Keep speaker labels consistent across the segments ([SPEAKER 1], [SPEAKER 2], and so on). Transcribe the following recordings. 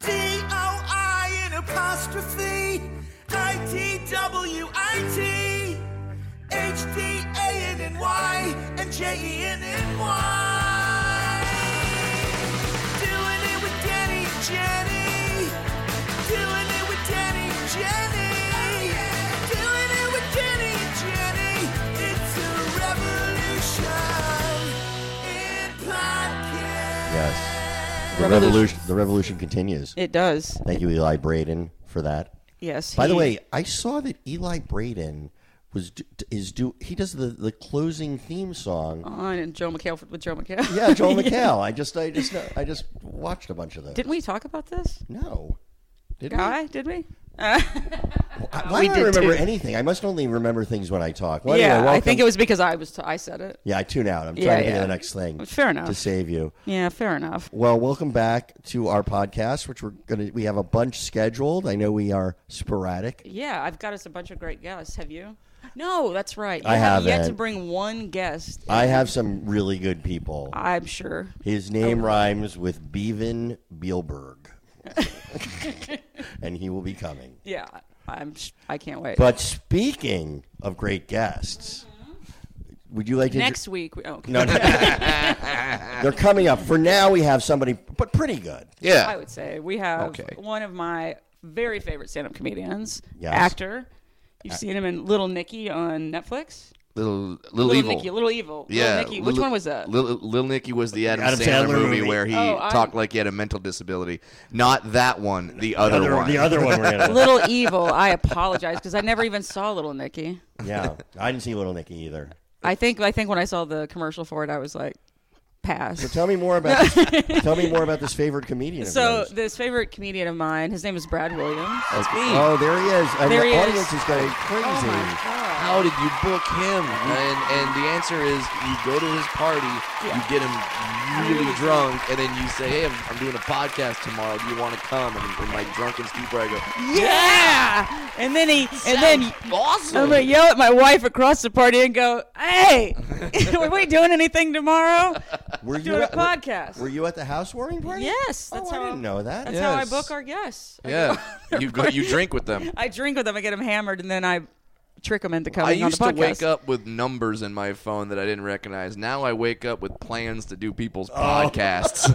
[SPEAKER 1] D O I in apostrophe I T W I T H D A N N Y and J E N N Y. Doing it with Danny and Jenny. Doing it with Danny and Jenny. Doing it with Danny and Jenny. It's a revolution in podcast.
[SPEAKER 2] Yes. The revolution. The revolution continues.
[SPEAKER 3] It does.
[SPEAKER 2] Thank you, Eli Braden, for that.
[SPEAKER 3] Yes.
[SPEAKER 2] By the
[SPEAKER 3] he-
[SPEAKER 2] way, I saw that Eli Braden was d- is do he does the the closing theme song.
[SPEAKER 3] on and Joe McHale with Joe McHale.
[SPEAKER 2] Yeah, Joel McHale. I just I just I just watched a bunch of those.
[SPEAKER 3] Didn't we talk about this
[SPEAKER 2] no. Did we?
[SPEAKER 3] guy? Did we?
[SPEAKER 2] I, why do I
[SPEAKER 3] Oh, did
[SPEAKER 2] remember
[SPEAKER 3] too.
[SPEAKER 2] anything? I must only remember things when I talk. Well,
[SPEAKER 3] yeah,
[SPEAKER 2] anyway,
[SPEAKER 3] I
[SPEAKER 2] welcome.
[SPEAKER 3] think it was because I was. T- I said it.
[SPEAKER 2] Yeah, I tune out. I'm trying
[SPEAKER 3] Yeah,
[SPEAKER 2] to think
[SPEAKER 3] yeah.
[SPEAKER 2] of the next thing.
[SPEAKER 3] Fair enough.
[SPEAKER 2] To save you.
[SPEAKER 3] Yeah, fair enough.
[SPEAKER 2] Well, welcome back to our podcast, which we're gonna we have a bunch scheduled. I know we are sporadic.
[SPEAKER 3] Yeah, I've got us a bunch of great guests. Have you? No, that's right. You
[SPEAKER 2] I
[SPEAKER 3] have yet to
[SPEAKER 2] haven't.
[SPEAKER 3] bring one guest.
[SPEAKER 2] I have some really good people.
[SPEAKER 3] I'm sure.
[SPEAKER 2] His
[SPEAKER 3] Oh,
[SPEAKER 2] name rhymes with Bevan Bielberg. and he will be coming.
[SPEAKER 3] Yeah, I'm. Sh- I can't wait.
[SPEAKER 2] But speaking of great guests, would you like to
[SPEAKER 3] Next week. we- Oh, okay.
[SPEAKER 2] No, no. They're coming up. For now we have somebody but pretty good.
[SPEAKER 4] Yeah.
[SPEAKER 3] I would say we have
[SPEAKER 4] Okay.
[SPEAKER 3] one of my very favorite stand-up comedians,
[SPEAKER 2] Yes.
[SPEAKER 3] actor. You've seen him in Little Nicky on Netflix.
[SPEAKER 4] Little, little,
[SPEAKER 3] Little
[SPEAKER 4] evil.
[SPEAKER 3] Nicky, Little Evil.
[SPEAKER 4] yeah.
[SPEAKER 3] Little Nicky. Which
[SPEAKER 4] Little-
[SPEAKER 3] one was that?
[SPEAKER 4] Little, little Nicky was the Adam,
[SPEAKER 2] Adam Sandler
[SPEAKER 4] Sandler, movie
[SPEAKER 2] movie.
[SPEAKER 4] where he
[SPEAKER 3] Oh, I'm-
[SPEAKER 4] talked like he had a mental disability. Not that one. The other, one.
[SPEAKER 2] The other one we're gonna
[SPEAKER 3] Little Evil. I apologize because I never even saw Little Nicky.
[SPEAKER 2] Yeah. I didn't see Little Nicky either.
[SPEAKER 3] I think I think when I saw the commercial for it, I was like, pass.
[SPEAKER 2] Tell me more about this, tell me more about this favorite comedian. of
[SPEAKER 3] So
[SPEAKER 2] yours.
[SPEAKER 3] this favorite comedian of mine, his name is Brad Williams.
[SPEAKER 2] Oh, there he is. And
[SPEAKER 3] There
[SPEAKER 2] the
[SPEAKER 3] he is.
[SPEAKER 2] audience is going crazy.
[SPEAKER 3] Oh my god!
[SPEAKER 4] How did you book him? And and the answer is you go to his party, you get him really drunk, and then you say, "Hey, I'm, I'm doing a podcast tomorrow. Do you want to come?" And in my drunken stupor, I go,
[SPEAKER 3] Yeah! And then he and then
[SPEAKER 4] "Awesome!"
[SPEAKER 3] I'm gonna yell at Oh my wife across the party and go, "Hey, are we doing anything tomorrow?
[SPEAKER 2] Were you
[SPEAKER 3] Doing a
[SPEAKER 2] at- were-
[SPEAKER 3] podcast?"
[SPEAKER 2] Were you at the housewarming party?
[SPEAKER 3] Yes,
[SPEAKER 2] Oh,
[SPEAKER 3] that's
[SPEAKER 2] I
[SPEAKER 3] how-
[SPEAKER 2] didn't know that.
[SPEAKER 3] That's how I
[SPEAKER 4] Yes.
[SPEAKER 3] book our guests. I
[SPEAKER 4] Yeah,
[SPEAKER 3] go-
[SPEAKER 4] you go, you drink with them.
[SPEAKER 3] I drink with them. I get them hammered, and then I trick them into coming
[SPEAKER 4] I
[SPEAKER 3] on
[SPEAKER 4] used
[SPEAKER 3] the
[SPEAKER 4] to
[SPEAKER 3] podcast.
[SPEAKER 4] wake up with numbers in my phone that I didn't recognize. Now I wake up with plans to do people's
[SPEAKER 3] Oh.
[SPEAKER 4] podcasts.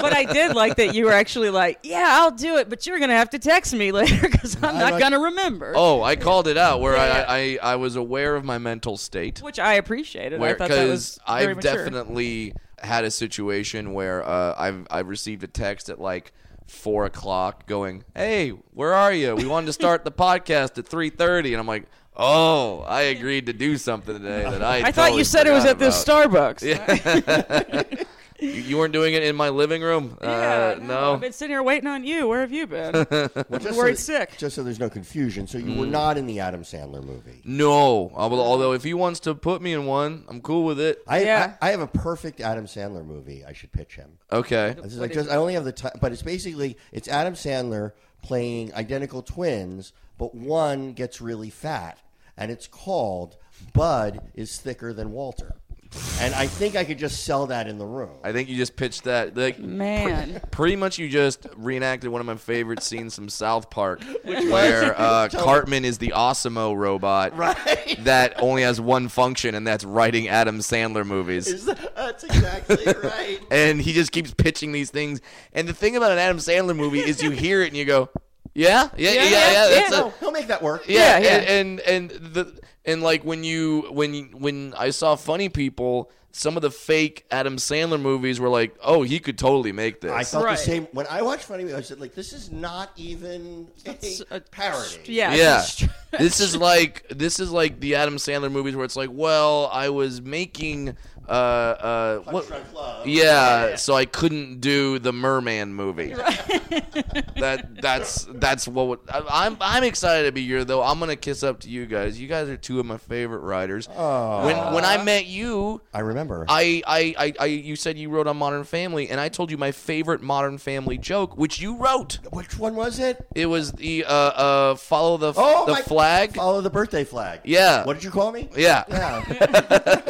[SPEAKER 3] but I did like that you were actually like, "Yeah, I'll do it," but you're gonna have to text me later because I'm not
[SPEAKER 2] like-
[SPEAKER 3] gonna remember.
[SPEAKER 4] oh, I called it out where I, I I was aware of my mental state.
[SPEAKER 3] which I appreciated. I thought that was
[SPEAKER 4] because
[SPEAKER 3] very
[SPEAKER 4] I've
[SPEAKER 3] mature.
[SPEAKER 4] definitely had a situation where uh, I've I've received a text at like four o'clock going, "Hey, where are you? We wanted to start the podcast at 3.30. and I'm like, "Oh, I agreed to do something today that I."
[SPEAKER 3] I thought you
[SPEAKER 4] totally
[SPEAKER 3] said it was
[SPEAKER 4] forgot
[SPEAKER 3] at this
[SPEAKER 4] about."
[SPEAKER 3] Starbucks. Yeah,
[SPEAKER 4] You, you weren't doing it in my living room. uh,
[SPEAKER 3] no,
[SPEAKER 4] no.
[SPEAKER 3] I've been sitting here waiting on you. Where have you been?
[SPEAKER 2] Well, just
[SPEAKER 3] worried
[SPEAKER 2] so that-
[SPEAKER 3] sick.
[SPEAKER 2] Just so there's no confusion. So you were not in the Adam Sandler movie.
[SPEAKER 4] no. Although although if he wants to put me in one, I'm cool with it.
[SPEAKER 2] I,
[SPEAKER 3] Yeah.
[SPEAKER 2] I, I have a perfect Adam Sandler movie. I should pitch him.
[SPEAKER 4] Okay.
[SPEAKER 2] This is like just I only have the time, but it's basically it's Adam Sandler playing identical twins, but one gets really fat, and it's called Bud is thicker than Walter. And I think I could just sell that in the room.
[SPEAKER 4] I think you just pitched that. Like,
[SPEAKER 3] Man.
[SPEAKER 4] pretty much you just reenacted one of my favorite scenes from South Park, where uh, Cartman is the Osimo robot that only has one function, and that's writing Adam Sandler movies.
[SPEAKER 2] That's exactly right.
[SPEAKER 4] And he just keeps pitching these things. And the thing about an Adam Sandler movie is you hear it and you go, yeah, yeah, yeah, yeah,
[SPEAKER 3] yeah,
[SPEAKER 4] that's
[SPEAKER 3] yeah.
[SPEAKER 4] a-
[SPEAKER 2] Oh, he'll make that work.
[SPEAKER 3] Yeah,
[SPEAKER 4] yeah,
[SPEAKER 3] yeah.
[SPEAKER 4] And, and and the and like when you when you- when I saw Funny People, some of the fake Adam Sandler movies were like, oh, he could totally make this.
[SPEAKER 2] I felt
[SPEAKER 3] Right.
[SPEAKER 2] the same when I watched Funny. Movies, I said, like, this is not even a, parody.
[SPEAKER 3] yeah,
[SPEAKER 4] yeah,
[SPEAKER 3] it's just-
[SPEAKER 4] this is like this is like the Adam Sandler movies where it's like, well, I was making uh uh what,
[SPEAKER 2] Drunk Love.
[SPEAKER 4] yeah, so I couldn't do the Merman movie. that that's that's what would, I, I'm I'm excited to be here though. I'm gonna kiss up to you guys. You guys are two of my favorite writers. When when I met you,
[SPEAKER 2] I remember.
[SPEAKER 4] I, I, I, I you said you wrote on Modern Family, and I told you my favorite Modern Family joke, which you wrote.
[SPEAKER 2] Which one was it?
[SPEAKER 4] It was the uh, uh, follow the f- the
[SPEAKER 2] Oh my-
[SPEAKER 4] flag.
[SPEAKER 2] Follow the birthday flag.
[SPEAKER 4] Yeah.
[SPEAKER 2] What did you call me?
[SPEAKER 4] Yeah.
[SPEAKER 2] Yeah.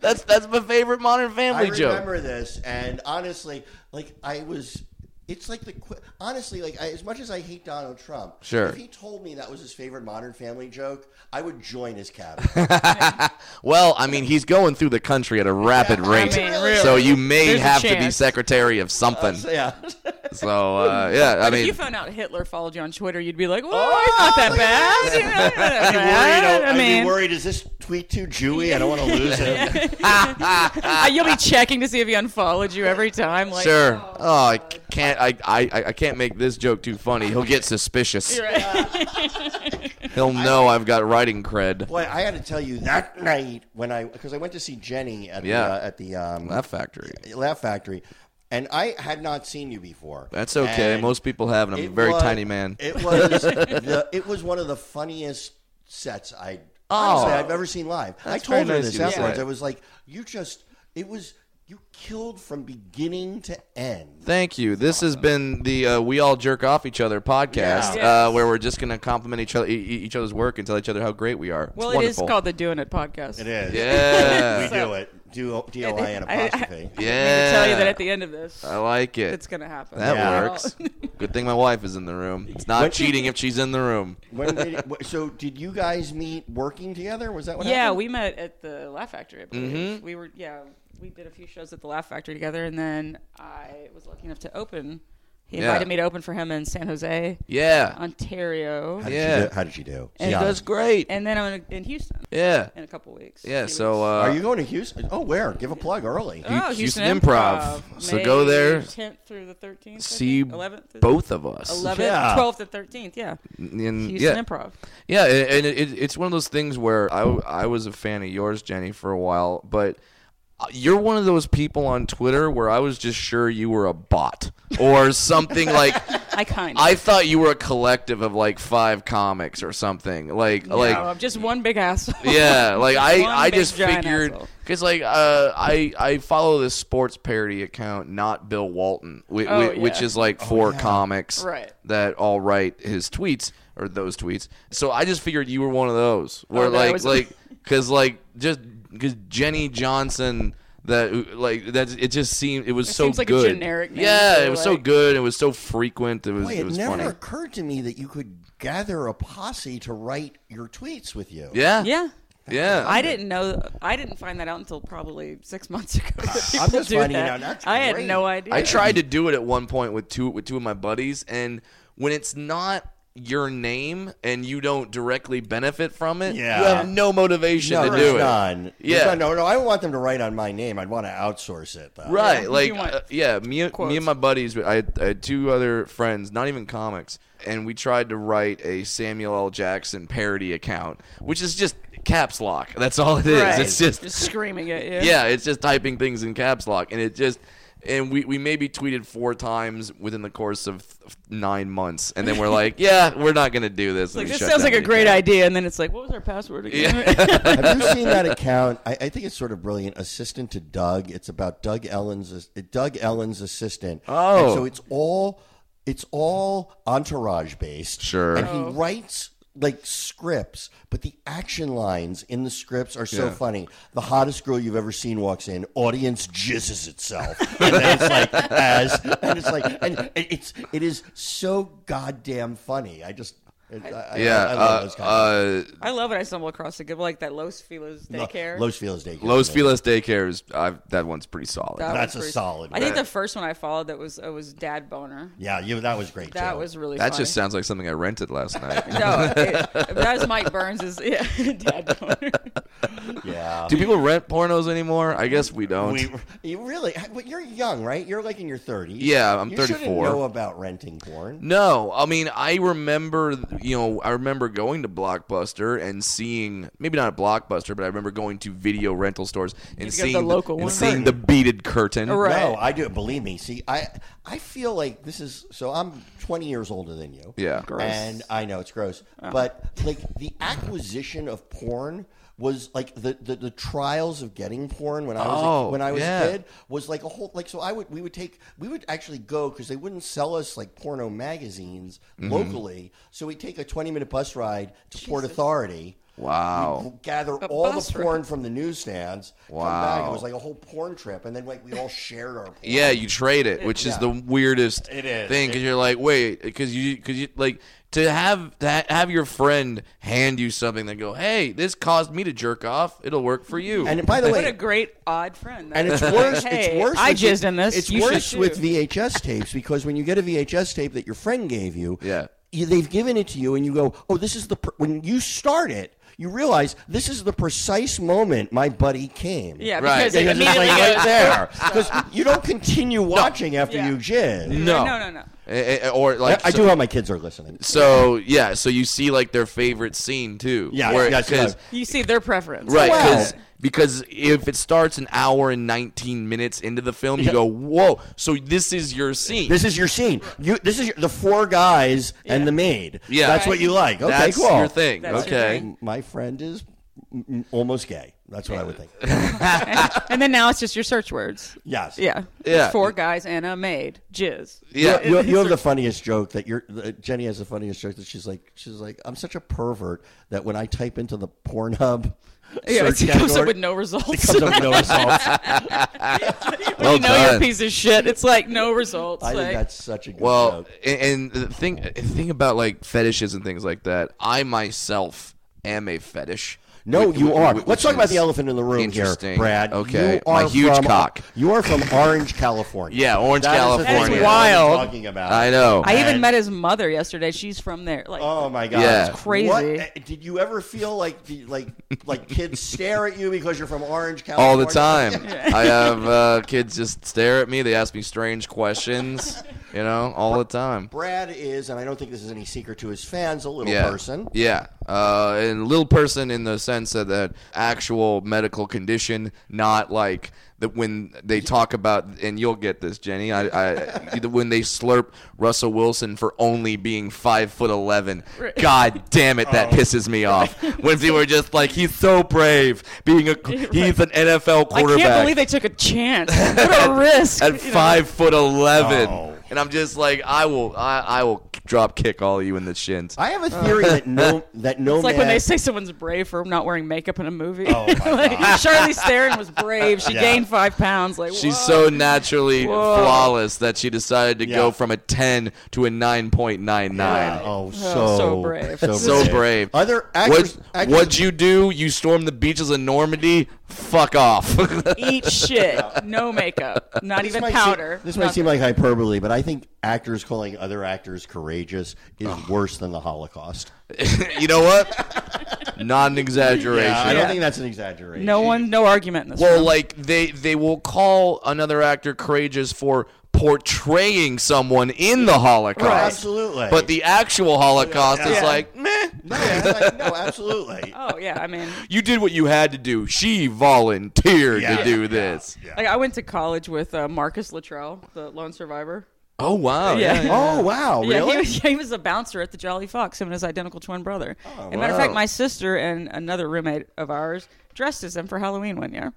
[SPEAKER 4] that's that's my favorite Modern
[SPEAKER 2] I
[SPEAKER 4] Family joke.
[SPEAKER 2] remember this, and honestly, like I was. It's like the qu- honestly, like I, as much as I hate Donald Trump,
[SPEAKER 4] Sure.
[SPEAKER 2] If he told me that was his favorite Modern Family joke, I would join his cabinet.
[SPEAKER 4] Well, I mean, he's going through the country at a rapid rate,
[SPEAKER 3] mean, really.
[SPEAKER 4] so you may
[SPEAKER 3] There's a
[SPEAKER 4] have to be
[SPEAKER 3] chance. Oh,
[SPEAKER 4] secretary of something.
[SPEAKER 2] So, yeah.
[SPEAKER 4] So uh, yeah, I
[SPEAKER 3] if you
[SPEAKER 4] mean,
[SPEAKER 3] found out Hitler followed you on Twitter, you'd be like, "Well, it's not that bad." You know, not that bad.
[SPEAKER 2] I'd
[SPEAKER 3] I
[SPEAKER 2] be
[SPEAKER 3] mean,
[SPEAKER 2] worried. Is this tweet too Jewy? I don't want to lose him.
[SPEAKER 3] uh, you'll be checking to see if he unfollowed you every time. Like,
[SPEAKER 4] sure. Oh, I can't. I, I I- I can't make this joke too funny. He'll get suspicious.
[SPEAKER 3] You're right.
[SPEAKER 4] He'll know I've got writing cred.
[SPEAKER 2] Boy, I had to tell you that night when I because I went to see Jenny at
[SPEAKER 4] Yeah.
[SPEAKER 2] the uh, at the um,
[SPEAKER 4] That factory.
[SPEAKER 2] Laugh Factory, and I had not seen you before.
[SPEAKER 4] That's okay.
[SPEAKER 2] And
[SPEAKER 4] Most people haven't. I'm a
[SPEAKER 2] it
[SPEAKER 4] very
[SPEAKER 2] was-
[SPEAKER 4] tiny man.
[SPEAKER 2] It was the, it was one of the funniest sets I honestly, I've ever seen live. I
[SPEAKER 4] Oh. That's
[SPEAKER 2] told
[SPEAKER 4] very
[SPEAKER 2] her
[SPEAKER 4] nice
[SPEAKER 2] this
[SPEAKER 4] of you to
[SPEAKER 2] afterwards.
[SPEAKER 4] say.
[SPEAKER 2] I was like, you just it was you killed from beginning to end.
[SPEAKER 4] Thank you. This has been the uh, We All Jerk Off Each Other podcast,
[SPEAKER 3] Yeah.
[SPEAKER 4] uh, where we're just going to compliment each other, e- e- each other's work, and tell each other how great we are.
[SPEAKER 3] Well,
[SPEAKER 4] it's
[SPEAKER 3] it is
[SPEAKER 4] wonderful.
[SPEAKER 3] called the Doing It podcast.
[SPEAKER 2] It is.
[SPEAKER 4] Yeah.
[SPEAKER 2] We do it. Do D O I N
[SPEAKER 3] I- I-
[SPEAKER 2] apostrophe.
[SPEAKER 3] I'm gonna
[SPEAKER 4] yeah.
[SPEAKER 3] tell you that at the end of this,
[SPEAKER 4] I like it.
[SPEAKER 3] it's gonna happen.
[SPEAKER 4] that
[SPEAKER 2] Yeah.
[SPEAKER 4] works. Good thing my wife is in the room. It's not
[SPEAKER 2] When-
[SPEAKER 4] cheating if she's in the room.
[SPEAKER 2] When did- wh- so did you guys meet working together? Was that what
[SPEAKER 3] Yeah,
[SPEAKER 2] happened?
[SPEAKER 3] we met at the Laugh Factory. I believe.
[SPEAKER 4] Mm-hmm.
[SPEAKER 3] We were yeah, we did a few shows at the Laugh Factory together, and then I was lucky enough to open. He
[SPEAKER 4] Yeah.
[SPEAKER 3] invited me to open for him in San Jose,
[SPEAKER 4] Yeah.
[SPEAKER 3] Ontario,
[SPEAKER 2] How did
[SPEAKER 4] Yeah.
[SPEAKER 2] She do, how did she do?
[SPEAKER 4] She does great.
[SPEAKER 3] and then I'm in- in Houston
[SPEAKER 4] Yeah.
[SPEAKER 3] in a couple weeks.
[SPEAKER 4] Yeah.
[SPEAKER 3] Few
[SPEAKER 4] So, uh,
[SPEAKER 3] weeks.
[SPEAKER 2] Are you going to Houston? Oh, where? Give a plug early.
[SPEAKER 4] you-
[SPEAKER 3] oh,
[SPEAKER 4] Houston
[SPEAKER 3] Houston,
[SPEAKER 4] Improv. So go there,
[SPEAKER 3] 10th through the 13th,
[SPEAKER 4] see
[SPEAKER 3] 11th,
[SPEAKER 4] both of us.
[SPEAKER 3] 11th,
[SPEAKER 2] Yeah.
[SPEAKER 3] 12th to 13th. Yeah,
[SPEAKER 4] And-
[SPEAKER 3] Houston
[SPEAKER 4] yeah.
[SPEAKER 3] Improv.
[SPEAKER 4] Yeah, a- and it, it, it's one of those things where I, I was a fan of yours, Jenny, for a while, but uh, you're one of those people on Twitter where I was just sure you were a bot or something like.
[SPEAKER 3] I kind of.
[SPEAKER 4] I thought you were a collective of like five comics or something. Like,
[SPEAKER 3] no,
[SPEAKER 4] like
[SPEAKER 3] I'm just one big asshole.
[SPEAKER 4] yeah, like I,
[SPEAKER 3] One
[SPEAKER 4] I
[SPEAKER 3] big
[SPEAKER 4] just
[SPEAKER 3] giant
[SPEAKER 4] figured
[SPEAKER 3] asshole.
[SPEAKER 4] because like uh, I I follow this sports parody account, not Bill Walton, whi-
[SPEAKER 3] Oh,
[SPEAKER 4] whi- which
[SPEAKER 3] yeah.
[SPEAKER 4] is like four comics
[SPEAKER 3] Right.
[SPEAKER 4] that all write his tweets or those tweets. So I just figured you were one of those where
[SPEAKER 3] Oh, no, I
[SPEAKER 4] like
[SPEAKER 3] was-
[SPEAKER 4] like because like just because Jenny Johnson. That like that it just seemed it was so
[SPEAKER 3] seems like a
[SPEAKER 4] good.
[SPEAKER 3] generic name
[SPEAKER 4] yeah,
[SPEAKER 3] for,
[SPEAKER 4] it was so
[SPEAKER 3] like-
[SPEAKER 4] good. It was so frequent. It was
[SPEAKER 2] Boy,
[SPEAKER 4] it
[SPEAKER 2] it,
[SPEAKER 4] was
[SPEAKER 2] never
[SPEAKER 4] funny.
[SPEAKER 2] occurred to me that you could gather a posse to write your tweets with you.
[SPEAKER 4] Yeah,
[SPEAKER 3] yeah.
[SPEAKER 4] yeah.
[SPEAKER 3] I didn't know. I didn't find that out until probably six months ago. that
[SPEAKER 2] I'm
[SPEAKER 3] people
[SPEAKER 2] just
[SPEAKER 3] do
[SPEAKER 2] finding
[SPEAKER 3] that.
[SPEAKER 2] it out. That's
[SPEAKER 3] I
[SPEAKER 2] great.
[SPEAKER 3] had no idea.
[SPEAKER 4] I tried to do it at one point with two with two of my buddies, and when it's not your name and you don't directly benefit from it, you
[SPEAKER 2] Yeah.
[SPEAKER 4] have no motivation
[SPEAKER 2] No,
[SPEAKER 4] to do it.
[SPEAKER 2] none.
[SPEAKER 4] Yeah.
[SPEAKER 2] None. No, no, I don't want them to write on my name. I'd want to outsource it. Though.
[SPEAKER 4] Right, like
[SPEAKER 3] you want
[SPEAKER 4] uh, yeah, me and- me
[SPEAKER 3] quotes.
[SPEAKER 4] and my buddies, I had, I had two other friends, not even comics, and we tried to write a Samuel L. Jackson parody account, which is just caps lock. That's all it is.
[SPEAKER 3] Right.
[SPEAKER 4] It's just
[SPEAKER 3] Just screaming at you.
[SPEAKER 4] yeah, it's just typing things in caps lock, and it just and we, we maybe tweeted four times within the course of th- nine months, and then we're like, yeah, we're not gonna do this.
[SPEAKER 3] Like this sounds like a great idea, and then it's like, what was our password again?
[SPEAKER 2] Have you seen that account? I, I think it's sort of brilliant. Assistant to Doug. It's about Doug Ellen's Doug Ellen's assistant.
[SPEAKER 4] Oh.
[SPEAKER 2] And so it's all it's all entourage based.
[SPEAKER 4] Sure.
[SPEAKER 2] And he writes like scripts, but the action lines in the scripts are so
[SPEAKER 4] Yeah.
[SPEAKER 2] funny. The hottest girl you've ever seen walks in, audience jizzes itself. and then it's like as and it's like and it- it's it is so goddamn funny. I just it, I, I-
[SPEAKER 4] Yeah,
[SPEAKER 2] I, love those
[SPEAKER 4] uh,
[SPEAKER 2] kinds of-
[SPEAKER 4] uh,
[SPEAKER 3] I love when I stumble across a good like that Los Feliz daycare.
[SPEAKER 2] Los Feliz Daycare.
[SPEAKER 4] Los Feliz daycare is I've, that one's pretty solid.
[SPEAKER 3] That
[SPEAKER 2] That's
[SPEAKER 3] was
[SPEAKER 2] a
[SPEAKER 3] pretty-
[SPEAKER 2] solid
[SPEAKER 3] I think
[SPEAKER 2] one.
[SPEAKER 3] the first one I followed that was uh, was Dad Boner.
[SPEAKER 2] Yeah, you, that was great.
[SPEAKER 3] That
[SPEAKER 2] too.
[SPEAKER 3] was really
[SPEAKER 4] that
[SPEAKER 3] funny.
[SPEAKER 4] just sounds like something I rented last night.
[SPEAKER 3] no. It, that was Mike Burns' yeah, Dad Boner.
[SPEAKER 2] yeah.
[SPEAKER 4] do people rent pornos anymore? I guess we don't.
[SPEAKER 2] Uh, We, you really? But you're young, right? You're like in your 30s.
[SPEAKER 4] Yeah, I'm
[SPEAKER 2] you
[SPEAKER 4] 34.
[SPEAKER 2] shouldn't know about renting porn.
[SPEAKER 4] No, I mean I remember th- you know, I remember going to Blockbuster and seeing maybe not Blockbuster, but I remember going to video rental stores and
[SPEAKER 3] You'd get the
[SPEAKER 4] seeing
[SPEAKER 3] local
[SPEAKER 4] and
[SPEAKER 3] one.
[SPEAKER 4] seeing the beaded curtain.
[SPEAKER 3] Right.
[SPEAKER 2] No, I do. Believe me. See, I I feel like this is so. I'm 20 years older than you.
[SPEAKER 4] Yeah. Gross.
[SPEAKER 2] And I know it's gross, but like the acquisition of porn was like the, the, the trials of getting porn when I was
[SPEAKER 4] Oh,
[SPEAKER 2] a, when I was
[SPEAKER 4] yeah.
[SPEAKER 2] a kid was like a whole like so I would we would take we would actually go because they wouldn't sell us like porno magazines
[SPEAKER 4] Mm-hmm.
[SPEAKER 2] locally, so we'd take a 20 minute bus ride to Port Authority.
[SPEAKER 4] Wow.
[SPEAKER 2] We'd gather all the
[SPEAKER 3] bus ride.
[SPEAKER 2] porn from the newsstands. Come back.
[SPEAKER 4] Wow.
[SPEAKER 2] It was like a whole porn trip, and then like we all shared our. Porn.
[SPEAKER 4] Yeah, you trade it, which is the weirdest
[SPEAKER 2] It is.
[SPEAKER 4] thing because you're like, wait, because you because you like to have to ha- have your friend hand you something that go, hey, this caused me to jerk off. It'll work for you.
[SPEAKER 2] And by the
[SPEAKER 3] What a
[SPEAKER 2] way,
[SPEAKER 3] great odd friend.
[SPEAKER 2] and it's
[SPEAKER 3] That's
[SPEAKER 2] worse.
[SPEAKER 3] like,
[SPEAKER 2] it's
[SPEAKER 3] hey,
[SPEAKER 2] worse.
[SPEAKER 3] I
[SPEAKER 2] with-
[SPEAKER 3] jizzed in this.
[SPEAKER 2] It's
[SPEAKER 3] you should
[SPEAKER 2] worse with
[SPEAKER 3] too.
[SPEAKER 2] VHS tapes because when you get a VHS tape that your friend gave you,
[SPEAKER 4] Yeah.
[SPEAKER 2] you, they've given it to you, and you go, "Oh, this is the." Pr-. When you start it, you realize this is the precise moment my buddy came.
[SPEAKER 3] Yeah,
[SPEAKER 4] Right.
[SPEAKER 3] because
[SPEAKER 4] Yeah,
[SPEAKER 3] it
[SPEAKER 2] Because it's
[SPEAKER 3] immediately
[SPEAKER 2] like
[SPEAKER 3] goes-
[SPEAKER 2] right there, because you don't continue watching after
[SPEAKER 3] Yeah.
[SPEAKER 2] you jizz.
[SPEAKER 4] no,
[SPEAKER 3] No, no, no.
[SPEAKER 4] Eh, eh, or
[SPEAKER 2] I,
[SPEAKER 4] like
[SPEAKER 2] I
[SPEAKER 4] so-
[SPEAKER 2] do hope my kids are listening.
[SPEAKER 4] So yeah, so you see like their favorite scene too.
[SPEAKER 2] Yeah,
[SPEAKER 4] Where-
[SPEAKER 2] yes,
[SPEAKER 4] 'cause-
[SPEAKER 2] no.
[SPEAKER 3] You see their preference.
[SPEAKER 4] right?
[SPEAKER 2] Wow.
[SPEAKER 4] 'cause- because if it starts an hour and nineteen minutes into the film, you go, whoa! So this is your scene.
[SPEAKER 2] This is your scene. You, this is your, the four guys and the maid.
[SPEAKER 4] Yeah.
[SPEAKER 2] that's what
[SPEAKER 4] Right.
[SPEAKER 2] you like. Okay,
[SPEAKER 4] That's
[SPEAKER 2] cool.
[SPEAKER 4] your thing.
[SPEAKER 3] That's your
[SPEAKER 4] okay.
[SPEAKER 3] thing.
[SPEAKER 2] My friend is mm, mm, almost gay. That's what I would think.
[SPEAKER 3] And then now it's just your search words.
[SPEAKER 2] Yes.
[SPEAKER 3] Yeah.
[SPEAKER 4] Yeah.
[SPEAKER 3] It's four guys and a maid. Jizz.
[SPEAKER 4] Yeah.
[SPEAKER 2] You, you have the funniest joke that you're. that Jenny has the funniest joke that she's like, she's like, I'm such a pervert that when I type into the Pornhub,
[SPEAKER 3] Yeah,
[SPEAKER 2] search
[SPEAKER 3] it comes up
[SPEAKER 2] category,
[SPEAKER 3] with no results.
[SPEAKER 2] it comes up with no results.
[SPEAKER 4] Well
[SPEAKER 3] you know you're
[SPEAKER 4] done.
[SPEAKER 3] a piece of shit. It's like no results.
[SPEAKER 2] I think
[SPEAKER 3] like,
[SPEAKER 2] that's such a good
[SPEAKER 4] Well,
[SPEAKER 2] joke.
[SPEAKER 4] and, and the thing the thing about like fetishes and things like that, I myself am a fetish.
[SPEAKER 2] No,
[SPEAKER 4] Wh-
[SPEAKER 2] you
[SPEAKER 4] wh-
[SPEAKER 2] are.
[SPEAKER 4] wh-
[SPEAKER 2] Let's
[SPEAKER 4] which
[SPEAKER 2] talk about
[SPEAKER 4] is
[SPEAKER 2] the elephant in the room here,
[SPEAKER 4] interesting.
[SPEAKER 2] Brad.
[SPEAKER 4] Okay,
[SPEAKER 2] you are
[SPEAKER 4] my huge
[SPEAKER 2] from,
[SPEAKER 4] cock.
[SPEAKER 2] You are from Orange, California.
[SPEAKER 4] Yeah, Orange,
[SPEAKER 2] That is the
[SPEAKER 4] California.
[SPEAKER 2] thing I'm
[SPEAKER 3] That's wild.
[SPEAKER 2] Talking about.
[SPEAKER 4] I know.
[SPEAKER 3] I even
[SPEAKER 2] And-
[SPEAKER 3] met his mother yesterday. She's from there. Like,
[SPEAKER 2] Oh my god,
[SPEAKER 4] Yeah.
[SPEAKER 3] It's crazy.
[SPEAKER 2] What- eh, did you ever feel like the- like like kids stare at you because you're from Orange, California?
[SPEAKER 4] all the time. I have uh, kids just stare at me. They ask me strange questions. You know, all the time.
[SPEAKER 2] Brad is, and I don't think this is any secret to his fans, a little
[SPEAKER 4] Yeah.
[SPEAKER 2] person.
[SPEAKER 4] Yeah. Uh, and little person in the sense of that actual medical condition, not like that when they talk about, and you'll get this, Jenny. I, I when they slurp Russell Wilson for only being five foot eleven. God damn it,
[SPEAKER 3] Oh.
[SPEAKER 4] that pisses me off. When people are just like, he's so brave, being a he's an NFL
[SPEAKER 3] I
[SPEAKER 4] quarterback.
[SPEAKER 3] can't believe they took a chance. What a risk.
[SPEAKER 4] at
[SPEAKER 3] you know?
[SPEAKER 4] five foot eleven,
[SPEAKER 2] Oh.
[SPEAKER 4] and I'm just like, I will, I, I will drop kick all you in the shins.
[SPEAKER 2] I have a theory that no that no
[SPEAKER 3] Uh. It's like
[SPEAKER 2] man.
[SPEAKER 3] when they say someone's brave for not wearing makeup in a movie.
[SPEAKER 2] Oh, my
[SPEAKER 3] like, Charlize Theron was brave. She
[SPEAKER 2] Yeah.
[SPEAKER 3] gained five pounds. Like
[SPEAKER 4] She's
[SPEAKER 3] what?
[SPEAKER 4] so naturally
[SPEAKER 3] Whoa.
[SPEAKER 4] flawless that she decided to go
[SPEAKER 2] Yeah.
[SPEAKER 4] from a 10 to a 9.99.
[SPEAKER 2] Oh, so
[SPEAKER 3] so brave.
[SPEAKER 4] So brave.
[SPEAKER 2] Other
[SPEAKER 4] What,
[SPEAKER 2] actors, actors
[SPEAKER 4] what'd you do? You stormed the beaches of Normandy? Fuck off.
[SPEAKER 3] eat shit. No makeup. Not
[SPEAKER 2] this
[SPEAKER 3] even
[SPEAKER 2] might
[SPEAKER 3] powder.
[SPEAKER 2] Seem, this might seem like hyperbole, but I think actors calling other actors courageous is worse than the Holocaust.
[SPEAKER 4] you know what? Not an exaggeration.
[SPEAKER 2] Yeah, Uh, I don't
[SPEAKER 3] Yeah.
[SPEAKER 2] think that's an exaggeration.
[SPEAKER 3] no one, no argument in this.
[SPEAKER 4] Well,
[SPEAKER 3] room.
[SPEAKER 4] like they they will call another actor courageous for portraying someone in the Holocaust.
[SPEAKER 3] Right.
[SPEAKER 2] Absolutely.
[SPEAKER 4] But the actual Holocaust is
[SPEAKER 3] Yeah.
[SPEAKER 4] like, meh.
[SPEAKER 2] no, it's like- no, absolutely.
[SPEAKER 3] oh yeah, I mean,
[SPEAKER 4] You did what you had to do. She volunteered
[SPEAKER 2] Yeah.
[SPEAKER 4] to do this.
[SPEAKER 3] like I went to college with uh, Marcus Luttrell, the lone survivor.
[SPEAKER 4] Oh wow. Yeah.
[SPEAKER 2] Oh wow,
[SPEAKER 3] Yeah,
[SPEAKER 2] really?
[SPEAKER 3] he, was, yeah, he was a bouncer at the Jolly Fox, him and his identical twin brother. As a matter of
[SPEAKER 4] wow.
[SPEAKER 3] fact, my sister and another roommate of ours dressed as them for Halloween one year.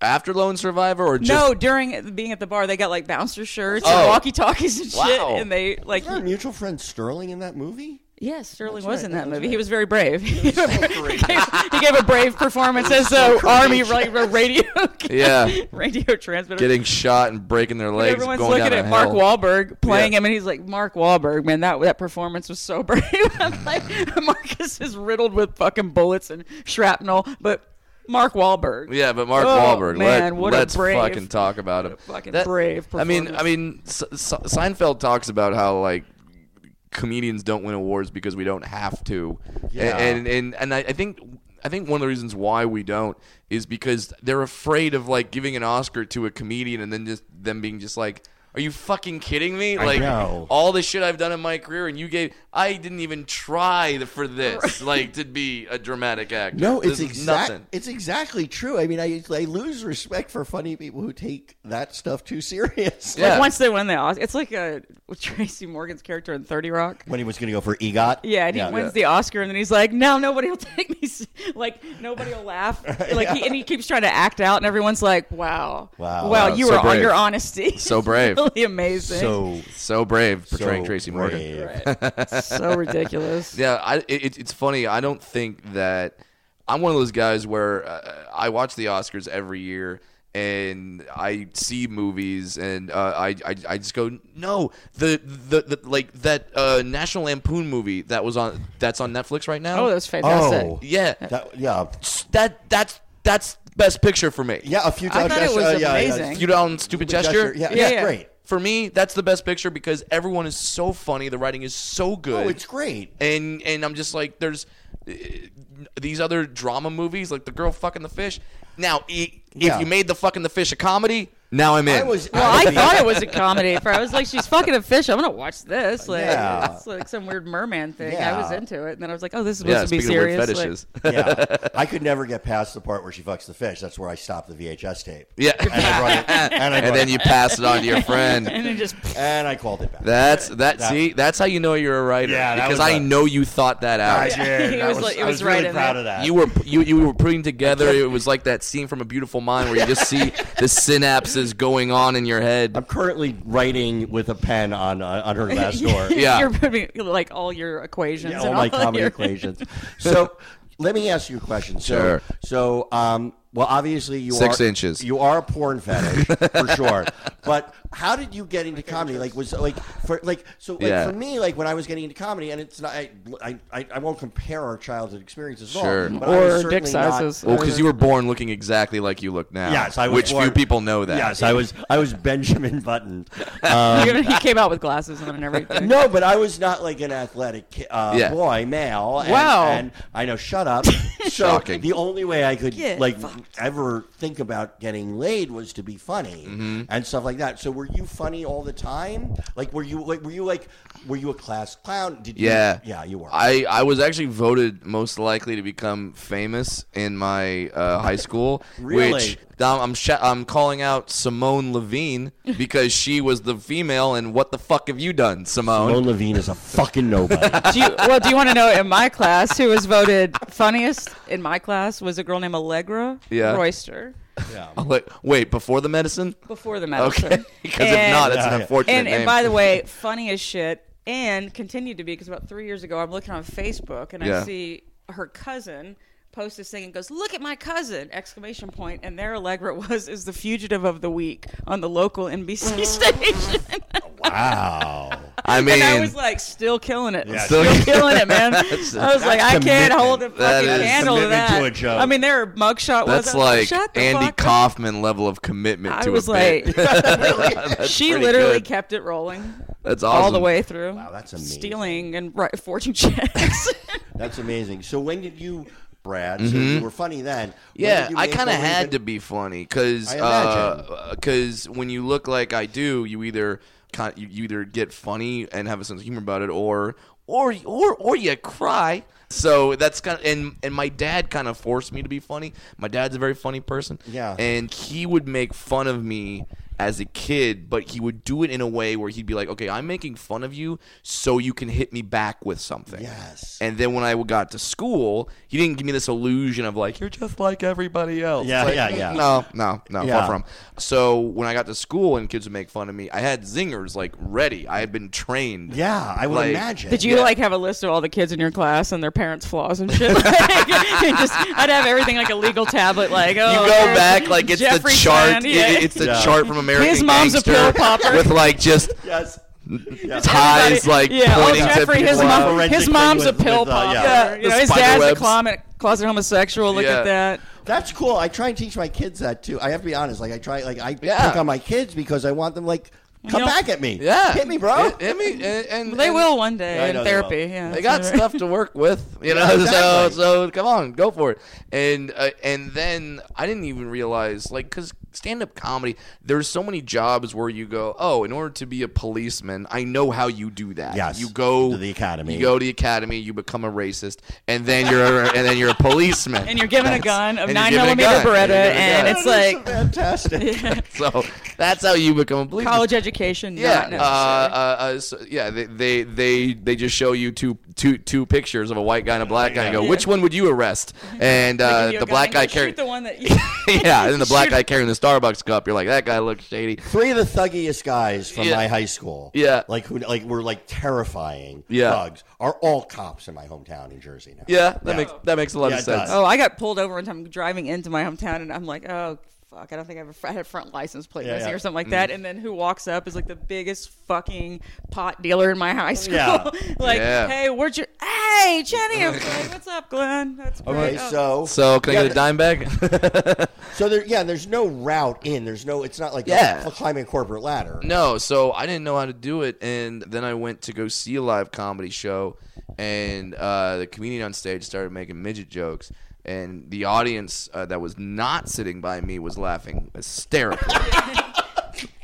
[SPEAKER 4] After Lone Survivor or just
[SPEAKER 3] no, during being at the bar, they got like bouncer shirts
[SPEAKER 4] Oh.
[SPEAKER 3] and walkie talkies and shit,
[SPEAKER 4] Wow.
[SPEAKER 3] and they like.
[SPEAKER 2] Wasn't our mutual friend Sterling in that movie?
[SPEAKER 3] Yes, Sterling
[SPEAKER 2] That's
[SPEAKER 3] was
[SPEAKER 2] right,
[SPEAKER 3] in that
[SPEAKER 2] that's
[SPEAKER 3] movie.
[SPEAKER 2] right.
[SPEAKER 3] He was very brave. He, gave, he gave a brave performance as the army ra- radio
[SPEAKER 4] Yeah.
[SPEAKER 3] radio transmitter.
[SPEAKER 4] getting shot and breaking their legs,
[SPEAKER 3] Everyone's
[SPEAKER 4] going
[SPEAKER 3] looking
[SPEAKER 4] down
[SPEAKER 3] at
[SPEAKER 4] a
[SPEAKER 3] Mark
[SPEAKER 4] hill.
[SPEAKER 3] Wahlberg playing
[SPEAKER 4] Yeah.
[SPEAKER 3] him, and he's like, "Mark Wahlberg, man, that that performance was so brave." I'm like, Marcus is riddled with fucking bullets and shrapnel, but Mark Wahlberg.
[SPEAKER 4] Yeah, but Mark
[SPEAKER 3] Oh,
[SPEAKER 4] Wahlberg, let,
[SPEAKER 3] man, what a
[SPEAKER 4] us
[SPEAKER 3] brave-
[SPEAKER 4] fucking talk about him.
[SPEAKER 3] fucking brave
[SPEAKER 4] I mean, I
[SPEAKER 3] performance.
[SPEAKER 4] mean, S- S- Seinfeld talks about how like comedians don't win awards because we don't have to,
[SPEAKER 2] Yeah.
[SPEAKER 4] and and and I, I think. I think one of the reasons why we don't is because they're afraid of like giving an Oscar to a comedian and then just them being just like, Are you fucking kidding me? Like
[SPEAKER 2] know.
[SPEAKER 4] all the shit I've done in my career, and you gave. I didn't even try for this, like to be a dramatic actor.
[SPEAKER 2] No, it's
[SPEAKER 4] This is
[SPEAKER 2] exactly
[SPEAKER 4] nothing.
[SPEAKER 2] it's exactly true. I mean, I I lose respect for funny people who take that stuff too serious.
[SPEAKER 4] Yeah.
[SPEAKER 3] Once they win the Oscar, it's like a Tracy Morgan's character in Thirty Rock.
[SPEAKER 2] When he was going to go for EGOT.
[SPEAKER 3] Yeah, and he wins the Oscar, and then he's like, "Now nobody will take me. s- Like nobody will laugh. Like, he, and he keeps trying to act out, and everyone's like, "Wow,
[SPEAKER 2] Wow.
[SPEAKER 3] wow,
[SPEAKER 4] Wow,
[SPEAKER 3] you
[SPEAKER 4] so
[SPEAKER 3] were on
[SPEAKER 4] brave.
[SPEAKER 3] your honesty,
[SPEAKER 4] So brave.
[SPEAKER 3] really amazing, so,
[SPEAKER 2] So
[SPEAKER 4] So brave portraying
[SPEAKER 2] so
[SPEAKER 4] Tracy Morgan.
[SPEAKER 2] brave.
[SPEAKER 3] ridiculous."
[SPEAKER 4] Yeah, I, it- it, it's funny. I don't think that I'm one of those guys where uh, I watch the Oscars every year and I see movies and uh, I, I I just go no the the, the like that uh, National Lampoon movie that was on that's on Netflix right now.
[SPEAKER 3] Oh, that's fantastic.
[SPEAKER 2] Oh.
[SPEAKER 4] yeah,
[SPEAKER 2] That, yeah,
[SPEAKER 4] that that's that's best picture for me.
[SPEAKER 2] yeah. A few
[SPEAKER 3] I
[SPEAKER 2] times.
[SPEAKER 3] thought it was
[SPEAKER 2] yeah,
[SPEAKER 3] amazing.
[SPEAKER 4] you down stupid
[SPEAKER 2] Yeah,
[SPEAKER 4] gesture.
[SPEAKER 2] Yeah,
[SPEAKER 3] Yeah,
[SPEAKER 2] it's
[SPEAKER 3] yeah.
[SPEAKER 2] great.
[SPEAKER 4] For me, that's the best picture because everyone is so funny. The writing is so good
[SPEAKER 2] Oh, it's great.
[SPEAKER 4] and and I'm just like, there's uh, these other drama movies like the girl fucking the fish. Now, i
[SPEAKER 2] Yeah.
[SPEAKER 4] if you made the fucking the fish a comedy, now I'm in.
[SPEAKER 2] I was.
[SPEAKER 3] Well, I
[SPEAKER 2] was-
[SPEAKER 3] thought it was a comedy. at first. I was like, "She's fucking a fish. I'm gonna watch this." Like,
[SPEAKER 2] Yeah.
[SPEAKER 3] it's like some weird merman thing. I was
[SPEAKER 2] Yeah.
[SPEAKER 3] into it, and then I was like, "Oh, this is supposed
[SPEAKER 4] yeah,
[SPEAKER 3] to be
[SPEAKER 4] speaking of
[SPEAKER 3] serious."
[SPEAKER 4] weird
[SPEAKER 3] like-
[SPEAKER 4] fetishes.
[SPEAKER 2] yeah, I could never get past the part where she fucks the fish. That's where I stopped the VHS tape.
[SPEAKER 4] yeah,
[SPEAKER 2] And I brought it, and I brought
[SPEAKER 4] and then
[SPEAKER 2] it-
[SPEAKER 4] you pass it on to your friend.
[SPEAKER 3] and then just
[SPEAKER 2] and I called it back.
[SPEAKER 4] That's that,
[SPEAKER 2] That-
[SPEAKER 4] See, that's how you know you're a writer.
[SPEAKER 2] Yeah, that was
[SPEAKER 4] because I
[SPEAKER 2] a-
[SPEAKER 4] know you thought that
[SPEAKER 2] I
[SPEAKER 4] out.
[SPEAKER 2] did.
[SPEAKER 3] He
[SPEAKER 2] That
[SPEAKER 3] was like- it
[SPEAKER 2] I
[SPEAKER 3] was
[SPEAKER 2] was
[SPEAKER 3] right
[SPEAKER 2] really
[SPEAKER 3] in
[SPEAKER 2] proud
[SPEAKER 3] there.
[SPEAKER 2] of that.
[SPEAKER 4] You were you, you were putting together. It was like that scene from A Beautiful Mind where you just see the synapses going on in your head.
[SPEAKER 2] I'm currently writing with a pen on uh, on her last door.
[SPEAKER 4] Yeah.
[SPEAKER 3] you're putting like all your equations,
[SPEAKER 2] Yeah,
[SPEAKER 3] and
[SPEAKER 2] all my
[SPEAKER 3] of
[SPEAKER 2] comedy
[SPEAKER 3] your-
[SPEAKER 2] equations. So let me ask you a question. So,
[SPEAKER 4] Sure.
[SPEAKER 2] So, um, well, obviously you
[SPEAKER 4] Six
[SPEAKER 2] are
[SPEAKER 4] inches.
[SPEAKER 2] You are a porn fetish for sure. But how did you get into comedy? Like was like for like so like
[SPEAKER 4] Yeah.
[SPEAKER 2] for me like when I was getting into comedy and it's not I I, I, I won't compare our childhood experiences at all,
[SPEAKER 4] Sure.
[SPEAKER 2] but I was
[SPEAKER 3] or dick
[SPEAKER 2] certainly not-
[SPEAKER 3] sizes.
[SPEAKER 4] Well, because Oh, you were born looking exactly like you look now.
[SPEAKER 2] Oh, Yes, I was
[SPEAKER 4] Which few
[SPEAKER 2] born-
[SPEAKER 4] people know that.
[SPEAKER 2] Yes, I was I was Benjamin Button. Um,
[SPEAKER 3] You- he came out with glasses on and everything.
[SPEAKER 2] No, but I was not like an athletic ki- uh,
[SPEAKER 4] Yeah.
[SPEAKER 2] boy, male. And,
[SPEAKER 3] Wow.
[SPEAKER 2] And I know, shut up. so
[SPEAKER 4] Shocking.
[SPEAKER 2] the only way I could
[SPEAKER 3] Get
[SPEAKER 2] like ever think about getting laid was to be funny
[SPEAKER 4] Mm-hmm.
[SPEAKER 2] and stuff like that. So were you funny all the time? Like were you like were you like were you a class clown? Did you,
[SPEAKER 4] Yeah.
[SPEAKER 2] yeah, you were.
[SPEAKER 4] I, I was actually voted most likely to become famous in my uh, high school.
[SPEAKER 2] Really?
[SPEAKER 4] Which now I'm sh- I'm calling out Simone Levine because she was the female. And what the fuck have you done, Simone?
[SPEAKER 2] Simone Levine is a fucking nobody.
[SPEAKER 3] Do you, well, do you want to know in my class who was voted funniest? In my class was a girl named Allegra
[SPEAKER 4] Yeah.
[SPEAKER 3] Royster
[SPEAKER 4] I'm like, wait, before the medicine?
[SPEAKER 3] before the medicine.
[SPEAKER 4] Okay, because if not, it's an
[SPEAKER 2] Yeah.
[SPEAKER 4] unfortunate
[SPEAKER 3] and,
[SPEAKER 4] name.
[SPEAKER 3] and by the way, funny as shit, and continued to be because about three years ago, I'm looking on Facebook and I
[SPEAKER 4] Yeah.
[SPEAKER 3] see her cousin post this thing and goes, "Look at my cousin!" Exclamation point! And there, Allegra was is the fugitive of the week on the local NBC station.
[SPEAKER 2] wow.
[SPEAKER 4] I mean,
[SPEAKER 3] and I was like, still killing it, still
[SPEAKER 4] Still-
[SPEAKER 3] killing it, man. I was like, I
[SPEAKER 2] commitment.
[SPEAKER 3] can't hold a fucking
[SPEAKER 4] That is
[SPEAKER 3] candle to
[SPEAKER 2] commitment
[SPEAKER 3] that.
[SPEAKER 2] to a joke.
[SPEAKER 3] I mean, there are mugshot. was-
[SPEAKER 4] that's
[SPEAKER 3] I was
[SPEAKER 4] like
[SPEAKER 3] Shut the
[SPEAKER 4] Andy
[SPEAKER 3] fuck up.
[SPEAKER 4] Kaufman level of commitment
[SPEAKER 3] I
[SPEAKER 4] to
[SPEAKER 3] was
[SPEAKER 4] a bit.
[SPEAKER 3] like, she
[SPEAKER 4] pretty
[SPEAKER 3] literally
[SPEAKER 4] good.
[SPEAKER 3] kept it rolling.
[SPEAKER 4] that's awesome.
[SPEAKER 3] all the way through.
[SPEAKER 2] Wow, that's amazing.
[SPEAKER 3] Stealing and ri- forging checks.
[SPEAKER 2] That's amazing. So when did you Brad, so you were funny then. When
[SPEAKER 4] Mm-hmm. Yeah,
[SPEAKER 2] did you
[SPEAKER 4] I
[SPEAKER 2] make
[SPEAKER 4] kind of
[SPEAKER 2] the leap
[SPEAKER 4] had
[SPEAKER 2] in-
[SPEAKER 4] to be funny because
[SPEAKER 2] I imagine.
[SPEAKER 4] because when you look like I do, you either kind you you either get funny and have a sense of humor about it, or or or or you cry. So that's kind of and and my dad kind of forced me to be funny. My dad's a very funny person.
[SPEAKER 2] Yeah.
[SPEAKER 4] and he would make fun of me as a kid, but he would do it in a way where he'd be like, "Okay, I'm making fun of you, so you can hit me back with something."
[SPEAKER 2] Yes.
[SPEAKER 4] And then when I got to school, he didn't give me this illusion of like you're just like everybody else.
[SPEAKER 2] Yeah,
[SPEAKER 4] Like,
[SPEAKER 2] yeah, yeah.
[SPEAKER 4] No, no, no.
[SPEAKER 2] Yeah.
[SPEAKER 4] Far from. So when I got to school and kids would make fun of me, I had zingers like ready. I had been trained.
[SPEAKER 2] Yeah, I would
[SPEAKER 4] Like-
[SPEAKER 2] imagine.
[SPEAKER 3] Did you like have a list of all the kids in your class and their parents' flaws and shit? Like, just, I'd have everything like a legal tablet. Like, oh,
[SPEAKER 4] You go
[SPEAKER 3] there's
[SPEAKER 4] back like it's
[SPEAKER 3] Jeffrey
[SPEAKER 4] the chart.
[SPEAKER 3] Chan, yeah.
[SPEAKER 4] it- it's the
[SPEAKER 2] Yeah.
[SPEAKER 4] chart from American
[SPEAKER 3] His mom's a
[SPEAKER 4] Gangster
[SPEAKER 3] pill popper.
[SPEAKER 4] with like just
[SPEAKER 2] Yes. Yeah.
[SPEAKER 4] ties like
[SPEAKER 3] yeah, oh,
[SPEAKER 4] pointing to
[SPEAKER 3] Jeffrey,
[SPEAKER 4] people.
[SPEAKER 3] his, mom,
[SPEAKER 2] Forensic
[SPEAKER 3] his
[SPEAKER 2] thing
[SPEAKER 3] mom's a
[SPEAKER 2] with-
[SPEAKER 3] pill
[SPEAKER 2] with, uh,
[SPEAKER 3] popper.
[SPEAKER 2] yeah.
[SPEAKER 3] You
[SPEAKER 4] The
[SPEAKER 3] know, his dad's a
[SPEAKER 4] spiderwebs.
[SPEAKER 3] closet, closet homosexual. Look
[SPEAKER 4] Yeah.
[SPEAKER 3] at that.
[SPEAKER 2] That's cool. I try and teach my kids that too. I have to be honest. Like I try, like I
[SPEAKER 4] Yeah.
[SPEAKER 2] pick on my kids because I want them like Come
[SPEAKER 3] know-
[SPEAKER 2] back at me.
[SPEAKER 4] Yeah,
[SPEAKER 2] Hit me, bro.
[SPEAKER 4] Hit, hit me, and, and
[SPEAKER 3] They
[SPEAKER 4] and
[SPEAKER 3] will one day
[SPEAKER 2] Yeah, I
[SPEAKER 3] in
[SPEAKER 2] know they will.
[SPEAKER 3] therapy. Yeah,
[SPEAKER 4] They got stuff to work with, you know. So,
[SPEAKER 2] exactly.
[SPEAKER 4] so come on, go for it. And uh, and then I didn't even realize, like, because stand-up comedy, there's so many jobs where you go, oh, in order to be a policeman, I know how you do that.
[SPEAKER 2] Yes,
[SPEAKER 4] you go
[SPEAKER 2] to the academy.
[SPEAKER 4] You go to the academy. You become a racist, and then you're a, and then you're a policeman,
[SPEAKER 3] And you're given a gun of
[SPEAKER 4] and you're
[SPEAKER 3] nine
[SPEAKER 4] given a
[SPEAKER 3] millimeter
[SPEAKER 4] gun, and
[SPEAKER 3] Beretta,
[SPEAKER 4] you're given a
[SPEAKER 3] and
[SPEAKER 4] gun.
[SPEAKER 3] it's like
[SPEAKER 2] Fantastic.
[SPEAKER 4] so that's how you become a policeman.
[SPEAKER 3] college education.
[SPEAKER 4] Yeah,
[SPEAKER 3] not
[SPEAKER 4] uh,
[SPEAKER 3] necessary.
[SPEAKER 4] uh, uh, so, yeah. They, they they they just show you two two two pictures of a white guy and a black guy and go, which one would you arrest? And
[SPEAKER 3] They give
[SPEAKER 4] uh,
[SPEAKER 3] you a
[SPEAKER 4] the
[SPEAKER 3] gun,
[SPEAKER 4] black
[SPEAKER 3] you
[SPEAKER 4] guy
[SPEAKER 3] shoot
[SPEAKER 4] carrying
[SPEAKER 3] the one that you-
[SPEAKER 4] yeah, and then the black
[SPEAKER 3] shoot
[SPEAKER 4] guy carrying the Starbucks cup. You're like, that guy looks shady.
[SPEAKER 2] Three of the thuggiest guys from
[SPEAKER 4] Yeah.
[SPEAKER 2] my high school,
[SPEAKER 4] Yeah.
[SPEAKER 2] like who, like were like terrifying
[SPEAKER 4] Yeah.
[SPEAKER 2] thugs, are all cops in my hometown in Jersey now.
[SPEAKER 4] Yeah, that makes that makes a lot
[SPEAKER 2] Yeah,
[SPEAKER 4] of
[SPEAKER 2] it
[SPEAKER 4] sense.
[SPEAKER 2] does.
[SPEAKER 3] Oh, I got pulled over one time driving into my hometown, and I'm like, oh. Fuck, I don't think I, have a fr- I had a front license plate
[SPEAKER 2] Yeah,
[SPEAKER 3] missing
[SPEAKER 2] yeah.
[SPEAKER 3] or something
[SPEAKER 4] Mm-hmm.
[SPEAKER 3] like that. And then who walks up is like the biggest fucking pot dealer in my high school.
[SPEAKER 2] Yeah.
[SPEAKER 3] like,
[SPEAKER 4] Yeah.
[SPEAKER 3] hey, where'd you? Hey, Jenny, I'm like, what's up, Glenn? That's great.
[SPEAKER 2] Okay,
[SPEAKER 3] Oh,
[SPEAKER 2] so
[SPEAKER 4] So can I
[SPEAKER 2] yeah,
[SPEAKER 4] get a dime bag?
[SPEAKER 2] So there, yeah, there's no route in. There's no. It's not like
[SPEAKER 4] Yeah.
[SPEAKER 2] cl- climbing a corporate ladder.
[SPEAKER 4] No, so I didn't know how to do it, and then I went to go see a live comedy show, and uh, the comedian on stage started making midget jokes, and the audience uh, that was not sitting by me was laughing hysterically.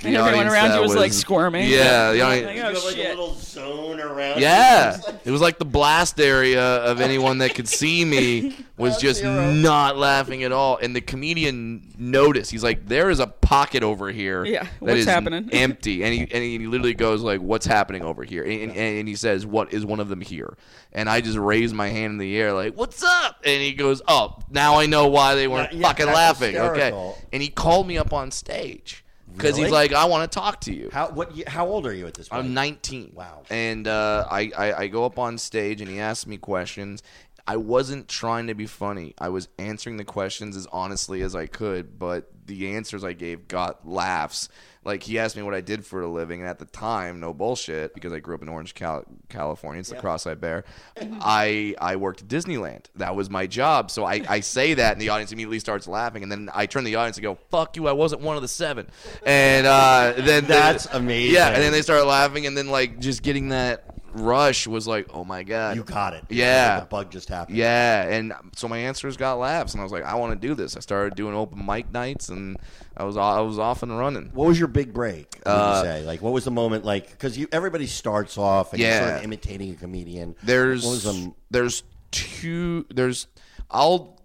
[SPEAKER 4] The
[SPEAKER 3] And everyone
[SPEAKER 4] audience
[SPEAKER 3] around
[SPEAKER 4] that
[SPEAKER 3] you was, like, squirming.
[SPEAKER 4] Yeah, the audi-
[SPEAKER 3] Like, oh, shit.
[SPEAKER 2] zone around.
[SPEAKER 4] yeah. It was like the blast area of anyone that could see me was just not laughing at all. And the comedian noticed. He's like, "There is a pocket over here.
[SPEAKER 3] Yeah,
[SPEAKER 4] that
[SPEAKER 3] what's
[SPEAKER 4] is
[SPEAKER 3] happening?"
[SPEAKER 4] Empty." And he and he literally goes like, "What's happening over here?" And, and, and he says, "What is one of them here?" And I just raise my hand in the air like, "What's up?" And he goes, "Oh, now I know why they weren't
[SPEAKER 2] Yeah, yeah,
[SPEAKER 4] fucking
[SPEAKER 2] that's
[SPEAKER 4] laughing."
[SPEAKER 2] hysterical.
[SPEAKER 4] Okay. And he called me up on stage because
[SPEAKER 2] Really?
[SPEAKER 4] he's like, "I want to talk to you."
[SPEAKER 2] How what? ye- How old are you at this point?
[SPEAKER 4] I'm 19.
[SPEAKER 2] Wow.
[SPEAKER 4] And uh, I, I, I go up on stage and he asks me questions. I wasn't trying to be funny. I was answering the questions as honestly as I could, but the answers I gave got laughs. Like he asked me what I did for a living, and at the time, no bullshit, because I grew up in Orange, Cal- California. It's the cross I bear. I I worked at Disneyland. That was my job. So I, I say that, and the audience immediately starts laughing, and then I turn to the audience and go, "Fuck you! I wasn't one of the seven. And uh, then
[SPEAKER 2] That's
[SPEAKER 4] then-
[SPEAKER 2] amazing.
[SPEAKER 4] Yeah, and then they started laughing, and then like just getting that rush was like, oh my god,
[SPEAKER 2] You got it.
[SPEAKER 4] Yeah.
[SPEAKER 2] the bug just happened.
[SPEAKER 4] yeah, and so my answers got laughs, and I was like, I want to do this. I started doing open mic nights, and I was I was off and running.
[SPEAKER 2] What was your big break? Would
[SPEAKER 4] Uh,
[SPEAKER 2] you say like what was the moment like? Because you everybody starts off and you're sort
[SPEAKER 4] Yeah.
[SPEAKER 2] of imitating a comedian.
[SPEAKER 4] There's
[SPEAKER 2] What was um, the-
[SPEAKER 4] there's two there's I'll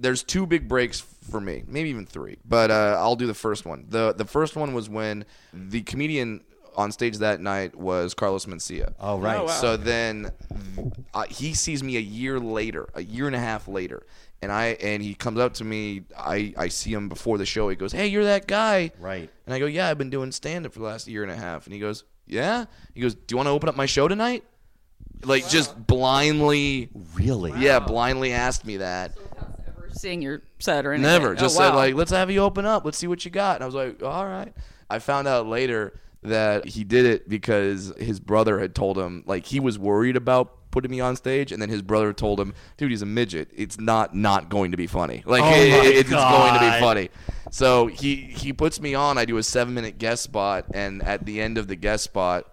[SPEAKER 4] there's two big breaks for me, maybe even three, but uh, I'll do the first one. the The first one was when the comedian on stage that night was Carlos Mencia.
[SPEAKER 2] oh right.
[SPEAKER 3] wow.
[SPEAKER 4] So then th- uh, he sees me a year later, a year and a half later, and I and he comes up to me. I I see him before the show. He goes, "Hey, you're that guy."
[SPEAKER 2] Right.
[SPEAKER 4] And I go, "Yeah, I've been doing stand up for the last year and a half." And he goes, "Yeah." He goes, "Do you want to open up my show tonight?" Like just blindly
[SPEAKER 2] Really?
[SPEAKER 4] yeah, blindly asked me that.
[SPEAKER 3] Seeing your set or anything.
[SPEAKER 4] Never.
[SPEAKER 3] Oh,
[SPEAKER 4] Just said
[SPEAKER 3] wow.
[SPEAKER 4] like, let's have you open up. Let's see what you got. And I was like, all right. I found out later that he did it because his brother had told him like he was worried about putting me on stage, and then his brother told him, dude, he's a midget. It's not not going to be funny. Like
[SPEAKER 2] Oh
[SPEAKER 4] it-
[SPEAKER 2] my
[SPEAKER 4] it- it's going to
[SPEAKER 2] God.
[SPEAKER 4] be funny. So he he puts me on. I do a seven minute guest spot, and at the end of the guest spot,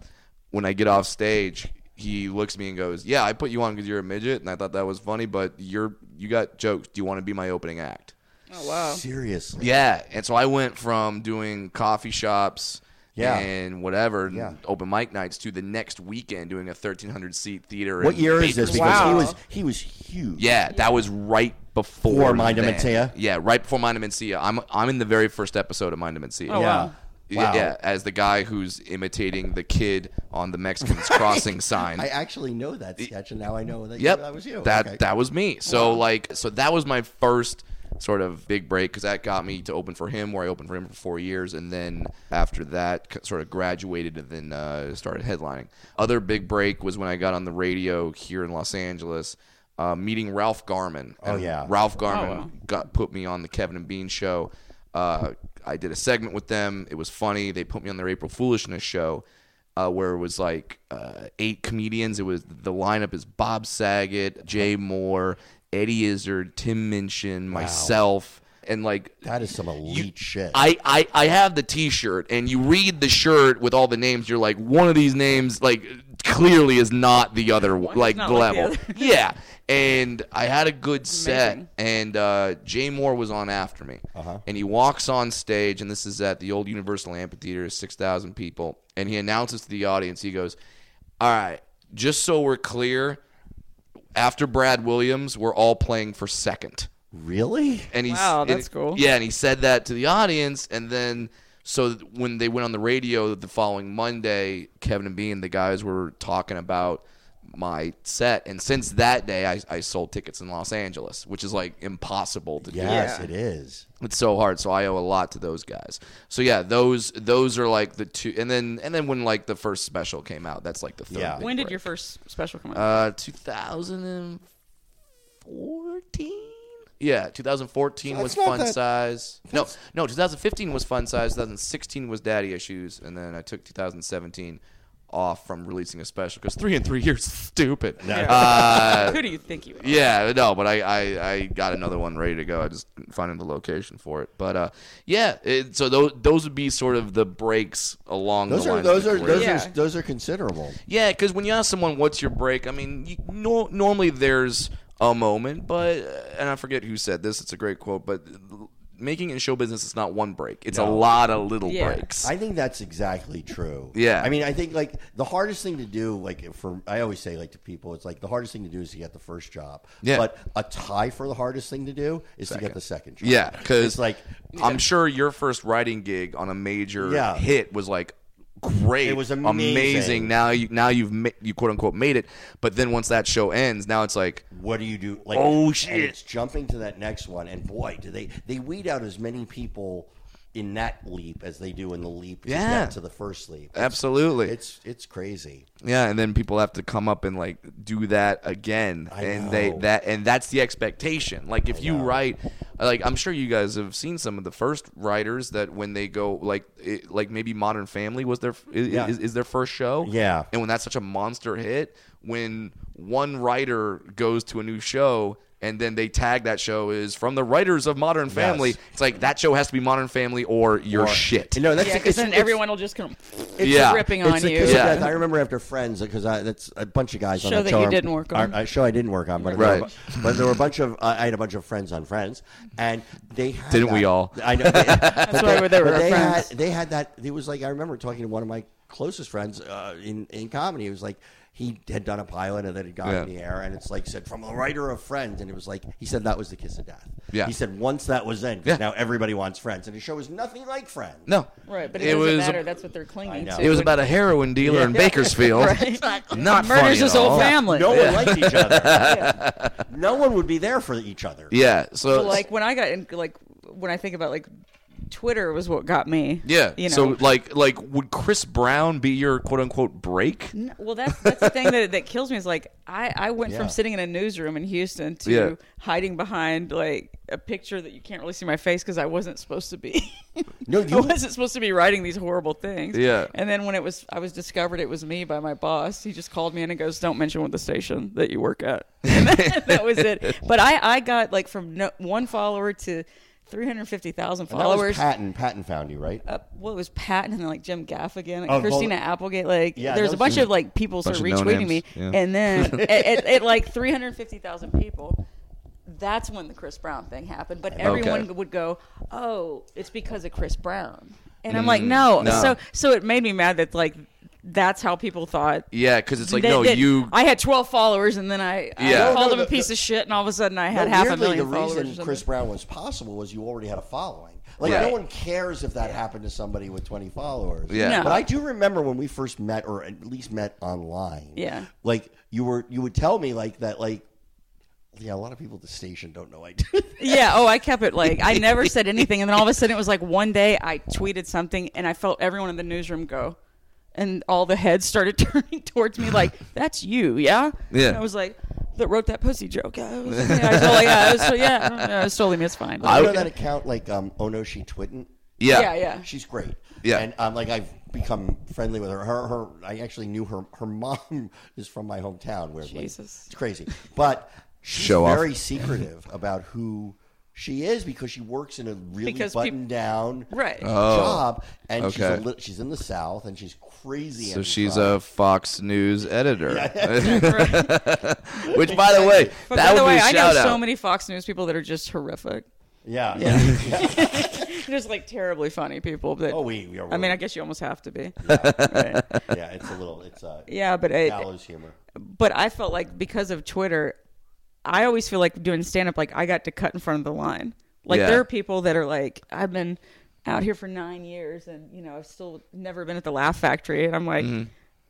[SPEAKER 4] when I get off stage, he looks at me and goes, "Yeah, I put you on because you're a midget, and I thought that was funny, but you're you got jokes. Do you want to be my opening act?"
[SPEAKER 3] oh, wow.
[SPEAKER 2] Seriously.
[SPEAKER 4] Yeah, and so I went from doing coffee shops.
[SPEAKER 2] Yeah.
[SPEAKER 4] and whatever, and
[SPEAKER 2] Yeah.
[SPEAKER 4] open mic nights to the next weekend doing a thirteen hundred seat theater.
[SPEAKER 2] What
[SPEAKER 4] in
[SPEAKER 2] year is this?
[SPEAKER 4] Bakersfield.
[SPEAKER 2] Because he
[SPEAKER 3] Wow.
[SPEAKER 2] was he was huge.
[SPEAKER 4] Yeah, that was right before
[SPEAKER 2] Before Mind of
[SPEAKER 4] then.
[SPEAKER 2] Mencia?
[SPEAKER 4] Yeah, right before Mind of Mencia. I'm I'm in the very first episode of Mind of Mencia.
[SPEAKER 3] Oh, wow.
[SPEAKER 4] Yeah,
[SPEAKER 2] Wow.
[SPEAKER 4] yeah, as the guy who's imitating the kid on the Mexicans crossing sign.
[SPEAKER 2] I actually know that sketch, and now I know that
[SPEAKER 4] Yep,
[SPEAKER 2] you, that was you.
[SPEAKER 4] That
[SPEAKER 2] Okay.
[SPEAKER 4] that was me. So like, so that was my first sort of big break because that got me to open for him, where I opened for him for four years, and then after that, c- sort of graduated and then uh, started headlining. Other big break was when I got on the radio here in Los Angeles. Uh, meeting Ralph Garman. Oh
[SPEAKER 2] yeah.
[SPEAKER 4] Ralph Garman got put me on the Kevin and Bean show. Uh, I did a segment with them. It was funny. They put me on their April Foolishness show, uh, where it was like uh, eight comedians. It was the lineup is Bob Saget, Jay Moore, Eddie Izzard, Tim Minchin, myself. and like
[SPEAKER 2] That is some elite shit.
[SPEAKER 4] I, I, I have the T-shirt, and you read the shirt with all the names. You're like, one of these names, like clearly, is not the other one,
[SPEAKER 3] is
[SPEAKER 4] like
[SPEAKER 3] not
[SPEAKER 4] the
[SPEAKER 3] like the
[SPEAKER 4] level.
[SPEAKER 3] other.
[SPEAKER 4] yeah, and I had a good set,
[SPEAKER 3] Amazing.
[SPEAKER 4] and uh, Jay Moore was on after me, and he walks on stage, and this is at the old Universal Amphitheater, six thousand people, and he announces to the audience, he goes, "All right, just so we're clear, after Brad Williams, we're all playing for second
[SPEAKER 2] really?
[SPEAKER 4] and he's
[SPEAKER 3] Wow,
[SPEAKER 4] and-
[SPEAKER 3] that's cool.
[SPEAKER 4] Yeah, and he said that to the audience, and then so th- when they went on the radio the following Monday, Kevin and Bean, the guys were talking about my set, and since that day, I, I sold tickets in Los Angeles, which is like impossible to do.
[SPEAKER 2] Yes, it is.
[SPEAKER 4] It's so hard, so I owe a lot to those guys. So yeah, those those are like the two, and then and then when like the first special came out, that's like the third.
[SPEAKER 2] Yeah.
[SPEAKER 4] big
[SPEAKER 3] When did
[SPEAKER 4] break.
[SPEAKER 3] your first special come out?
[SPEAKER 4] Uh, 2014. Yeah, 2014 was
[SPEAKER 2] That's not
[SPEAKER 4] fun
[SPEAKER 2] that-
[SPEAKER 4] size. No, no, 2015 was fun size. 2016 was daddy issues, and then I took 2017 off from releasing a special because three in three years is stupid. Uh,
[SPEAKER 3] Who do you think you are?
[SPEAKER 4] Yeah, no, but I, I, I got another one ready to go. I just couldn't find the location for it. But uh, yeah, it, so those those would be sort of the breaks along
[SPEAKER 2] Those
[SPEAKER 4] the
[SPEAKER 2] are
[SPEAKER 4] lines of
[SPEAKER 2] those
[SPEAKER 4] the
[SPEAKER 2] are
[SPEAKER 4] career.
[SPEAKER 2] those
[SPEAKER 3] Yeah.
[SPEAKER 2] are those are considerable.
[SPEAKER 4] Yeah, because when you ask someone what's your break, I mean, you, nor normally there's a moment, but uh, and I forget who said this. It's a great quote, but making it in show business is not one break; it's a lot of little
[SPEAKER 3] Yeah.
[SPEAKER 4] breaks.
[SPEAKER 2] I think that's exactly true.
[SPEAKER 4] Yeah.
[SPEAKER 2] I mean, I think like the hardest thing to do, like for I always say like to people, it's like the hardest thing to do is to get the first job.
[SPEAKER 4] Yeah.
[SPEAKER 2] But a tie for the hardest thing to do is to get the second job.
[SPEAKER 4] yeah, because
[SPEAKER 2] It's like
[SPEAKER 4] I'm sure your first writing gig on a major
[SPEAKER 2] Yeah.
[SPEAKER 4] hit was like great.
[SPEAKER 2] It was amazing.
[SPEAKER 4] Now you now you've ma- you quote unquote made it, but then once that show ends, now it's like
[SPEAKER 2] what do you do? Like
[SPEAKER 4] Oh,
[SPEAKER 2] and
[SPEAKER 4] shit.
[SPEAKER 2] It's jumping to that next one, and boy, do they they weed out as many people in that leap as they do in the leap to get
[SPEAKER 4] Yeah.
[SPEAKER 2] to the first leap.
[SPEAKER 4] absolutely
[SPEAKER 2] It's it's crazy.
[SPEAKER 4] Yeah, and then people have to come up and like do that again, and they
[SPEAKER 2] know.
[SPEAKER 4] that and that's the expectation. Like if you write, like I'm sure you guys have seen some of the first writers that when they go like it, like maybe Modern Family was their is,
[SPEAKER 2] Yeah.
[SPEAKER 4] is, is their first show,
[SPEAKER 2] Yeah.
[SPEAKER 4] and when that's such a monster hit, when one writer goes to a new show. And then they tag that show is from the writers of Modern Family. It's like that show has to be Modern Family or your shit.
[SPEAKER 2] No, that's
[SPEAKER 3] Yeah, because
[SPEAKER 2] it's-
[SPEAKER 3] then
[SPEAKER 2] it's-
[SPEAKER 3] everyone will just come
[SPEAKER 4] Yeah.
[SPEAKER 3] ripping
[SPEAKER 2] It's
[SPEAKER 3] on
[SPEAKER 2] the
[SPEAKER 3] you.
[SPEAKER 2] kiss of
[SPEAKER 4] Yeah.
[SPEAKER 2] death. I remember after Friends because that's a bunch of guys
[SPEAKER 3] Show
[SPEAKER 2] on that
[SPEAKER 3] that
[SPEAKER 2] show
[SPEAKER 3] you
[SPEAKER 2] I'm-
[SPEAKER 3] didn't work on.
[SPEAKER 2] I, I- show I didn't work on, but
[SPEAKER 4] Right.
[SPEAKER 2] there were, but there were a bunch of uh, I had a bunch of friends on Friends, and they had
[SPEAKER 4] Didn't we
[SPEAKER 2] that-
[SPEAKER 4] all?
[SPEAKER 2] I know. that's
[SPEAKER 3] why they were
[SPEAKER 2] they
[SPEAKER 3] friends.
[SPEAKER 2] Had, they had that. It was like I remember talking to one of my closest friends uh, in in comedy. It was like. He had done a pilot and then it got
[SPEAKER 4] Yeah.
[SPEAKER 2] in the air, and it's like said from a writer of Friends, and it was like he said that was the kiss of death.
[SPEAKER 4] Yeah.
[SPEAKER 2] he said once that was in, 'cause
[SPEAKER 4] Yeah.
[SPEAKER 2] now everybody wants Friends, and the show is nothing like Friends.
[SPEAKER 4] no,
[SPEAKER 3] Right, but it,
[SPEAKER 4] it
[SPEAKER 3] doesn't
[SPEAKER 4] was
[SPEAKER 3] matter.
[SPEAKER 4] a-
[SPEAKER 3] That's what they're clinging
[SPEAKER 2] know.
[SPEAKER 3] to.
[SPEAKER 4] it was about a heroin dealer in Bakersfield. Not funny
[SPEAKER 3] murders
[SPEAKER 4] at
[SPEAKER 3] his whole
[SPEAKER 4] all.
[SPEAKER 3] family.
[SPEAKER 2] No one liked each other. No one would be there for each other.
[SPEAKER 4] Yeah. So
[SPEAKER 3] But, like when I got in, like when I think about like Twitter was what got me.
[SPEAKER 4] yeah.
[SPEAKER 3] you know.
[SPEAKER 4] So like like would Chris Brown be your quote unquote break?
[SPEAKER 3] N- well, that's that's the thing that that kills me is like I I went
[SPEAKER 2] Yeah.
[SPEAKER 3] from sitting in a newsroom in Houston to
[SPEAKER 4] Yeah.
[SPEAKER 3] hiding behind like a picture that you can't really see my face because I wasn't supposed to be.
[SPEAKER 2] No,
[SPEAKER 3] I
[SPEAKER 2] you.
[SPEAKER 3] wasn't supposed to be writing these horrible things.
[SPEAKER 4] Yeah.
[SPEAKER 3] And then when it was, I was discovered it was me by my boss. He just called me in and goes, "Don't mention what the station that you work at." And that, that was it. But I, I got like from no, one follower to three hundred fifty thousand
[SPEAKER 2] That was
[SPEAKER 3] followers.
[SPEAKER 2] Patton. Patton found you, right?
[SPEAKER 3] Uh, what was Patton and then like Jim Gaffigan, like
[SPEAKER 2] Oh,
[SPEAKER 3] Christina
[SPEAKER 2] well-
[SPEAKER 3] Applegate, like
[SPEAKER 2] Yeah,
[SPEAKER 3] there's
[SPEAKER 2] that
[SPEAKER 3] a
[SPEAKER 2] was
[SPEAKER 3] bunch
[SPEAKER 2] just-
[SPEAKER 3] of like people sort of
[SPEAKER 4] Bunch of
[SPEAKER 3] retweeting
[SPEAKER 4] no-names,
[SPEAKER 3] me,
[SPEAKER 4] yeah.
[SPEAKER 3] and then at, at, at like 350,000 people, that's when the Chris Brown thing happened. But everyone
[SPEAKER 4] Okay.
[SPEAKER 3] would go, "Oh, it's because of Chris Brown," and I'm like, "No."
[SPEAKER 4] Mm, no.
[SPEAKER 3] So so it made me mad that like that's how people thought.
[SPEAKER 4] Yeah, because it's like
[SPEAKER 3] that-
[SPEAKER 4] no,
[SPEAKER 3] that
[SPEAKER 4] you.
[SPEAKER 3] I had 12 followers, and then I, I
[SPEAKER 4] Yeah. No,
[SPEAKER 3] called
[SPEAKER 2] no,
[SPEAKER 3] him a
[SPEAKER 2] the-
[SPEAKER 3] piece
[SPEAKER 2] the-
[SPEAKER 3] of shit, and all of a sudden I had
[SPEAKER 2] No,
[SPEAKER 3] half a
[SPEAKER 2] weirdly,
[SPEAKER 3] million
[SPEAKER 2] the
[SPEAKER 3] followers. or
[SPEAKER 2] reason
[SPEAKER 3] something.
[SPEAKER 2] Chris Brown was possible was you already had a following. Like
[SPEAKER 4] Right.
[SPEAKER 2] no one cares if that happened to somebody with twenty followers.
[SPEAKER 4] Yeah.
[SPEAKER 3] No.
[SPEAKER 2] But I do remember when we first met, or at least met online.
[SPEAKER 3] Yeah.
[SPEAKER 2] Like you were, you would tell me like that, like. Yeah, a lot of people at the station don't know I do. that.
[SPEAKER 3] Yeah. Oh, I kept it like I never said anything, and then all of a sudden it was like one day I tweeted something, and I felt everyone in the newsroom go, and all the heads started turning towards me like, "That's you, yeah."
[SPEAKER 4] Yeah.
[SPEAKER 3] And I was like, "That wrote that pussy joke." Yeah. I was, yeah, I totally, yeah, I was, yeah, no, no, it's totally me. It's fine.
[SPEAKER 2] I
[SPEAKER 4] I-
[SPEAKER 2] know that account like um, Oh No She Twitten.
[SPEAKER 4] yeah.
[SPEAKER 3] yeah, yeah.
[SPEAKER 2] She's great.
[SPEAKER 4] Yeah.
[SPEAKER 2] And um, like I've become friendly with her. Her, her I actually knew her. Her mom is from my hometown. Where like,
[SPEAKER 3] Jesus.
[SPEAKER 2] it's crazy. But she's
[SPEAKER 4] Show off.
[SPEAKER 2] very secretive about who She is because she works in a really
[SPEAKER 3] Because peop-
[SPEAKER 2] buttoned down
[SPEAKER 3] Right.
[SPEAKER 2] job, and she's a
[SPEAKER 4] Oh. okay.
[SPEAKER 2] li- she's in the South, and she's crazy.
[SPEAKER 4] So she's
[SPEAKER 2] anti-Trump.
[SPEAKER 4] a Fox News editor. Which, by the way,
[SPEAKER 3] But
[SPEAKER 4] that
[SPEAKER 3] by the
[SPEAKER 4] would be
[SPEAKER 3] way,
[SPEAKER 4] a
[SPEAKER 3] I know
[SPEAKER 4] shout out.
[SPEAKER 3] so many Fox News people that are just horrific.
[SPEAKER 2] yeah. yeah.
[SPEAKER 3] There's like terribly funny people that.
[SPEAKER 2] Oh, we, we are.
[SPEAKER 3] I mean, I
[SPEAKER 2] really-
[SPEAKER 3] guess you almost have to be.
[SPEAKER 2] yeah, it's a little. It's uh,
[SPEAKER 3] Yeah, but it,
[SPEAKER 2] gallows humor.
[SPEAKER 3] but I felt like because of Twitter, I always feel like doing stand up, like I got to cut in front of the line. Like
[SPEAKER 4] Yeah.
[SPEAKER 3] there are people that are like, I've been out here for nine years and, you know, I've still never been at the Laugh Factory. And I'm like,
[SPEAKER 4] Mm-hmm.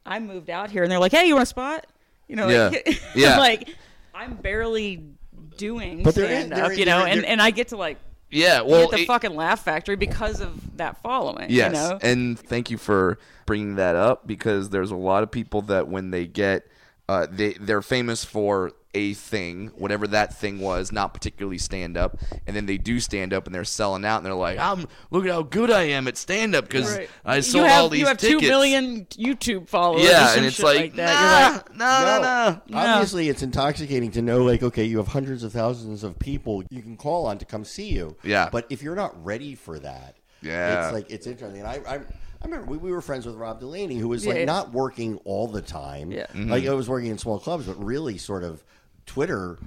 [SPEAKER 3] I moved out here. And they're like, hey, you want a spot? You know, like,
[SPEAKER 4] Yeah. Yeah.
[SPEAKER 3] like I'm barely doing
[SPEAKER 2] But there is-
[SPEAKER 3] stand
[SPEAKER 2] there
[SPEAKER 3] up,
[SPEAKER 2] is-
[SPEAKER 3] you know,
[SPEAKER 2] there-
[SPEAKER 3] and,
[SPEAKER 2] there-
[SPEAKER 3] and I get to like,
[SPEAKER 4] yeah,
[SPEAKER 3] be
[SPEAKER 4] well,
[SPEAKER 3] at the
[SPEAKER 4] it-
[SPEAKER 3] fucking Laugh Factory because of that following.
[SPEAKER 4] yes,
[SPEAKER 3] You know?
[SPEAKER 4] and thank you for bringing that up because there's a lot of people that when they get, uh, they they're famous for a thing, whatever that thing was, not particularly stand up, and then they do stand up and they're selling out and they're like, I'm look at how good I am at stand up because
[SPEAKER 3] Right.
[SPEAKER 4] I
[SPEAKER 3] you
[SPEAKER 4] sold
[SPEAKER 3] have,
[SPEAKER 4] all these
[SPEAKER 3] you have
[SPEAKER 4] tickets.
[SPEAKER 3] two million YouTube followers. or
[SPEAKER 4] Yeah,
[SPEAKER 3] some
[SPEAKER 4] and it's
[SPEAKER 3] shit
[SPEAKER 4] like,
[SPEAKER 3] like, that. You're like,
[SPEAKER 4] nah, no, no, no.
[SPEAKER 2] Obviously, it's intoxicating to know, like, okay, you have hundreds of thousands of people you can call on to come see you.
[SPEAKER 4] Yeah.
[SPEAKER 2] But if you're not ready for that,
[SPEAKER 4] Yeah.
[SPEAKER 2] it's like it's interesting. And I, I, I remember we, we were friends with Rob Delaney, who was like
[SPEAKER 3] Yeah.
[SPEAKER 2] not working all the time.
[SPEAKER 3] Yeah.
[SPEAKER 4] Mm-hmm.
[SPEAKER 2] Like I was working in small clubs, but really, sort of, Twitter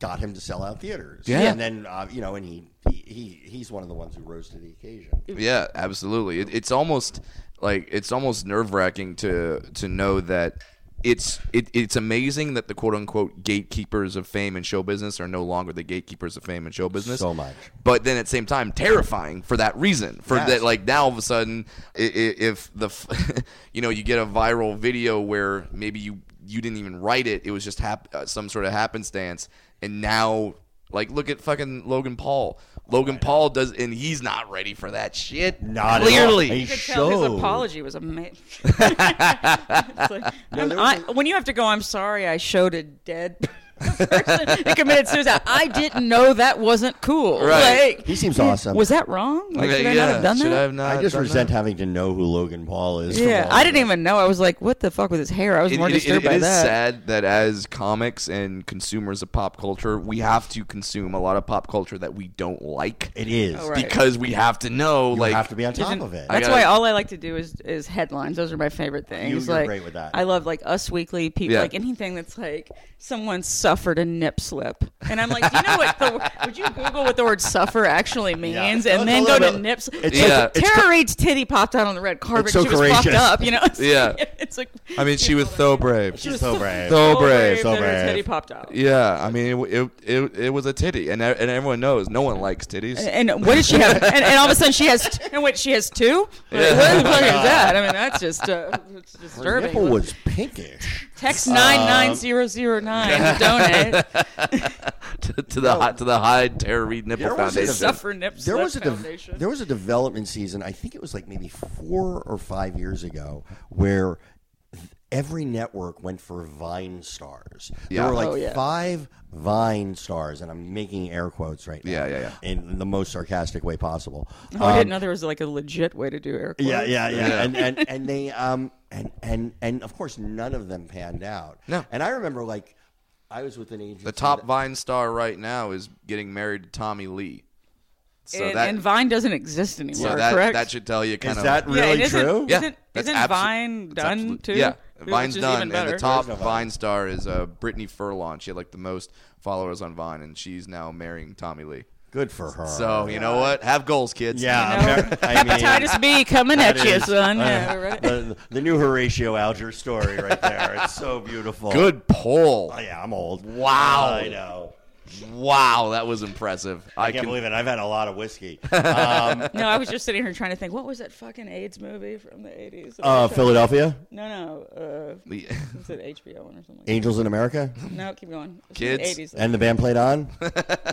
[SPEAKER 2] got him to sell out theaters.
[SPEAKER 4] Yeah.
[SPEAKER 2] And then uh, you know, and he, he he he's one of the ones who rose to the occasion.
[SPEAKER 4] Yeah, absolutely. It, it's almost like it's almost nerve wracking to to know that it's it, it's amazing that the quote unquote gatekeepers of fame and show business are no longer the gatekeepers of fame and show business.
[SPEAKER 2] So much.
[SPEAKER 4] But then at the same time, terrifying for that reason. For
[SPEAKER 2] Yes.
[SPEAKER 4] that, like now all of a sudden, i- i- if the f- you know you get a viral video where maybe you you didn't even write it, it was just hap- uh, some sort of happenstance, and now like look at fucking Logan Paul. Logan Paul does, and he's not ready for that shit.
[SPEAKER 2] Not at all.
[SPEAKER 4] clearly.
[SPEAKER 2] He
[SPEAKER 3] You could tell his
[SPEAKER 2] showed.
[SPEAKER 3] apology was amazing. when you have to go, I'm sorry, I showed a dead person who committed suicide. I didn't know that wasn't cool.
[SPEAKER 4] Right.
[SPEAKER 3] Like,
[SPEAKER 2] He seems awesome.
[SPEAKER 3] was that wrong? Like,
[SPEAKER 4] Yeah,
[SPEAKER 3] should I
[SPEAKER 4] yeah.
[SPEAKER 3] not have done
[SPEAKER 4] Should I
[SPEAKER 3] that?
[SPEAKER 4] have not
[SPEAKER 2] I just
[SPEAKER 4] done
[SPEAKER 2] resent
[SPEAKER 4] that?
[SPEAKER 2] having to know who Logan Paul is. from
[SPEAKER 3] yeah,
[SPEAKER 2] all
[SPEAKER 3] I
[SPEAKER 2] of
[SPEAKER 3] didn't
[SPEAKER 2] this.
[SPEAKER 3] even know. I was like, what the fuck with his hair? I was
[SPEAKER 4] It-
[SPEAKER 3] more
[SPEAKER 4] it- it-
[SPEAKER 3] disturbed by
[SPEAKER 4] it is
[SPEAKER 3] that.
[SPEAKER 4] sad that as comics and consumers of pop culture, we have to consume a lot of pop culture that we don't like
[SPEAKER 2] It is.
[SPEAKER 3] Oh, right.
[SPEAKER 4] because we have to know.
[SPEAKER 2] You
[SPEAKER 4] like
[SPEAKER 2] have to be on top
[SPEAKER 3] Isn't-
[SPEAKER 2] of it.
[SPEAKER 3] That's
[SPEAKER 4] gotta-
[SPEAKER 3] why all I like to do is is headlines. Those are my favorite things.
[SPEAKER 2] you're
[SPEAKER 3] like,
[SPEAKER 2] great with that.
[SPEAKER 3] I love like Us Weekly, people
[SPEAKER 4] Yeah.
[SPEAKER 3] like anything that's like someone suffered a nip slip, and I'm like, do you know what? The, would you Google what the word "suffer" actually means,
[SPEAKER 2] Well, it's
[SPEAKER 3] and then
[SPEAKER 2] a
[SPEAKER 3] go
[SPEAKER 2] little
[SPEAKER 3] to
[SPEAKER 2] bit-
[SPEAKER 3] nips?
[SPEAKER 2] it's
[SPEAKER 4] so- Yeah.
[SPEAKER 2] it's
[SPEAKER 3] Tara Reid's titty popped out on the red carpet.
[SPEAKER 2] It's so
[SPEAKER 3] she was fucked
[SPEAKER 2] courageous.
[SPEAKER 3] up, you know. It's-
[SPEAKER 4] Yeah.
[SPEAKER 3] it's like
[SPEAKER 4] I mean, she was so brave.
[SPEAKER 2] She's so brave.
[SPEAKER 4] so brave.
[SPEAKER 3] that
[SPEAKER 2] so
[SPEAKER 3] her
[SPEAKER 2] brave.
[SPEAKER 3] titty popped out.
[SPEAKER 4] Yeah, I mean, it, it, it, it was a titty, and e, and everyone knows no one likes titties.
[SPEAKER 3] And what did she have? And, and all of a sudden she has. And wait, she has two. Like,
[SPEAKER 4] Yeah.
[SPEAKER 3] What the fuck is that? I mean, that's just uh, it's
[SPEAKER 2] Her
[SPEAKER 3] disturbing.
[SPEAKER 2] nipple was pinkish.
[SPEAKER 3] Text nine nine zero zero nine to donate.
[SPEAKER 4] to, to the hi- to the Hyde Tara Reid Nipple
[SPEAKER 2] There was a
[SPEAKER 4] Foundation.
[SPEAKER 3] Suffer nips.
[SPEAKER 2] There was a de-
[SPEAKER 3] foundation.
[SPEAKER 2] there was a development season. I think it was like maybe four or five years ago, where every network went for Vine stars.
[SPEAKER 4] Yeah.
[SPEAKER 2] There were like
[SPEAKER 3] Oh, yeah.
[SPEAKER 2] five Vine stars, and I'm making air quotes right now.
[SPEAKER 4] Yeah, yeah, yeah.
[SPEAKER 2] In the most sarcastic way possible.
[SPEAKER 3] oh, I didn't know there was like a legit way to do air quotes.
[SPEAKER 2] um, Yeah, yeah, yeah.
[SPEAKER 4] Yeah.
[SPEAKER 2] And, and and they um and and and of course none of them panned out.
[SPEAKER 4] No.
[SPEAKER 2] And I remember like I was with an agency.
[SPEAKER 4] The top
[SPEAKER 2] that-
[SPEAKER 4] Vine star right now is getting married to Tommy Lee. So
[SPEAKER 3] and,
[SPEAKER 4] that
[SPEAKER 3] and Vine doesn't exist anymore.
[SPEAKER 4] so that,
[SPEAKER 3] correct?
[SPEAKER 4] that should tell you kind
[SPEAKER 2] Is
[SPEAKER 4] of
[SPEAKER 2] that
[SPEAKER 3] yeah, and
[SPEAKER 2] really
[SPEAKER 3] isn't,
[SPEAKER 2] true?
[SPEAKER 4] Yeah,
[SPEAKER 3] Isn't,
[SPEAKER 4] that's
[SPEAKER 3] isn't
[SPEAKER 4] absolu-
[SPEAKER 3] Vine
[SPEAKER 4] that's
[SPEAKER 3] done
[SPEAKER 4] absolute-
[SPEAKER 3] too?
[SPEAKER 4] Yeah,
[SPEAKER 3] Which
[SPEAKER 4] Vine's
[SPEAKER 3] is
[SPEAKER 4] done,
[SPEAKER 3] Even
[SPEAKER 4] and the
[SPEAKER 3] better.
[SPEAKER 4] top
[SPEAKER 2] There's no Vine.
[SPEAKER 4] Vine star is uh, Brittany Furlong. She had like the most followers on Vine, and she's now marrying Tommy Lee.
[SPEAKER 2] Good for her.
[SPEAKER 4] So you know what? Have goals, kids.
[SPEAKER 2] Oh, yeah,
[SPEAKER 3] You know,
[SPEAKER 2] Amer- I mean,
[SPEAKER 3] Titus B coming at
[SPEAKER 2] that
[SPEAKER 3] you,
[SPEAKER 2] is,
[SPEAKER 3] son.
[SPEAKER 2] uh,
[SPEAKER 3] Yeah, right.
[SPEAKER 2] the, the new Horatio Alger story right there. It's so beautiful.
[SPEAKER 4] Good poll.
[SPEAKER 2] Oh, yeah, I'm old.
[SPEAKER 4] Wow.
[SPEAKER 2] I know.
[SPEAKER 4] Wow, that was impressive. I,
[SPEAKER 2] I can't
[SPEAKER 4] can-
[SPEAKER 2] believe it. I've had a lot of whiskey.
[SPEAKER 3] No, I was just sitting here trying to think. What was that fucking AIDS movie from the eighties?
[SPEAKER 2] Uh, Philadelphia,
[SPEAKER 3] no, no. Uh,
[SPEAKER 4] The-
[SPEAKER 3] was it HBO one or something? Like
[SPEAKER 2] Angels in America,
[SPEAKER 3] that? No, keep going. It was in
[SPEAKER 4] Kids.
[SPEAKER 3] the 80s.
[SPEAKER 2] and the band played on.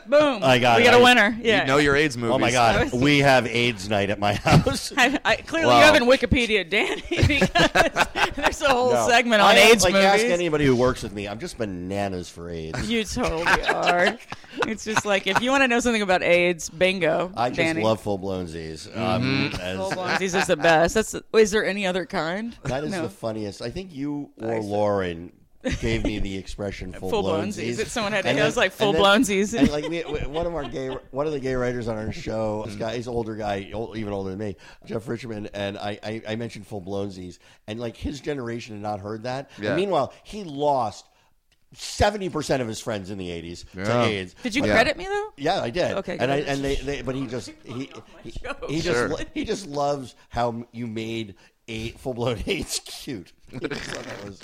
[SPEAKER 3] Boom.
[SPEAKER 2] I got
[SPEAKER 3] we
[SPEAKER 2] it.
[SPEAKER 3] got
[SPEAKER 2] I-
[SPEAKER 3] a winner. Yeah.
[SPEAKER 4] You know your AIDS movies.
[SPEAKER 2] Oh my God, we have AIDS night at my house.
[SPEAKER 3] I, I, clearly,
[SPEAKER 4] Wow.
[SPEAKER 3] you haven't Wikipedia, Danny, because there's a whole
[SPEAKER 2] No.
[SPEAKER 3] segment
[SPEAKER 2] I
[SPEAKER 3] on
[SPEAKER 2] am-
[SPEAKER 3] AIDS
[SPEAKER 2] like, Ask
[SPEAKER 3] movies.
[SPEAKER 2] anybody who works with me. I'm just bananas for AIDS.
[SPEAKER 3] you totally are. It's just like if you want to know something about AIDS, bingo,
[SPEAKER 2] I just
[SPEAKER 3] Danny.
[SPEAKER 2] love full blown Z's. Um, as-
[SPEAKER 3] Full blown disease is the best. That's. Is there any other kind?
[SPEAKER 2] that is
[SPEAKER 3] no.
[SPEAKER 2] the funniest. I think you or Lauren gave me the expression full,
[SPEAKER 3] Full
[SPEAKER 2] blown
[SPEAKER 3] blownsies.
[SPEAKER 2] zs.
[SPEAKER 3] That someone had to-
[SPEAKER 2] And
[SPEAKER 3] it was like full
[SPEAKER 2] and then-
[SPEAKER 3] blown zs.
[SPEAKER 2] And like we, we- one of our gay, one of the gay writers on our show, this guy, he's an older guy, old, even older than me, Jeff Richmond, and I, I, I mentioned full blown zs, and like his generation had not heard that. And
[SPEAKER 4] Yeah.
[SPEAKER 2] meanwhile, he lost seventy percent of his friends in the eighties to
[SPEAKER 4] Yeah.
[SPEAKER 2] AIDS.
[SPEAKER 3] Did you
[SPEAKER 2] But-
[SPEAKER 3] credit me though?
[SPEAKER 2] yeah, I did.
[SPEAKER 3] Okay,
[SPEAKER 2] and I
[SPEAKER 3] good.
[SPEAKER 2] and they, they but he just he he, he just
[SPEAKER 4] Sure.
[SPEAKER 2] lo- he just loves how you made a full blown AIDS cute. He just thought that was-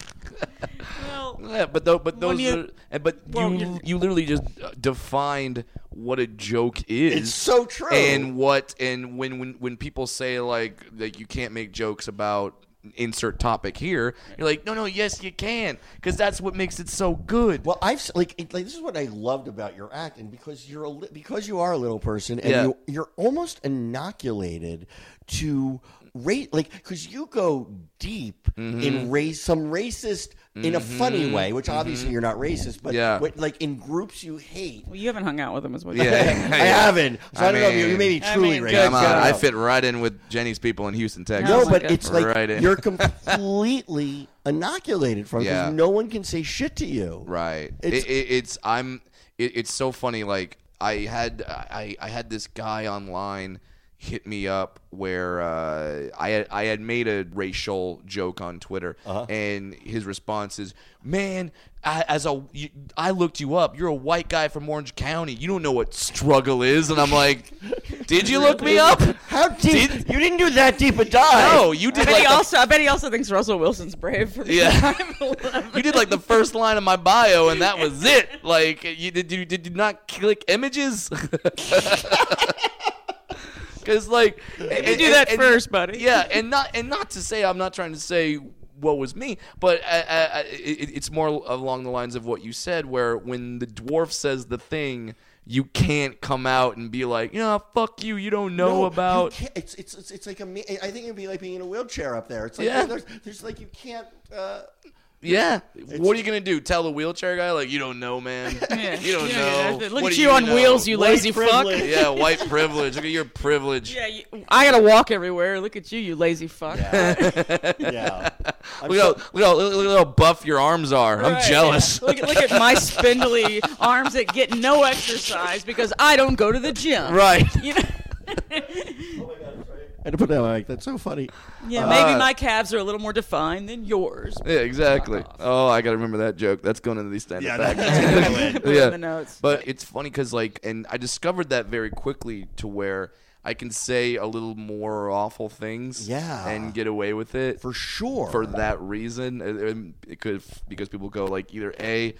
[SPEAKER 3] Well,
[SPEAKER 4] Yeah, but though, but
[SPEAKER 3] When
[SPEAKER 4] those
[SPEAKER 3] you-
[SPEAKER 4] are, and but
[SPEAKER 3] Well,
[SPEAKER 4] you
[SPEAKER 3] you-
[SPEAKER 4] you literally just uh, defined what a joke is.
[SPEAKER 2] It's so true.
[SPEAKER 4] And what and when when when people say like like you can't make jokes about insert topic here, you're like no no yes you can because that's what makes it so good.
[SPEAKER 2] Well, I've s- like, it- like this is what I loved about your act, and because you're a li- because you are a little person, and
[SPEAKER 4] Yeah.
[SPEAKER 2] you, you're almost inoculated to rate like because you go deep
[SPEAKER 4] Mm-hmm.
[SPEAKER 2] in race some racist in a funny way, which obviously you're not racist, but
[SPEAKER 4] Mm-hmm. Yeah.
[SPEAKER 2] what- like in groups you hate.
[SPEAKER 3] you haven't hung out with him as well.
[SPEAKER 4] Yeah.
[SPEAKER 2] I haven't, so I,
[SPEAKER 4] uh, I
[SPEAKER 2] don't know. if You,
[SPEAKER 4] mean-
[SPEAKER 2] you may be
[SPEAKER 3] I
[SPEAKER 2] truly
[SPEAKER 3] mean,
[SPEAKER 2] racist.
[SPEAKER 3] good
[SPEAKER 4] Come on,
[SPEAKER 3] God.
[SPEAKER 4] I fit right in with Jenny's people in Houston, Texas.
[SPEAKER 2] No,
[SPEAKER 3] my
[SPEAKER 2] but
[SPEAKER 3] God.
[SPEAKER 2] it's like
[SPEAKER 4] Right in.
[SPEAKER 2] you're completely inoculated from because
[SPEAKER 4] Yeah.
[SPEAKER 2] no one can say shit to you.
[SPEAKER 4] Right.
[SPEAKER 2] It's-
[SPEAKER 4] It's, it, it, it's I'm. It, it's so funny. Like I had I, I had this guy online hit me up where uh, I had, I had made a racial joke on Twitter, and his response is, "Man, I, as a you, I looked you up. You're a white guy from Orange County. You don't know what struggle is." And I'm like, "Did you look me up?"
[SPEAKER 2] How deep?
[SPEAKER 4] Did-
[SPEAKER 2] you didn't do that deep a dive.
[SPEAKER 4] No, you
[SPEAKER 3] I
[SPEAKER 4] did
[SPEAKER 3] bet
[SPEAKER 4] like
[SPEAKER 3] he
[SPEAKER 4] the
[SPEAKER 3] also. I bet he also thinks Russell Wilson's brave. For being
[SPEAKER 4] Yeah.
[SPEAKER 3] 5'11".
[SPEAKER 4] You did like the first line of my bio, and that was it. Like, you did you did you not click images? Because like, you
[SPEAKER 3] do that first, buddy.
[SPEAKER 4] Yeah, and not and not to say I'm not trying to say what was me, but uh, uh, uh, it, it's more along the lines of what you said, where when the dwarf says the thing. You can't come out and be like, yeah, fuck you. You don't know
[SPEAKER 2] you
[SPEAKER 4] about.
[SPEAKER 2] can't- It's, it's it's it's like a. me- I think it'd be like being in a wheelchair up there. It's like
[SPEAKER 4] Yeah.
[SPEAKER 2] there's, there's like you can't. Uh,
[SPEAKER 4] Yeah. What are you gonna do? Tell the wheelchair guy like you don't know, man.
[SPEAKER 3] Yeah.
[SPEAKER 4] You don't
[SPEAKER 3] You don't
[SPEAKER 4] know.
[SPEAKER 3] know. Look
[SPEAKER 4] What
[SPEAKER 3] at
[SPEAKER 4] do
[SPEAKER 3] you on wheels, you
[SPEAKER 2] White
[SPEAKER 3] lazy fuck.
[SPEAKER 2] privilege.
[SPEAKER 4] yeah, white privilege. Look at your privilege.
[SPEAKER 3] Yeah, you, I gotta walk everywhere. Look at you, you lazy fuck.
[SPEAKER 2] yeah. I'm
[SPEAKER 4] Look,
[SPEAKER 2] so-
[SPEAKER 4] how, look, how, look how buff your arms are. I'm
[SPEAKER 3] Right,
[SPEAKER 4] jealous.
[SPEAKER 3] yeah. Look, at- look at my spindly arms that get no exercise because I don't go to the gym.
[SPEAKER 4] Right.
[SPEAKER 3] You know?
[SPEAKER 2] I had to put that on, like that's so funny.
[SPEAKER 3] Yeah, maybe
[SPEAKER 4] Uh,
[SPEAKER 3] my calves are a little more defined than yours.
[SPEAKER 4] Yeah, exactly. Oh, I gotta remember that joke. That's going into the stand
[SPEAKER 2] Yeah, that-
[SPEAKER 4] up
[SPEAKER 3] Put it in the notes.
[SPEAKER 4] But it's funny because like, and I discovered that very quickly to where I can say a little more awful things.
[SPEAKER 2] Yeah.
[SPEAKER 4] and get away with it
[SPEAKER 2] For sure.
[SPEAKER 4] for that reason. uh, um, It could because people go like either a,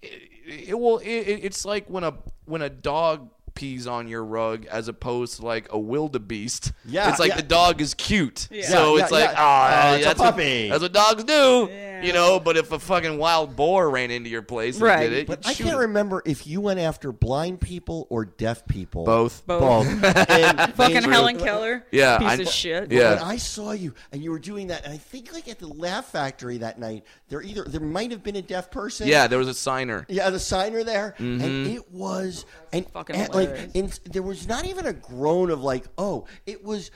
[SPEAKER 4] it, it will. It, it- it's like when a when a dog pees on your rug as opposed to like a wildebeest.
[SPEAKER 2] Yeah,
[SPEAKER 4] it's like
[SPEAKER 2] yeah.
[SPEAKER 4] the dog is cute.
[SPEAKER 3] Yeah.
[SPEAKER 4] So
[SPEAKER 2] Yeah,
[SPEAKER 4] it's
[SPEAKER 2] yeah,
[SPEAKER 4] like
[SPEAKER 2] yeah.
[SPEAKER 4] ah,
[SPEAKER 2] Oh, it's a
[SPEAKER 4] that's what-
[SPEAKER 2] puppy."
[SPEAKER 4] that's what dogs do.
[SPEAKER 3] Yeah.
[SPEAKER 4] You know, but if a fucking wild boar ran into your place and
[SPEAKER 3] Right.
[SPEAKER 4] did it,
[SPEAKER 2] But
[SPEAKER 4] you'd
[SPEAKER 2] I
[SPEAKER 4] shoot
[SPEAKER 2] can't
[SPEAKER 4] it.
[SPEAKER 2] remember if you went after blind people or deaf people.
[SPEAKER 4] both.
[SPEAKER 3] Both.
[SPEAKER 2] Both. And
[SPEAKER 3] Fucking
[SPEAKER 2] they were-
[SPEAKER 3] Helen Keller.
[SPEAKER 4] Yeah,
[SPEAKER 3] Piece
[SPEAKER 4] I-
[SPEAKER 3] of shit.
[SPEAKER 4] yeah.
[SPEAKER 2] When I saw you and you were doing that, and I think like at the Laugh Factory that night, there either there might have been a deaf person.
[SPEAKER 4] Yeah, Mm-hmm. there was a signer.
[SPEAKER 2] Yeah, the signer there, and it was, and,
[SPEAKER 3] Fucking
[SPEAKER 2] and, like,
[SPEAKER 3] hilarious.
[SPEAKER 2] in, there was not even a groan of like, oh, it was,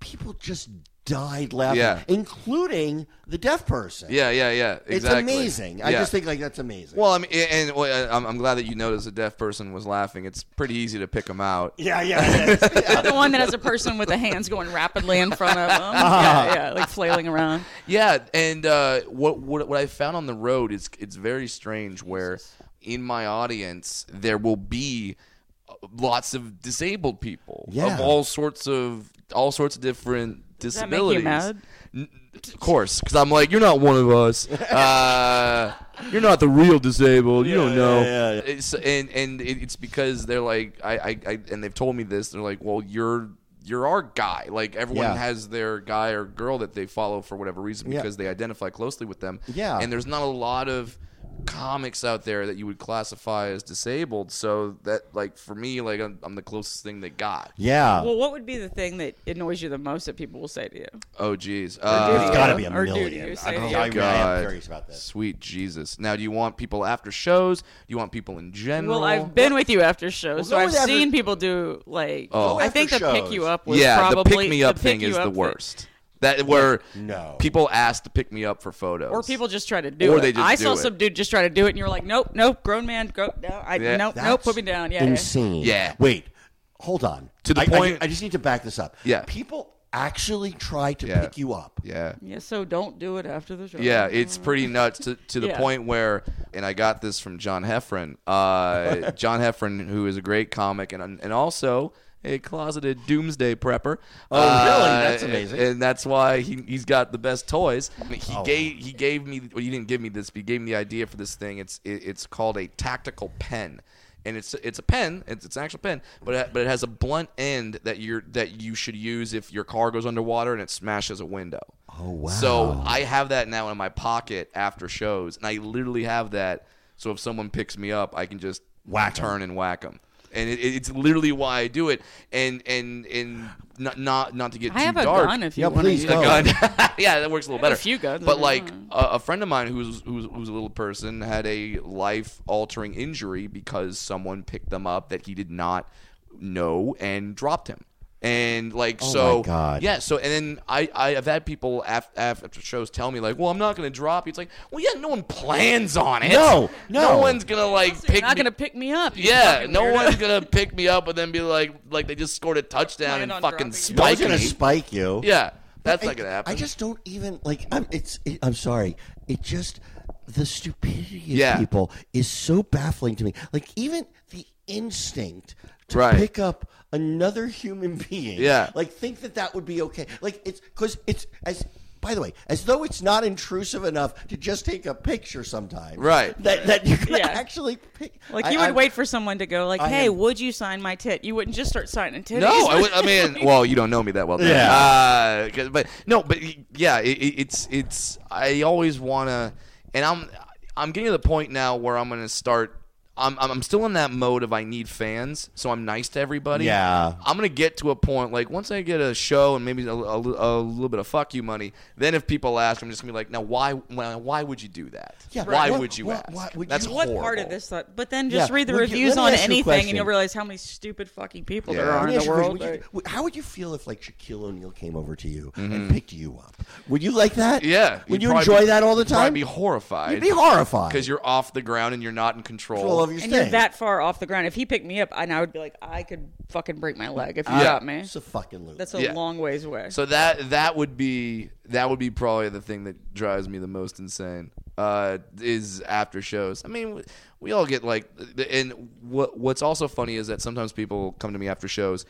[SPEAKER 2] people just died laughing,
[SPEAKER 4] Yeah.
[SPEAKER 2] including the deaf person.
[SPEAKER 4] Yeah, yeah, yeah.
[SPEAKER 2] it's
[SPEAKER 4] Exactly.
[SPEAKER 2] amazing. I
[SPEAKER 4] Yeah.
[SPEAKER 2] just think like that's amazing.
[SPEAKER 4] Well, I mean, and well, I'm, I'm glad that you noticed a deaf person was laughing. It's pretty easy to pick them out.
[SPEAKER 2] yeah, yeah, yeah.
[SPEAKER 3] You're the one that has a person with the hands going rapidly in front of them. Yeah, yeah, like flailing around.
[SPEAKER 4] Yeah, and uh, what, what what I found on the road is it's very strange. Where in my audience there will be uh, lots of disabled people
[SPEAKER 2] Yeah.
[SPEAKER 4] of all sorts of all sorts of different
[SPEAKER 3] that make you
[SPEAKER 4] disabilities.
[SPEAKER 3] mad?
[SPEAKER 4] N- of course, because I'm like, you're not one of us. Uh, you're not the real disabled. You don't know.
[SPEAKER 2] yeah, yeah.
[SPEAKER 4] It's, and and it, it's because they're like, I, I, I, and they've told me this. They're like, well, you're you're our guy. Like everyone
[SPEAKER 2] Yeah.
[SPEAKER 4] has their guy or girl that they follow for whatever reason
[SPEAKER 2] Yeah.
[SPEAKER 4] because they identify closely with them.
[SPEAKER 2] Yeah.
[SPEAKER 4] And there's not a lot of comics out there that you would classify as disabled. So that like for me, like I'm, I'm the closest thing they got.
[SPEAKER 2] yeah.
[SPEAKER 3] Well, what would be the thing that annoys you the most that people will say to you?
[SPEAKER 4] Oh geez.
[SPEAKER 3] do
[SPEAKER 2] it's
[SPEAKER 3] you-
[SPEAKER 4] Uh,
[SPEAKER 2] got to be a
[SPEAKER 3] or do
[SPEAKER 2] million.
[SPEAKER 3] you
[SPEAKER 2] I,
[SPEAKER 3] say-
[SPEAKER 2] mean,
[SPEAKER 3] Oh,
[SPEAKER 2] I, mean, I am
[SPEAKER 4] God.
[SPEAKER 2] curious about this.
[SPEAKER 4] Sweet Jesus. Now, do you want people after shows? Do you want people in general?
[SPEAKER 3] Well, I've been with you after shows, so
[SPEAKER 2] go
[SPEAKER 3] I've
[SPEAKER 2] with after-
[SPEAKER 3] seen people do like.
[SPEAKER 4] Oh. Go
[SPEAKER 3] I think the
[SPEAKER 2] after
[SPEAKER 3] pick you
[SPEAKER 2] shows.
[SPEAKER 3] up was
[SPEAKER 4] Yeah,
[SPEAKER 3] probably
[SPEAKER 4] the pick me up
[SPEAKER 3] the pick
[SPEAKER 4] thing
[SPEAKER 3] you
[SPEAKER 4] is
[SPEAKER 3] up
[SPEAKER 4] the worst. that where
[SPEAKER 2] No.
[SPEAKER 4] people asked to pick me up for photos
[SPEAKER 3] Or people just try to do
[SPEAKER 4] Or
[SPEAKER 3] it.
[SPEAKER 4] they just
[SPEAKER 3] I
[SPEAKER 4] do
[SPEAKER 3] saw
[SPEAKER 4] it.
[SPEAKER 3] some dude just try to do it, and you were like, nope, nope, grown man, go, no, I,
[SPEAKER 4] Yeah.
[SPEAKER 3] nope, nope,
[SPEAKER 2] That's
[SPEAKER 3] put me down. Yeah, yeah.
[SPEAKER 2] Insane.
[SPEAKER 4] Yeah.
[SPEAKER 2] Wait. Hold on.
[SPEAKER 4] To the
[SPEAKER 2] I- I ju-
[SPEAKER 4] point-
[SPEAKER 2] I, just need to back this up.
[SPEAKER 4] Yeah.
[SPEAKER 2] People actually try to
[SPEAKER 4] Yeah.
[SPEAKER 2] pick you up.
[SPEAKER 4] yeah
[SPEAKER 3] Yeah, so don't do it after the show.
[SPEAKER 4] Yeah, it's pretty nuts to, to the
[SPEAKER 3] Yeah.
[SPEAKER 4] point where, and I got this from John Heffron. Uh, John Heffron, who is a great comic and and also a closeted doomsday prepper. Oh,
[SPEAKER 2] really? That's amazing.
[SPEAKER 4] And that's why he, he's got the best toys. Oh. I mean, He gave he gave me. Well, you didn't give me this. But he gave me the idea for this thing. It's it, it's called a tactical pen. And it's it's a pen. It's, it's an actual pen, but it, but it has a blunt end that you're that you should use if your car goes underwater and it smashes a window. Oh wow! So I have that now in my pocket after shows, and I literally have that. So if someone picks me up, I can just
[SPEAKER 2] Whack 'em.
[SPEAKER 4] turn and whack them. And it, it's literally why I do it. And and and not not not to get
[SPEAKER 3] I
[SPEAKER 4] too
[SPEAKER 3] have a
[SPEAKER 4] dark.
[SPEAKER 3] gun if you
[SPEAKER 2] Yeah,
[SPEAKER 3] want
[SPEAKER 2] please
[SPEAKER 3] to.
[SPEAKER 2] go.
[SPEAKER 4] gun. yeah, that works a little better.
[SPEAKER 3] a few guns,
[SPEAKER 4] but
[SPEAKER 3] I
[SPEAKER 4] like
[SPEAKER 3] don't
[SPEAKER 4] a, a friend of mine who's who's who's a little person had a life-altering injury because someone picked them up that he did not know and dropped him. And like so,
[SPEAKER 2] Oh my God.
[SPEAKER 4] yeah. So and then I I have had people af, af, after shows tell me like, well, I'm not gonna drop you. It's like, well, yeah, no one plans on it.
[SPEAKER 2] No, no.
[SPEAKER 4] one's gonna like
[SPEAKER 3] You're
[SPEAKER 4] pick
[SPEAKER 3] not
[SPEAKER 4] me.
[SPEAKER 3] going to pick me up. you
[SPEAKER 4] yeah,
[SPEAKER 3] fucking
[SPEAKER 4] no
[SPEAKER 3] weirdo.
[SPEAKER 4] one's gonna pick me up and then be like, like they just scored a touchdown
[SPEAKER 3] Plan
[SPEAKER 4] and
[SPEAKER 3] on
[SPEAKER 4] fucking
[SPEAKER 3] dropping you.
[SPEAKER 2] No one's
[SPEAKER 4] spike
[SPEAKER 2] gonna
[SPEAKER 4] me.
[SPEAKER 2] spike you.
[SPEAKER 4] Yeah, that's
[SPEAKER 2] I-
[SPEAKER 4] not gonna happen.
[SPEAKER 2] I just don't even like. I'm. It's. It, I'm sorry. It just the stupidity of
[SPEAKER 4] Yeah.
[SPEAKER 2] people is so baffling to me. Like even the instinct to
[SPEAKER 4] Right.
[SPEAKER 2] pick up another human being.
[SPEAKER 4] Yeah.
[SPEAKER 2] Like think that that would be okay. Like it's because it's as. By the way, as though it's not intrusive enough to just take a picture sometimes.
[SPEAKER 4] Right.
[SPEAKER 2] That, that you can
[SPEAKER 3] Yeah.
[SPEAKER 2] actually pick.
[SPEAKER 3] Like
[SPEAKER 2] I-
[SPEAKER 3] you would
[SPEAKER 2] I-
[SPEAKER 3] wait for someone to go like,
[SPEAKER 2] I
[SPEAKER 3] "Hey,
[SPEAKER 2] am-
[SPEAKER 3] would you sign my tit?" You wouldn't just start signing titties.
[SPEAKER 4] No, I, would- I mean, well, you don't know me that well. then.
[SPEAKER 2] Yeah.
[SPEAKER 4] Uh, 'cause- but no, but y- yeah, it, it- it's it's. I always wanna, and I'm I'm getting to the point now where I'm gonna start. I'm I'm I'm still in that mode of I need fans, so I'm nice to everybody.
[SPEAKER 2] Yeah.
[SPEAKER 4] I'm gonna get to a point like once I get a show and maybe a, a, a little bit of fuck you money. Then if people ask, I'm just gonna be like, now why why, why would you do that?
[SPEAKER 2] Yeah,
[SPEAKER 4] why
[SPEAKER 2] what-
[SPEAKER 4] would you
[SPEAKER 2] what-
[SPEAKER 4] ask?
[SPEAKER 2] what would
[SPEAKER 4] That's
[SPEAKER 2] you-
[SPEAKER 3] what
[SPEAKER 4] horrible.
[SPEAKER 3] part of this thought? But then just
[SPEAKER 2] Yeah,
[SPEAKER 3] read the
[SPEAKER 2] would you- let
[SPEAKER 3] reviews
[SPEAKER 2] me
[SPEAKER 3] on
[SPEAKER 2] ask you a
[SPEAKER 3] anything,
[SPEAKER 2] question.
[SPEAKER 3] and you'll realize how many stupid fucking people
[SPEAKER 4] Yeah.
[SPEAKER 3] there are
[SPEAKER 2] Let
[SPEAKER 3] in
[SPEAKER 2] me
[SPEAKER 3] the
[SPEAKER 2] ask you a question.
[SPEAKER 3] world.
[SPEAKER 2] Would you- would- how would you feel if like Shaquille O'Neal came over to you and picked you up? Would you like that?
[SPEAKER 4] Mm-hmm. Yeah.
[SPEAKER 2] Would
[SPEAKER 4] You'd
[SPEAKER 2] you
[SPEAKER 4] probably
[SPEAKER 2] enjoy
[SPEAKER 4] be-
[SPEAKER 2] that all the
[SPEAKER 4] you'd probably
[SPEAKER 2] time?
[SPEAKER 4] be horrified.
[SPEAKER 2] You'd be horrified
[SPEAKER 4] because you're off the ground and you're not in control.
[SPEAKER 2] Control of your
[SPEAKER 3] and
[SPEAKER 2] thing.
[SPEAKER 3] you're that far off the ground. If he picked me up, and I would be like, I could fucking break my leg if you
[SPEAKER 4] Yeah.
[SPEAKER 3] got me.
[SPEAKER 2] It's a fucking loop.
[SPEAKER 3] That's a
[SPEAKER 4] Yeah.
[SPEAKER 3] long ways away.
[SPEAKER 4] So that that would be that would be probably the thing that drives me the most insane uh, is after shows. I mean, we- we all get like, and what what's also funny is that sometimes people come to me after shows,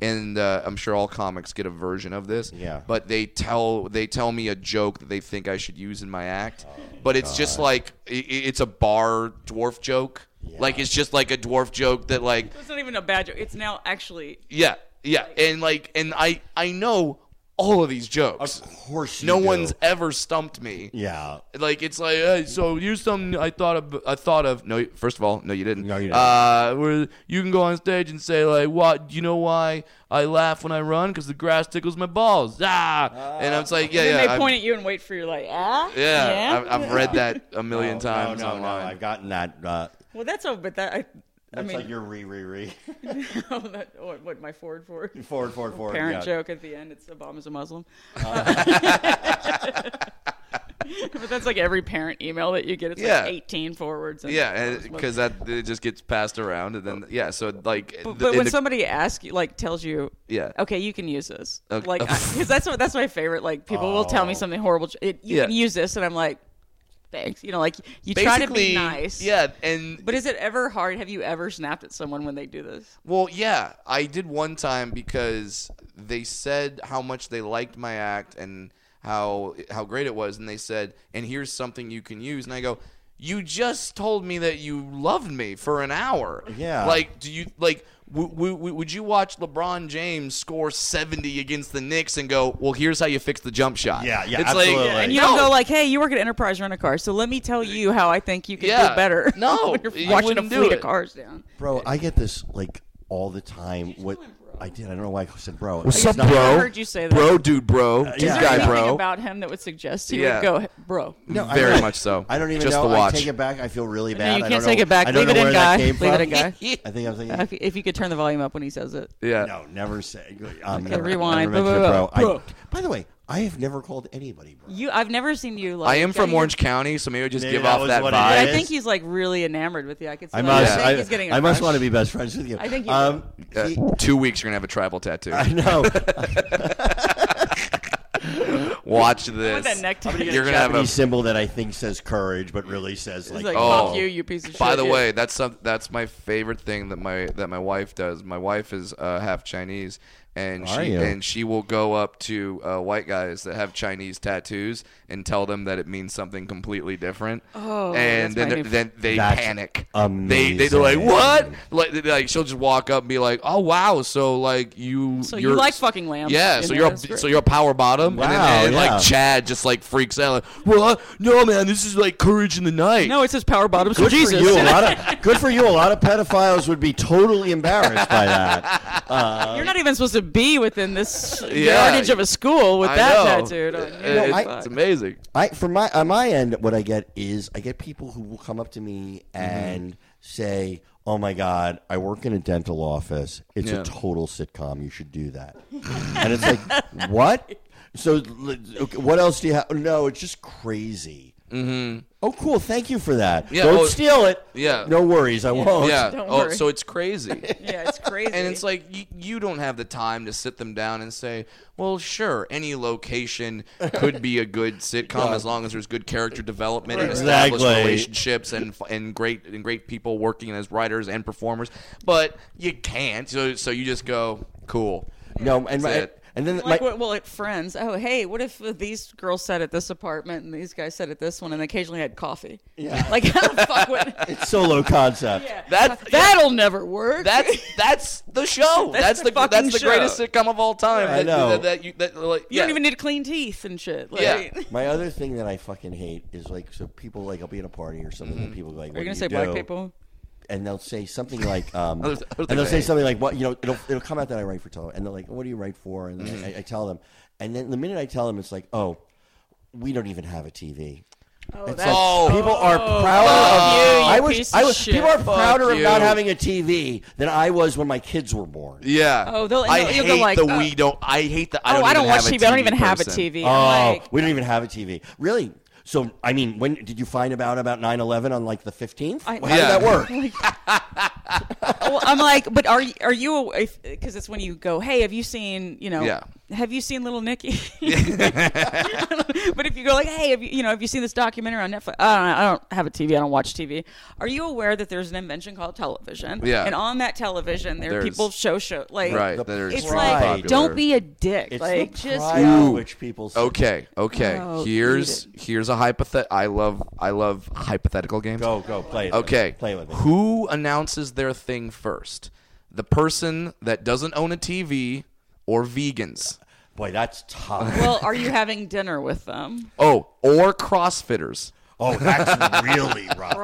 [SPEAKER 4] and uh, I'm sure all comics get a version of this.
[SPEAKER 2] Yeah.
[SPEAKER 4] But they tell they tell me a joke that they think I should use in my act, but it's just like i- i it's a bar dwarf joke. Like it's just like a dwarf joke that like
[SPEAKER 3] it's not even a bad joke. It's now actually
[SPEAKER 4] yeah, yeah, and like, and I I know all of these jokes.
[SPEAKER 2] Of course you
[SPEAKER 4] no
[SPEAKER 2] do.
[SPEAKER 4] one's ever stumped me.
[SPEAKER 2] yeah.
[SPEAKER 4] Like it's like hey, so you something I thought of I thought of no first of all no you didn't
[SPEAKER 2] No, you didn't.
[SPEAKER 4] uh where you can go on stage and say like what you know why I laugh when I run because the grass tickles my balls ah and I'm just like yeah
[SPEAKER 3] then
[SPEAKER 4] yeah
[SPEAKER 3] they
[SPEAKER 4] I've-
[SPEAKER 3] point at you and wait for you like ah
[SPEAKER 4] yeah I've, I've read that a million times
[SPEAKER 2] Oh, no, no, no.
[SPEAKER 4] online
[SPEAKER 2] I've gotten that. Uh,
[SPEAKER 3] well that's a but that I, I
[SPEAKER 2] that's
[SPEAKER 3] mean
[SPEAKER 2] like your re re re
[SPEAKER 3] oh, that, oh, what my Ford Ford
[SPEAKER 2] forward forward forward.
[SPEAKER 3] parent
[SPEAKER 2] yeah.
[SPEAKER 3] joke at the end. It's Obama's a Muslim.
[SPEAKER 4] Uh.
[SPEAKER 3] Uh, but that's like every parent email that you get. It's
[SPEAKER 4] Yeah.
[SPEAKER 3] like 18 forwards. And
[SPEAKER 4] yeah because that it just gets passed around and then yeah so like
[SPEAKER 3] But,
[SPEAKER 4] the-
[SPEAKER 3] but
[SPEAKER 4] in
[SPEAKER 3] when
[SPEAKER 4] the-
[SPEAKER 3] somebody asks you, like, tells you,
[SPEAKER 4] Yeah.
[SPEAKER 3] okay, you can use this,
[SPEAKER 4] Okay. Oh.
[SPEAKER 3] like, because that's what that's my favorite. Like, people will tell me something horrible. It, you
[SPEAKER 4] Yeah.
[SPEAKER 3] can use this, and I'm like, thanks. You know, like, you try to be
[SPEAKER 4] basically,
[SPEAKER 3] nice.
[SPEAKER 4] yeah and
[SPEAKER 3] But is it ever hard? Have you ever snapped at someone when they do this?
[SPEAKER 4] Well, yeah, I did one time because they said how much they liked my act and how how great it was, and they said, "And here's something you can use." And I go, "You just told me that you loved me for an hour.
[SPEAKER 2] Yeah.
[SPEAKER 4] like do you like?" W- w- w- would you watch LeBron James score 70 against the Knicks and go, well, here's how you fix the jump shot?
[SPEAKER 2] Yeah, yeah,
[SPEAKER 4] it's
[SPEAKER 2] absolutely.
[SPEAKER 4] Like,
[SPEAKER 2] Yeah,
[SPEAKER 3] And you don't go like, "Hey, you work at Enterprise Rent a Car, so let me tell you how I think you can
[SPEAKER 4] Yeah.
[SPEAKER 3] do better."
[SPEAKER 4] No,
[SPEAKER 3] when you're
[SPEAKER 4] you
[SPEAKER 3] watching a
[SPEAKER 4] wouldn't do
[SPEAKER 3] fleet
[SPEAKER 4] it.
[SPEAKER 3] of cars down.
[SPEAKER 2] Bro, I get this like all the time. What I did, I don't know why I said bro. It's
[SPEAKER 4] Sup,
[SPEAKER 2] not-
[SPEAKER 4] bro?
[SPEAKER 3] I heard you say that.
[SPEAKER 4] Bro, dude, bro. dude,
[SPEAKER 2] yeah.
[SPEAKER 3] Is there
[SPEAKER 4] guy,
[SPEAKER 3] anything
[SPEAKER 4] bro.
[SPEAKER 3] about him that would suggest you
[SPEAKER 4] Yeah.
[SPEAKER 3] would go, bro?
[SPEAKER 2] No, I
[SPEAKER 4] Very
[SPEAKER 2] don't-
[SPEAKER 4] much so.
[SPEAKER 2] I don't even
[SPEAKER 4] Just
[SPEAKER 2] know.
[SPEAKER 4] the watch.
[SPEAKER 2] I take it back. I feel really
[SPEAKER 3] No,
[SPEAKER 2] bad.
[SPEAKER 3] you
[SPEAKER 2] I
[SPEAKER 3] can't
[SPEAKER 2] don't
[SPEAKER 3] take
[SPEAKER 2] know-
[SPEAKER 3] it back.
[SPEAKER 2] I don't
[SPEAKER 3] Leave it
[SPEAKER 2] know where
[SPEAKER 3] in,
[SPEAKER 2] that
[SPEAKER 3] guy.
[SPEAKER 2] came
[SPEAKER 3] Leave it in,
[SPEAKER 2] from.
[SPEAKER 3] guy.
[SPEAKER 2] I think I'm thinking.
[SPEAKER 3] If, if you could turn the volume up when he says it.
[SPEAKER 4] Yeah.
[SPEAKER 2] No, never say. Um, never,
[SPEAKER 3] Uh,
[SPEAKER 2] never
[SPEAKER 3] rewind.
[SPEAKER 2] mention a
[SPEAKER 3] Bro, bro,
[SPEAKER 2] bro. I-
[SPEAKER 3] bro.
[SPEAKER 2] by the way, I have never called anybody bro.
[SPEAKER 3] You, I've never seen you. Like,
[SPEAKER 4] I am from
[SPEAKER 3] you're-
[SPEAKER 4] Orange County, so maybe I just
[SPEAKER 2] Maybe
[SPEAKER 4] give
[SPEAKER 2] that
[SPEAKER 4] off
[SPEAKER 2] was
[SPEAKER 4] that
[SPEAKER 2] what it
[SPEAKER 3] But I
[SPEAKER 2] is.
[SPEAKER 4] vibe.
[SPEAKER 3] think he's like really enamored with you. I could. See
[SPEAKER 2] I
[SPEAKER 3] that.
[SPEAKER 2] must.
[SPEAKER 3] think he's
[SPEAKER 2] I,
[SPEAKER 3] getting.
[SPEAKER 2] I must
[SPEAKER 3] crushed.
[SPEAKER 2] want to be best friends with you.
[SPEAKER 3] I think you
[SPEAKER 2] Um,
[SPEAKER 4] Uh,
[SPEAKER 2] he-
[SPEAKER 4] two weeks, you're gonna have a tribal tattoo.
[SPEAKER 2] I know.
[SPEAKER 4] Watch this.
[SPEAKER 3] that neck to be
[SPEAKER 4] you're
[SPEAKER 3] a
[SPEAKER 4] gonna have a
[SPEAKER 2] Japanese symbol that I think says courage, but really says
[SPEAKER 3] He's
[SPEAKER 2] like,
[SPEAKER 3] like,
[SPEAKER 4] Oh.
[SPEAKER 3] fuck you, you piece of shit.
[SPEAKER 4] By the
[SPEAKER 3] Yeah.
[SPEAKER 4] way, that's some, that's my favorite thing that my that my wife does. My wife is uh, half Chinese, and
[SPEAKER 2] Are
[SPEAKER 4] she
[SPEAKER 2] you?
[SPEAKER 4] and she will go up to uh, white guys that have Chinese tattoos and tell them that it means something completely different. Oh,
[SPEAKER 3] that's
[SPEAKER 4] and then
[SPEAKER 3] my
[SPEAKER 4] they're-
[SPEAKER 3] new-
[SPEAKER 4] then they
[SPEAKER 2] That's
[SPEAKER 4] panic. They they- they're like
[SPEAKER 2] amazing.
[SPEAKER 4] what? Like, they- like she'll just walk up and be like, oh wow, so like you
[SPEAKER 3] So you
[SPEAKER 4] you're-
[SPEAKER 3] like fucking lambs.
[SPEAKER 4] Yeah,
[SPEAKER 3] You
[SPEAKER 4] so
[SPEAKER 3] know,
[SPEAKER 4] you're a,
[SPEAKER 3] that's great.
[SPEAKER 4] so you're a power bottom. and
[SPEAKER 2] Wow,
[SPEAKER 4] then, and
[SPEAKER 2] yeah.
[SPEAKER 4] like Chad just like freaks out. Like, what? No man, this is like courage in the night.
[SPEAKER 3] No, it says power bottoms for
[SPEAKER 2] Good
[SPEAKER 3] "Oh, Jesus.
[SPEAKER 2] for you. A lot of good for you. A lot of pedophiles would be totally embarrassed by that.
[SPEAKER 3] You're not even supposed to be within this
[SPEAKER 4] Yeah.
[SPEAKER 3] yardage of a school with
[SPEAKER 4] I
[SPEAKER 3] that
[SPEAKER 4] know.
[SPEAKER 3] tattoo.
[SPEAKER 4] Uh,
[SPEAKER 3] tattooed.
[SPEAKER 4] it's,
[SPEAKER 3] on you.
[SPEAKER 4] it's amazing.
[SPEAKER 2] I for my on my end, what I get is I get people who will come up to me
[SPEAKER 4] Mm-hmm.
[SPEAKER 2] and say, "Oh my God, I work in a dental office. It's
[SPEAKER 4] Yeah.
[SPEAKER 2] a total sitcom. You should do that." and it's like, what? So, l- okay, what else do you have? No, it's just crazy. Mm-hmm. Oh, cool. Thank you for that.
[SPEAKER 4] Yeah,
[SPEAKER 2] Don't
[SPEAKER 4] oh,
[SPEAKER 2] steal it.
[SPEAKER 4] yeah.
[SPEAKER 2] No worries. I won't.
[SPEAKER 4] yeah.
[SPEAKER 3] don't
[SPEAKER 4] oh,
[SPEAKER 3] worry.
[SPEAKER 4] so it's crazy.
[SPEAKER 3] yeah, it's crazy.
[SPEAKER 4] and it's like you, you don't have the time to sit them down and say, "Well, sure, any location could be a good sitcom as long as there's good character development and established
[SPEAKER 2] Exactly.
[SPEAKER 4] relationships and f- and great and great people working as writers and performers." But you can't. So so you just go, "Cool."
[SPEAKER 2] No, and
[SPEAKER 4] That's
[SPEAKER 2] my,
[SPEAKER 4] it.
[SPEAKER 2] and then
[SPEAKER 3] like
[SPEAKER 2] my,
[SPEAKER 3] what, well, like friends. Oh, hey, what if these girls sat at this apartment and these guys sat at this one, and occasionally had coffee? Yeah. Like how the fuck would
[SPEAKER 2] it's solo concept.
[SPEAKER 4] That's
[SPEAKER 3] that'll never work?
[SPEAKER 4] That's that's the show. That's, the
[SPEAKER 3] the fucking
[SPEAKER 4] that's the
[SPEAKER 3] show.
[SPEAKER 4] greatest sitcom of all time.
[SPEAKER 2] I
[SPEAKER 4] That-
[SPEAKER 2] know.
[SPEAKER 4] that, that you that like
[SPEAKER 3] you
[SPEAKER 4] yeah.
[SPEAKER 3] don't even need to clean teeth and shit. Like,
[SPEAKER 4] Yeah.
[SPEAKER 2] My other thing that I fucking hate is like so people like I'll be at a party or something
[SPEAKER 4] Mm-hmm.
[SPEAKER 2] and people like what
[SPEAKER 3] Are
[SPEAKER 2] do
[SPEAKER 3] you gonna say black
[SPEAKER 2] do?"
[SPEAKER 3] people?
[SPEAKER 2] and they'll say something like um
[SPEAKER 4] Other- other
[SPEAKER 2] and they'll
[SPEAKER 4] things I
[SPEAKER 2] say
[SPEAKER 4] hate.
[SPEAKER 2] something like what you know it'll it'll come out that I write for television and they're like what do you write for and then I, I tell them and then the minute I tell them it's like oh we don't even have a TV. Oh,
[SPEAKER 3] that's-
[SPEAKER 2] people are prouder
[SPEAKER 3] you,
[SPEAKER 2] of
[SPEAKER 3] you
[SPEAKER 2] I was
[SPEAKER 3] piece
[SPEAKER 2] I
[SPEAKER 3] of
[SPEAKER 2] was
[SPEAKER 3] shit.
[SPEAKER 2] people are prouder of
[SPEAKER 4] you.
[SPEAKER 2] not having a TV than I was when my kids were born.
[SPEAKER 4] Yeah.
[SPEAKER 3] Oh, they'll-
[SPEAKER 4] I
[SPEAKER 3] you'll
[SPEAKER 4] hate
[SPEAKER 3] go like,
[SPEAKER 4] the
[SPEAKER 3] oh.
[SPEAKER 4] we don't. I hate the. I
[SPEAKER 3] oh,
[SPEAKER 4] don't
[SPEAKER 3] I
[SPEAKER 4] even
[SPEAKER 3] don't watch
[SPEAKER 4] have a
[SPEAKER 3] TV. I don't even have a
[SPEAKER 4] person.
[SPEAKER 3] TV.
[SPEAKER 2] Oh,
[SPEAKER 3] I'm like,
[SPEAKER 2] we don't even have a TV. Really? So, I mean, when did you find out about 9/11 on like the 15th?
[SPEAKER 3] I-
[SPEAKER 2] How
[SPEAKER 4] Yeah.
[SPEAKER 2] did that work?
[SPEAKER 3] well, I'm like, but are you, are you because it's when you go, hey, have you seen you know,
[SPEAKER 4] Yeah.
[SPEAKER 3] have you seen Little Nicky? but if you go like, hey, have you you know, have you seen this documentary on Netflix? I don't, know, I don't have a TV. I don't watch TV. Are you aware that there's an invention called television?
[SPEAKER 4] Yeah.
[SPEAKER 3] and on that television, there are
[SPEAKER 4] There's-
[SPEAKER 3] people show show like
[SPEAKER 4] Right.
[SPEAKER 2] The
[SPEAKER 4] that are
[SPEAKER 3] It's
[SPEAKER 4] extremely
[SPEAKER 3] like,
[SPEAKER 4] popular.
[SPEAKER 3] don't be a dick.
[SPEAKER 2] It's
[SPEAKER 3] like,
[SPEAKER 2] the
[SPEAKER 3] just
[SPEAKER 2] pride
[SPEAKER 3] go.
[SPEAKER 2] with which people. say-
[SPEAKER 4] Okay. Okay.
[SPEAKER 3] Oh,
[SPEAKER 4] here's
[SPEAKER 3] eat
[SPEAKER 4] here's a hypothet. I love I love hypothetical games.
[SPEAKER 2] Go, Oh, go, play it.
[SPEAKER 4] Okay.
[SPEAKER 2] Play with it.
[SPEAKER 4] Who announces their thing first? The person that doesn't own a TV or vegans.
[SPEAKER 2] Boy, that's tough.
[SPEAKER 3] Well, are you having dinner with them?
[SPEAKER 4] Oh, or CrossFitters.
[SPEAKER 2] oh, that's really rough.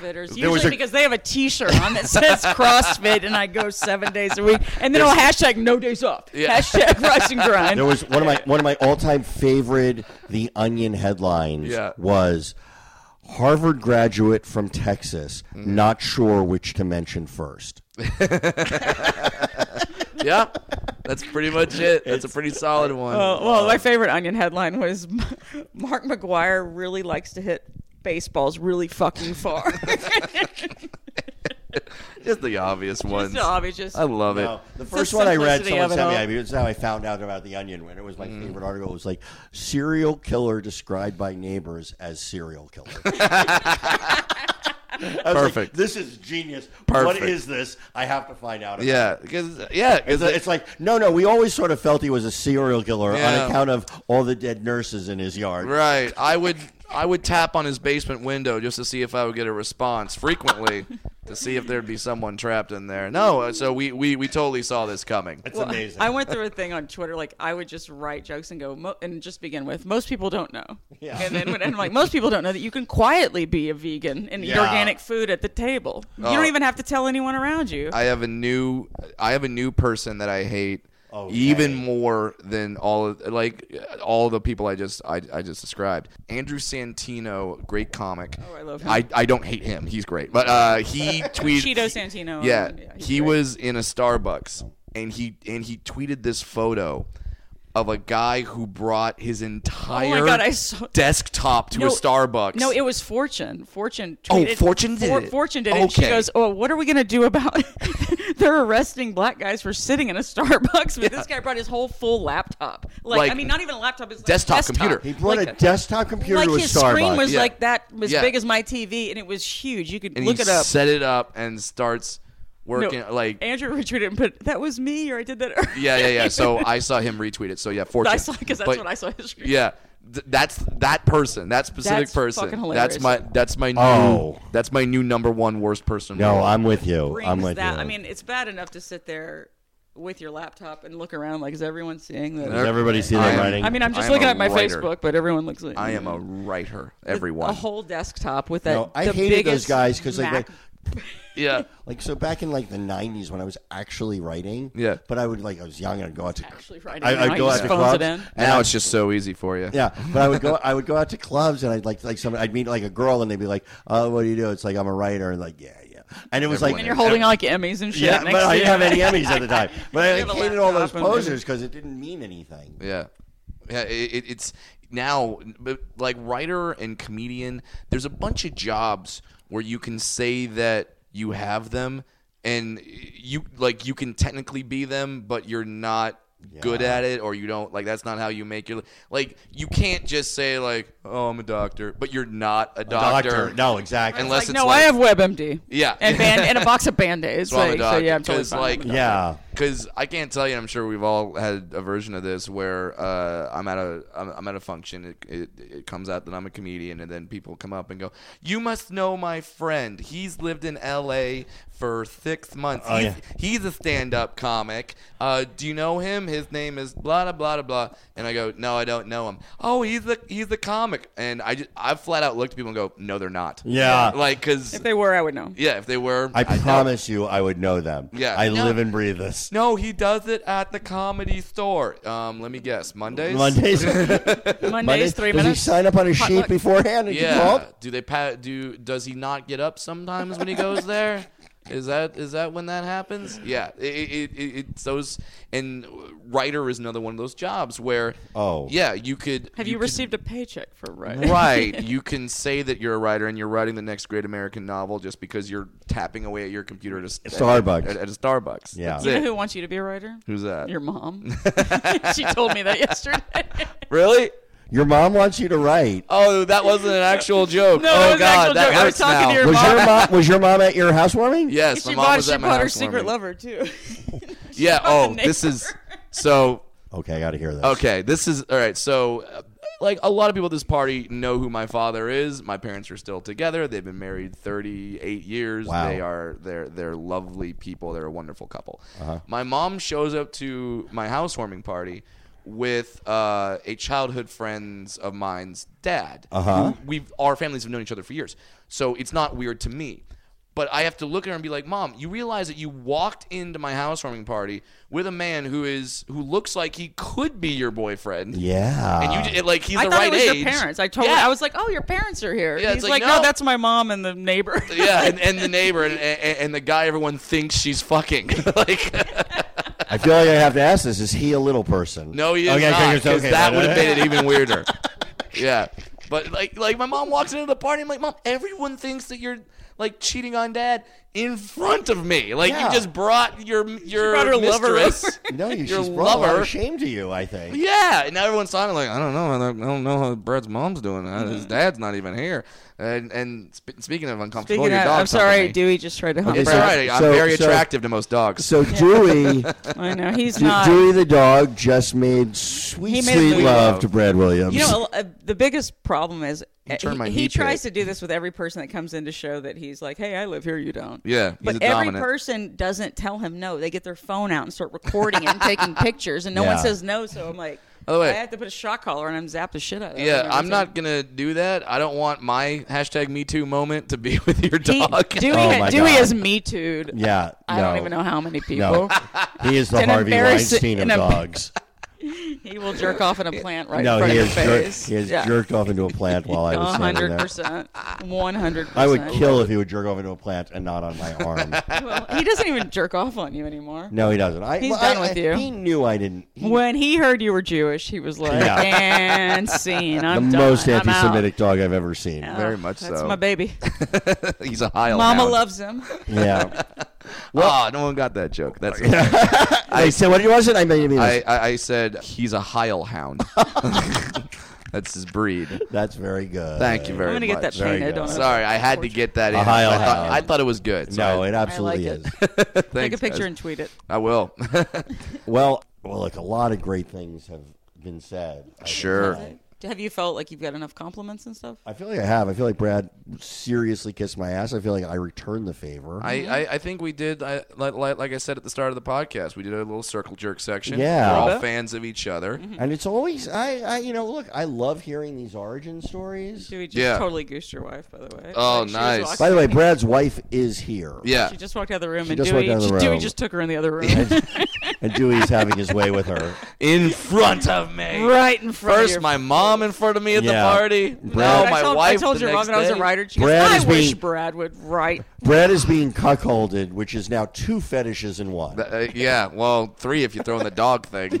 [SPEAKER 3] CrossFitters.
[SPEAKER 4] was
[SPEAKER 3] Usually
[SPEAKER 4] a-
[SPEAKER 3] because they have a T-shirt on that says CrossFit, and I go seven days a week, and then I'll hashtag no days off. Hashtag rush and grind.
[SPEAKER 2] There was one of my one of my all time favorite The Onion headlines
[SPEAKER 4] Yeah.
[SPEAKER 2] was Harvard graduate from Texas, not sure which to mention first.
[SPEAKER 4] Yeah. That's pretty much it. That's a pretty solid one.
[SPEAKER 2] Oh.
[SPEAKER 3] Uh, well, my favorite Onion headline was Mark McGuire really likes to hit baseballs really fucking far.
[SPEAKER 4] Just the obvious ones.
[SPEAKER 3] so obvious. Just,
[SPEAKER 4] I love it.
[SPEAKER 2] No, the first one I read,
[SPEAKER 3] simplicity
[SPEAKER 2] someone
[SPEAKER 3] of it
[SPEAKER 2] sent me.
[SPEAKER 3] all.
[SPEAKER 2] I mean, it's how I found out about the Onion. When it was my favorite article, it was like serial killer described by neighbors as serial killer. I was like,
[SPEAKER 4] Perfect.
[SPEAKER 2] this is genius.
[SPEAKER 4] Perfect.
[SPEAKER 2] What is this? I have to find out. About
[SPEAKER 4] Yeah, because yeah,
[SPEAKER 2] It's,
[SPEAKER 4] because
[SPEAKER 2] it's like no, no. We always sort of felt he was a serial killer
[SPEAKER 4] Yeah.
[SPEAKER 2] on account of all the dead nurses in his yard.
[SPEAKER 4] right. I would I would tap on his basement window just to see if I would get a response frequently to see if there'd be someone trapped in there. No, uh, so we we, we totally saw this coming.
[SPEAKER 2] It's amazing.
[SPEAKER 3] I went through a thing on Twitter. Like I would just write jokes and go, mo- and just begin with, "Most people don't know."
[SPEAKER 2] Yeah.
[SPEAKER 3] And then when, and I'm like, most people don't know that you can quietly be a vegan and eat
[SPEAKER 2] Yeah.
[SPEAKER 3] organic food at the table. You
[SPEAKER 4] Oh.
[SPEAKER 3] don't even have to tell anyone around you.
[SPEAKER 4] I have a new I have a new person that I hate
[SPEAKER 2] Okay.
[SPEAKER 4] even more than all of, like all the people I just I, I just described. Andrew Santino, great comic.
[SPEAKER 3] Oh, I love him.
[SPEAKER 4] I, I don't hate him. He's great. But uh, he tweeted
[SPEAKER 3] Cheeto Santino.
[SPEAKER 4] Yeah,
[SPEAKER 3] Yeah, he's
[SPEAKER 4] he
[SPEAKER 3] great.
[SPEAKER 4] was in a Starbucks and he and he tweeted this photo of a guy who brought his entire
[SPEAKER 3] Oh God, I saw-
[SPEAKER 4] desktop to a Starbucks.
[SPEAKER 3] No, it was Fortune. Fortune.
[SPEAKER 4] Oh,
[SPEAKER 3] tweeted-
[SPEAKER 4] Fortune did
[SPEAKER 3] For-
[SPEAKER 4] it.
[SPEAKER 3] Fortune did it. She
[SPEAKER 4] Okay.
[SPEAKER 3] goes, "Oh, what are we gonna do about? They're arresting black guys for sitting in a Starbucks, but this guy brought his whole full laptop. Like,
[SPEAKER 4] Like,
[SPEAKER 3] I mean, not even a laptop. It's like
[SPEAKER 4] desktop
[SPEAKER 3] desktop
[SPEAKER 4] computer.
[SPEAKER 2] He brought
[SPEAKER 3] Like
[SPEAKER 2] a desktop computer
[SPEAKER 3] like
[SPEAKER 2] to a
[SPEAKER 3] his
[SPEAKER 2] Starbucks.
[SPEAKER 3] screen was
[SPEAKER 4] Yeah.
[SPEAKER 3] like that as
[SPEAKER 4] Yeah.
[SPEAKER 3] big as my TV, and it was huge. You could
[SPEAKER 4] and
[SPEAKER 3] look
[SPEAKER 4] he
[SPEAKER 3] it up.
[SPEAKER 4] set it up and starts
[SPEAKER 3] No,
[SPEAKER 4] working like
[SPEAKER 3] Andrew retweeted and put that was me, or I did that. earlier."
[SPEAKER 4] yeah, yeah, yeah. So I saw him retweet it. So yeah, Fortune.
[SPEAKER 3] I saw because that's
[SPEAKER 4] But-
[SPEAKER 3] what I saw. His screen.
[SPEAKER 4] Yeah, th- that's that person, that specific
[SPEAKER 3] That's
[SPEAKER 4] person.
[SPEAKER 3] fucking
[SPEAKER 4] That's
[SPEAKER 3] hilarious.
[SPEAKER 4] my that's my new
[SPEAKER 2] Oh.
[SPEAKER 4] that's my new number one worst person. in the
[SPEAKER 2] no,
[SPEAKER 4] world.
[SPEAKER 2] I'm with you.
[SPEAKER 3] brings
[SPEAKER 2] I'm with
[SPEAKER 3] that.
[SPEAKER 2] you.
[SPEAKER 3] I mean, it's bad enough to sit there with your laptop and look around. Like, is everyone seeing that?
[SPEAKER 2] does everybody see
[SPEAKER 4] I
[SPEAKER 2] that
[SPEAKER 4] am-
[SPEAKER 2] writing?
[SPEAKER 3] I mean, I'm just
[SPEAKER 4] I am
[SPEAKER 3] looking
[SPEAKER 4] a
[SPEAKER 3] at my
[SPEAKER 4] writer.
[SPEAKER 3] Facebook, but everyone looks like
[SPEAKER 4] I am a writer.
[SPEAKER 3] a
[SPEAKER 4] Everyone.
[SPEAKER 3] whole desktop with that.
[SPEAKER 2] No, I
[SPEAKER 3] the
[SPEAKER 2] hated those
[SPEAKER 3] biggest
[SPEAKER 2] guys because like,
[SPEAKER 3] Mac-
[SPEAKER 2] like
[SPEAKER 4] yeah.
[SPEAKER 2] like so back in like the '90s when I was actually writing.
[SPEAKER 4] Yeah.
[SPEAKER 2] But I would like I was young and I'd go out to
[SPEAKER 3] actually writing.
[SPEAKER 2] I-
[SPEAKER 3] I,
[SPEAKER 2] I'd
[SPEAKER 3] I
[SPEAKER 2] go
[SPEAKER 3] just
[SPEAKER 2] out to
[SPEAKER 3] phones it
[SPEAKER 2] clubs.
[SPEAKER 3] in.
[SPEAKER 4] Now it's just so easy for you.
[SPEAKER 2] Yeah, but I would go. I would go out to clubs, and I'd like like some. I'd meet like a girl, and they'd be like, "Oh, what do you do?" It's like I'm a writer, and like, yeah, yeah. And it was like
[SPEAKER 4] Everyone
[SPEAKER 3] And you're holding all like Emmys and shit.
[SPEAKER 2] Yeah,
[SPEAKER 3] next
[SPEAKER 2] but I
[SPEAKER 3] to you.
[SPEAKER 2] didn't have any Emmys at the time. But I
[SPEAKER 3] You have a
[SPEAKER 2] hated all those
[SPEAKER 3] laptop and-
[SPEAKER 2] posers because it didn't mean anything.
[SPEAKER 4] Yeah, yeah. It, it, it's now but, like writer and comedian. There's a bunch of jobs where you can say that you have them, and you like you can technically be them, but you're not good at it, or you don't like. That's not how you make your like. You can't just say like, "Oh, I'm a doctor," but you're not a doctor.
[SPEAKER 2] no, exactly.
[SPEAKER 4] Unless
[SPEAKER 3] Like,
[SPEAKER 4] it's
[SPEAKER 3] no,
[SPEAKER 4] like,
[SPEAKER 3] I have WebMD.
[SPEAKER 4] Yeah.
[SPEAKER 3] and band and a box of band aids.
[SPEAKER 4] so I'm a
[SPEAKER 3] Like, so yeah, I'm
[SPEAKER 4] doctor,
[SPEAKER 3] totally
[SPEAKER 4] 'cause,
[SPEAKER 3] fine.
[SPEAKER 4] like,
[SPEAKER 2] yeah,
[SPEAKER 4] because I can't tell you. I'm sure we've all had a version of this where uh, I'm at a I'm, I'm at a function. It, it it comes out that I'm a comedian, and then people come up and go, "You must know my friend. He's lived in L.A. for six months.
[SPEAKER 2] Oh,
[SPEAKER 4] he's,
[SPEAKER 2] yeah.
[SPEAKER 4] he's a stand-up comic. Uh, do you know him? His name is blah blah blah blah." blah." And I go, "No, I don't know him. Oh, he's a he's a comic." And I just I flat out looked at people and go, "No, they're not.
[SPEAKER 2] yeah.
[SPEAKER 4] Like because
[SPEAKER 3] if they were, I would know.
[SPEAKER 4] yeah, if they were,
[SPEAKER 2] I
[SPEAKER 4] doubt-
[SPEAKER 2] promise you, I would know them.
[SPEAKER 4] Yeah.
[SPEAKER 2] I
[SPEAKER 4] No.
[SPEAKER 2] live and breathe this.
[SPEAKER 4] No, he does it at the comedy store. Um, let me guess, Mondays.
[SPEAKER 2] Mondays,
[SPEAKER 3] Mondays,
[SPEAKER 2] Mondays.
[SPEAKER 3] three
[SPEAKER 2] Does he
[SPEAKER 3] minutes.
[SPEAKER 2] sign up on a sheet
[SPEAKER 3] luck.
[SPEAKER 2] beforehand? And get
[SPEAKER 4] Yeah.
[SPEAKER 2] called?
[SPEAKER 4] Do they pa- do? Does he not get up sometimes when he goes there? Is that is that when that happens? Yeah. It, it, it, it's those and writer is another one of those jobs where
[SPEAKER 2] Oh.
[SPEAKER 4] yeah you could
[SPEAKER 3] Have you,
[SPEAKER 4] could-
[SPEAKER 3] received a paycheck for writing?
[SPEAKER 4] right you can say that you're a writer and you're writing the next great American novel just because you're tapping away at your computer at a
[SPEAKER 2] Starbucks.
[SPEAKER 4] at, at a Starbucks
[SPEAKER 2] Yeah.
[SPEAKER 4] That's
[SPEAKER 3] You know
[SPEAKER 4] it.
[SPEAKER 3] who wants you to be a writer?
[SPEAKER 4] who's that
[SPEAKER 3] Your mom. she told me that yesterday.
[SPEAKER 4] really
[SPEAKER 2] Your mom wants you to write.
[SPEAKER 4] oh that wasn't an actual joke
[SPEAKER 3] No, it
[SPEAKER 4] oh
[SPEAKER 3] was an
[SPEAKER 4] god
[SPEAKER 3] actual
[SPEAKER 4] that
[SPEAKER 3] joke. I was
[SPEAKER 4] hurts
[SPEAKER 3] talking
[SPEAKER 4] now.
[SPEAKER 3] to your
[SPEAKER 2] Was
[SPEAKER 3] mom.
[SPEAKER 2] your mom? Was your mom at your housewarming?
[SPEAKER 4] Yes, my
[SPEAKER 3] she
[SPEAKER 4] mom
[SPEAKER 3] bought,
[SPEAKER 4] was
[SPEAKER 3] she
[SPEAKER 4] at my
[SPEAKER 3] bought her
[SPEAKER 4] house
[SPEAKER 3] secret
[SPEAKER 4] warming.
[SPEAKER 3] lover too. She
[SPEAKER 4] Yeah.
[SPEAKER 3] bought
[SPEAKER 4] Oh,
[SPEAKER 3] the
[SPEAKER 4] this
[SPEAKER 3] neighbor.
[SPEAKER 4] is so
[SPEAKER 2] Okay, I got to hear this.
[SPEAKER 4] okay. This is all right. So, uh, like a lot of people at this party know who my father is. My parents are still together. They've been married 38 years.
[SPEAKER 2] Wow.
[SPEAKER 4] They are they're they're lovely people. They're a wonderful couple. My mom shows up to my housewarming party with uh, a childhood friends of mine's dad. Uh-huh. We've our families have known each other for years, so it's not weird to me. But I have to look at her and be like, "Mom, you realize that you walked into my housewarming party with a man who is who looks like he could be your boyfriend,
[SPEAKER 2] Yeah.
[SPEAKER 4] and you j- like he's
[SPEAKER 3] I
[SPEAKER 4] the
[SPEAKER 3] thought
[SPEAKER 4] right
[SPEAKER 3] it was
[SPEAKER 4] age."
[SPEAKER 3] your parents. I told
[SPEAKER 4] Yeah.
[SPEAKER 3] I was like, "Oh, your parents are here."
[SPEAKER 4] Yeah, it's
[SPEAKER 3] He's like,
[SPEAKER 4] like, no.
[SPEAKER 3] no. that's my mom and the neighbor."
[SPEAKER 4] yeah, and, and the neighbor and, and, and the guy everyone thinks she's fucking. like,
[SPEAKER 2] I feel like I have to ask this. Is he a little person?
[SPEAKER 4] no, he is
[SPEAKER 2] okay,
[SPEAKER 4] not.
[SPEAKER 2] okay,
[SPEAKER 4] 'cause
[SPEAKER 2] okay,
[SPEAKER 4] that
[SPEAKER 2] no,
[SPEAKER 4] would have
[SPEAKER 2] no.
[SPEAKER 4] made it even weirder. yeah, but like, like my mom walks into the party. I'm like, mom, everyone thinks that you're like cheating on dad in front of me. Like
[SPEAKER 2] Yeah.
[SPEAKER 4] you just brought your your
[SPEAKER 3] brought her lover
[SPEAKER 4] mistress.
[SPEAKER 2] No, you
[SPEAKER 4] Your
[SPEAKER 2] she's brought a lot
[SPEAKER 4] lover.
[SPEAKER 2] of shame to you. I think.
[SPEAKER 4] Yeah, and now everyone's talking like, I don't know, I don't- I don't know how Brett's mom's doing. Uh, His
[SPEAKER 2] Mm-hmm.
[SPEAKER 4] dad's not even here. And and sp- speaking of uncomfortable,
[SPEAKER 3] Speaking
[SPEAKER 4] your
[SPEAKER 3] of,
[SPEAKER 4] dog's
[SPEAKER 3] I'm sorry,
[SPEAKER 4] company.
[SPEAKER 3] Dewey just tried to hump
[SPEAKER 4] It's
[SPEAKER 2] so-
[SPEAKER 4] all
[SPEAKER 3] Brad.
[SPEAKER 4] right. I'm
[SPEAKER 2] so-
[SPEAKER 4] very
[SPEAKER 2] so-
[SPEAKER 4] attractive to most dogs.
[SPEAKER 2] So Dewey,
[SPEAKER 3] I know he's
[SPEAKER 2] D-
[SPEAKER 3] not.
[SPEAKER 2] Dewey the dog just made sweet,
[SPEAKER 3] He made a
[SPEAKER 2] sweet
[SPEAKER 3] movie.
[SPEAKER 2] love to Brad Williams.
[SPEAKER 3] You know, a- a- the biggest problem is uh,
[SPEAKER 4] turned my
[SPEAKER 3] he, he
[SPEAKER 4] knee
[SPEAKER 3] tries
[SPEAKER 4] pit.
[SPEAKER 3] to do this with every person that comes in to show that he's like, "Hey, I live here, you don't."
[SPEAKER 4] Yeah, he's
[SPEAKER 3] but
[SPEAKER 4] a
[SPEAKER 3] every
[SPEAKER 4] dominant.
[SPEAKER 3] person doesn't tell him no. They get their phone out and start recording it and taking pictures, and no one
[SPEAKER 2] Yeah.
[SPEAKER 3] says no. So I'm like,
[SPEAKER 4] By the way-
[SPEAKER 3] I have to put a shock collar and I'm zapped the shit out of.
[SPEAKER 4] yeah,
[SPEAKER 3] him.
[SPEAKER 4] I'm not gonna do that. I don't want my hashtag Me Too moment to be with your
[SPEAKER 3] He,
[SPEAKER 4] dog.
[SPEAKER 3] Dewey,
[SPEAKER 2] Oh my
[SPEAKER 3] Dewey
[SPEAKER 2] God.
[SPEAKER 3] is me too'd.
[SPEAKER 2] yeah.
[SPEAKER 3] I
[SPEAKER 2] no,
[SPEAKER 3] don't even know how many people.
[SPEAKER 2] No. He is the
[SPEAKER 3] An
[SPEAKER 2] Harvey
[SPEAKER 3] embarrassing-
[SPEAKER 2] Weinstein of
[SPEAKER 3] an em-
[SPEAKER 2] dogs.
[SPEAKER 3] He will jerk off in a plant right in
[SPEAKER 2] no,
[SPEAKER 3] front
[SPEAKER 2] he
[SPEAKER 3] of
[SPEAKER 2] has,
[SPEAKER 3] your
[SPEAKER 2] jer-
[SPEAKER 3] face.
[SPEAKER 2] he has jerked off into a plant while I was standing
[SPEAKER 3] hundred
[SPEAKER 2] there.
[SPEAKER 3] percent, one hundred percent.
[SPEAKER 2] I would kill if he would jerk off into a plant and not on my arm.
[SPEAKER 3] Well, he doesn't even jerk off on you anymore.
[SPEAKER 2] no, he doesn't. I,
[SPEAKER 3] He's
[SPEAKER 2] well,
[SPEAKER 3] done
[SPEAKER 2] I-
[SPEAKER 3] with
[SPEAKER 2] I-
[SPEAKER 3] you.
[SPEAKER 2] He knew I didn't. he-
[SPEAKER 3] When he heard you were Jewish, he was like,
[SPEAKER 2] Yeah.
[SPEAKER 3] "And scene,
[SPEAKER 2] the
[SPEAKER 3] I'm done.
[SPEAKER 2] most
[SPEAKER 3] I'm out."
[SPEAKER 2] anti-Semitic dog I've ever seen.
[SPEAKER 3] Oh,
[SPEAKER 4] Very much
[SPEAKER 3] that's
[SPEAKER 4] so.
[SPEAKER 3] my baby.
[SPEAKER 4] He's a Heil.
[SPEAKER 3] Mama Oh.
[SPEAKER 4] hound.
[SPEAKER 3] loves him.
[SPEAKER 2] Yeah.
[SPEAKER 4] Ah, no one got that joke. That's.
[SPEAKER 2] I said, "What was it?" I made mean,
[SPEAKER 4] I, I I said he's a Heil hound. That's his breed.
[SPEAKER 2] That's very good.
[SPEAKER 4] Thank you very
[SPEAKER 3] I'm gonna
[SPEAKER 4] much.
[SPEAKER 3] get that
[SPEAKER 2] Very
[SPEAKER 3] painted
[SPEAKER 2] good.
[SPEAKER 3] on. a-
[SPEAKER 4] Sorry, I had to get that in.
[SPEAKER 2] A Heil
[SPEAKER 4] I thought,
[SPEAKER 2] hound.
[SPEAKER 4] I thought it was good. so
[SPEAKER 2] No,
[SPEAKER 4] I-
[SPEAKER 2] it absolutely
[SPEAKER 3] I like
[SPEAKER 2] is.
[SPEAKER 3] Take
[SPEAKER 4] thanks,
[SPEAKER 3] a picture
[SPEAKER 4] guys.
[SPEAKER 3] and tweet it.
[SPEAKER 4] I will.
[SPEAKER 2] well, well, look, a lot of great things have been said. I think.
[SPEAKER 4] sure.
[SPEAKER 3] Have you felt like you've got enough compliments and stuff?
[SPEAKER 2] I feel like I have. I feel like Brad seriously kissed my ass. I feel like I returned the favor.
[SPEAKER 4] I, I, I think we did I, like, like like I said at the start of the podcast we did a little circle jerk section.
[SPEAKER 2] Yeah.
[SPEAKER 4] we're all
[SPEAKER 3] Little bit.
[SPEAKER 4] fans of each other.
[SPEAKER 3] Mm-hmm.
[SPEAKER 2] and it's always I, I you know look I love hearing these origin stories.
[SPEAKER 3] Dewey just
[SPEAKER 4] Yeah.
[SPEAKER 3] totally goosed your wife, by the way.
[SPEAKER 4] Oh,
[SPEAKER 3] she was
[SPEAKER 4] nice.
[SPEAKER 3] walking-
[SPEAKER 2] By the way, Brad's wife is here.
[SPEAKER 4] Yeah,
[SPEAKER 3] she just walked out of the room, and
[SPEAKER 2] just walked
[SPEAKER 3] Dewey,
[SPEAKER 2] out of the
[SPEAKER 3] just- Dewey
[SPEAKER 2] room.
[SPEAKER 3] just took her in the other room,
[SPEAKER 2] And Dewey's having his way with her.
[SPEAKER 4] in front of me.
[SPEAKER 3] right in front of
[SPEAKER 4] First
[SPEAKER 3] your
[SPEAKER 4] my mom in front of me at
[SPEAKER 2] Yeah.
[SPEAKER 4] the party.
[SPEAKER 2] Brad-
[SPEAKER 4] now
[SPEAKER 3] I
[SPEAKER 4] my
[SPEAKER 3] told,
[SPEAKER 4] wife.
[SPEAKER 3] I told
[SPEAKER 4] the
[SPEAKER 3] your mom
[SPEAKER 4] next
[SPEAKER 3] that I was a
[SPEAKER 4] day.
[SPEAKER 3] writer. She goes,
[SPEAKER 2] Brad is
[SPEAKER 3] I wish
[SPEAKER 2] being-
[SPEAKER 3] Brad would write.
[SPEAKER 2] Brad is being cuckolded, which is now two fetishes in one.
[SPEAKER 4] Uh, yeah, well, three if you throw in the dog thing.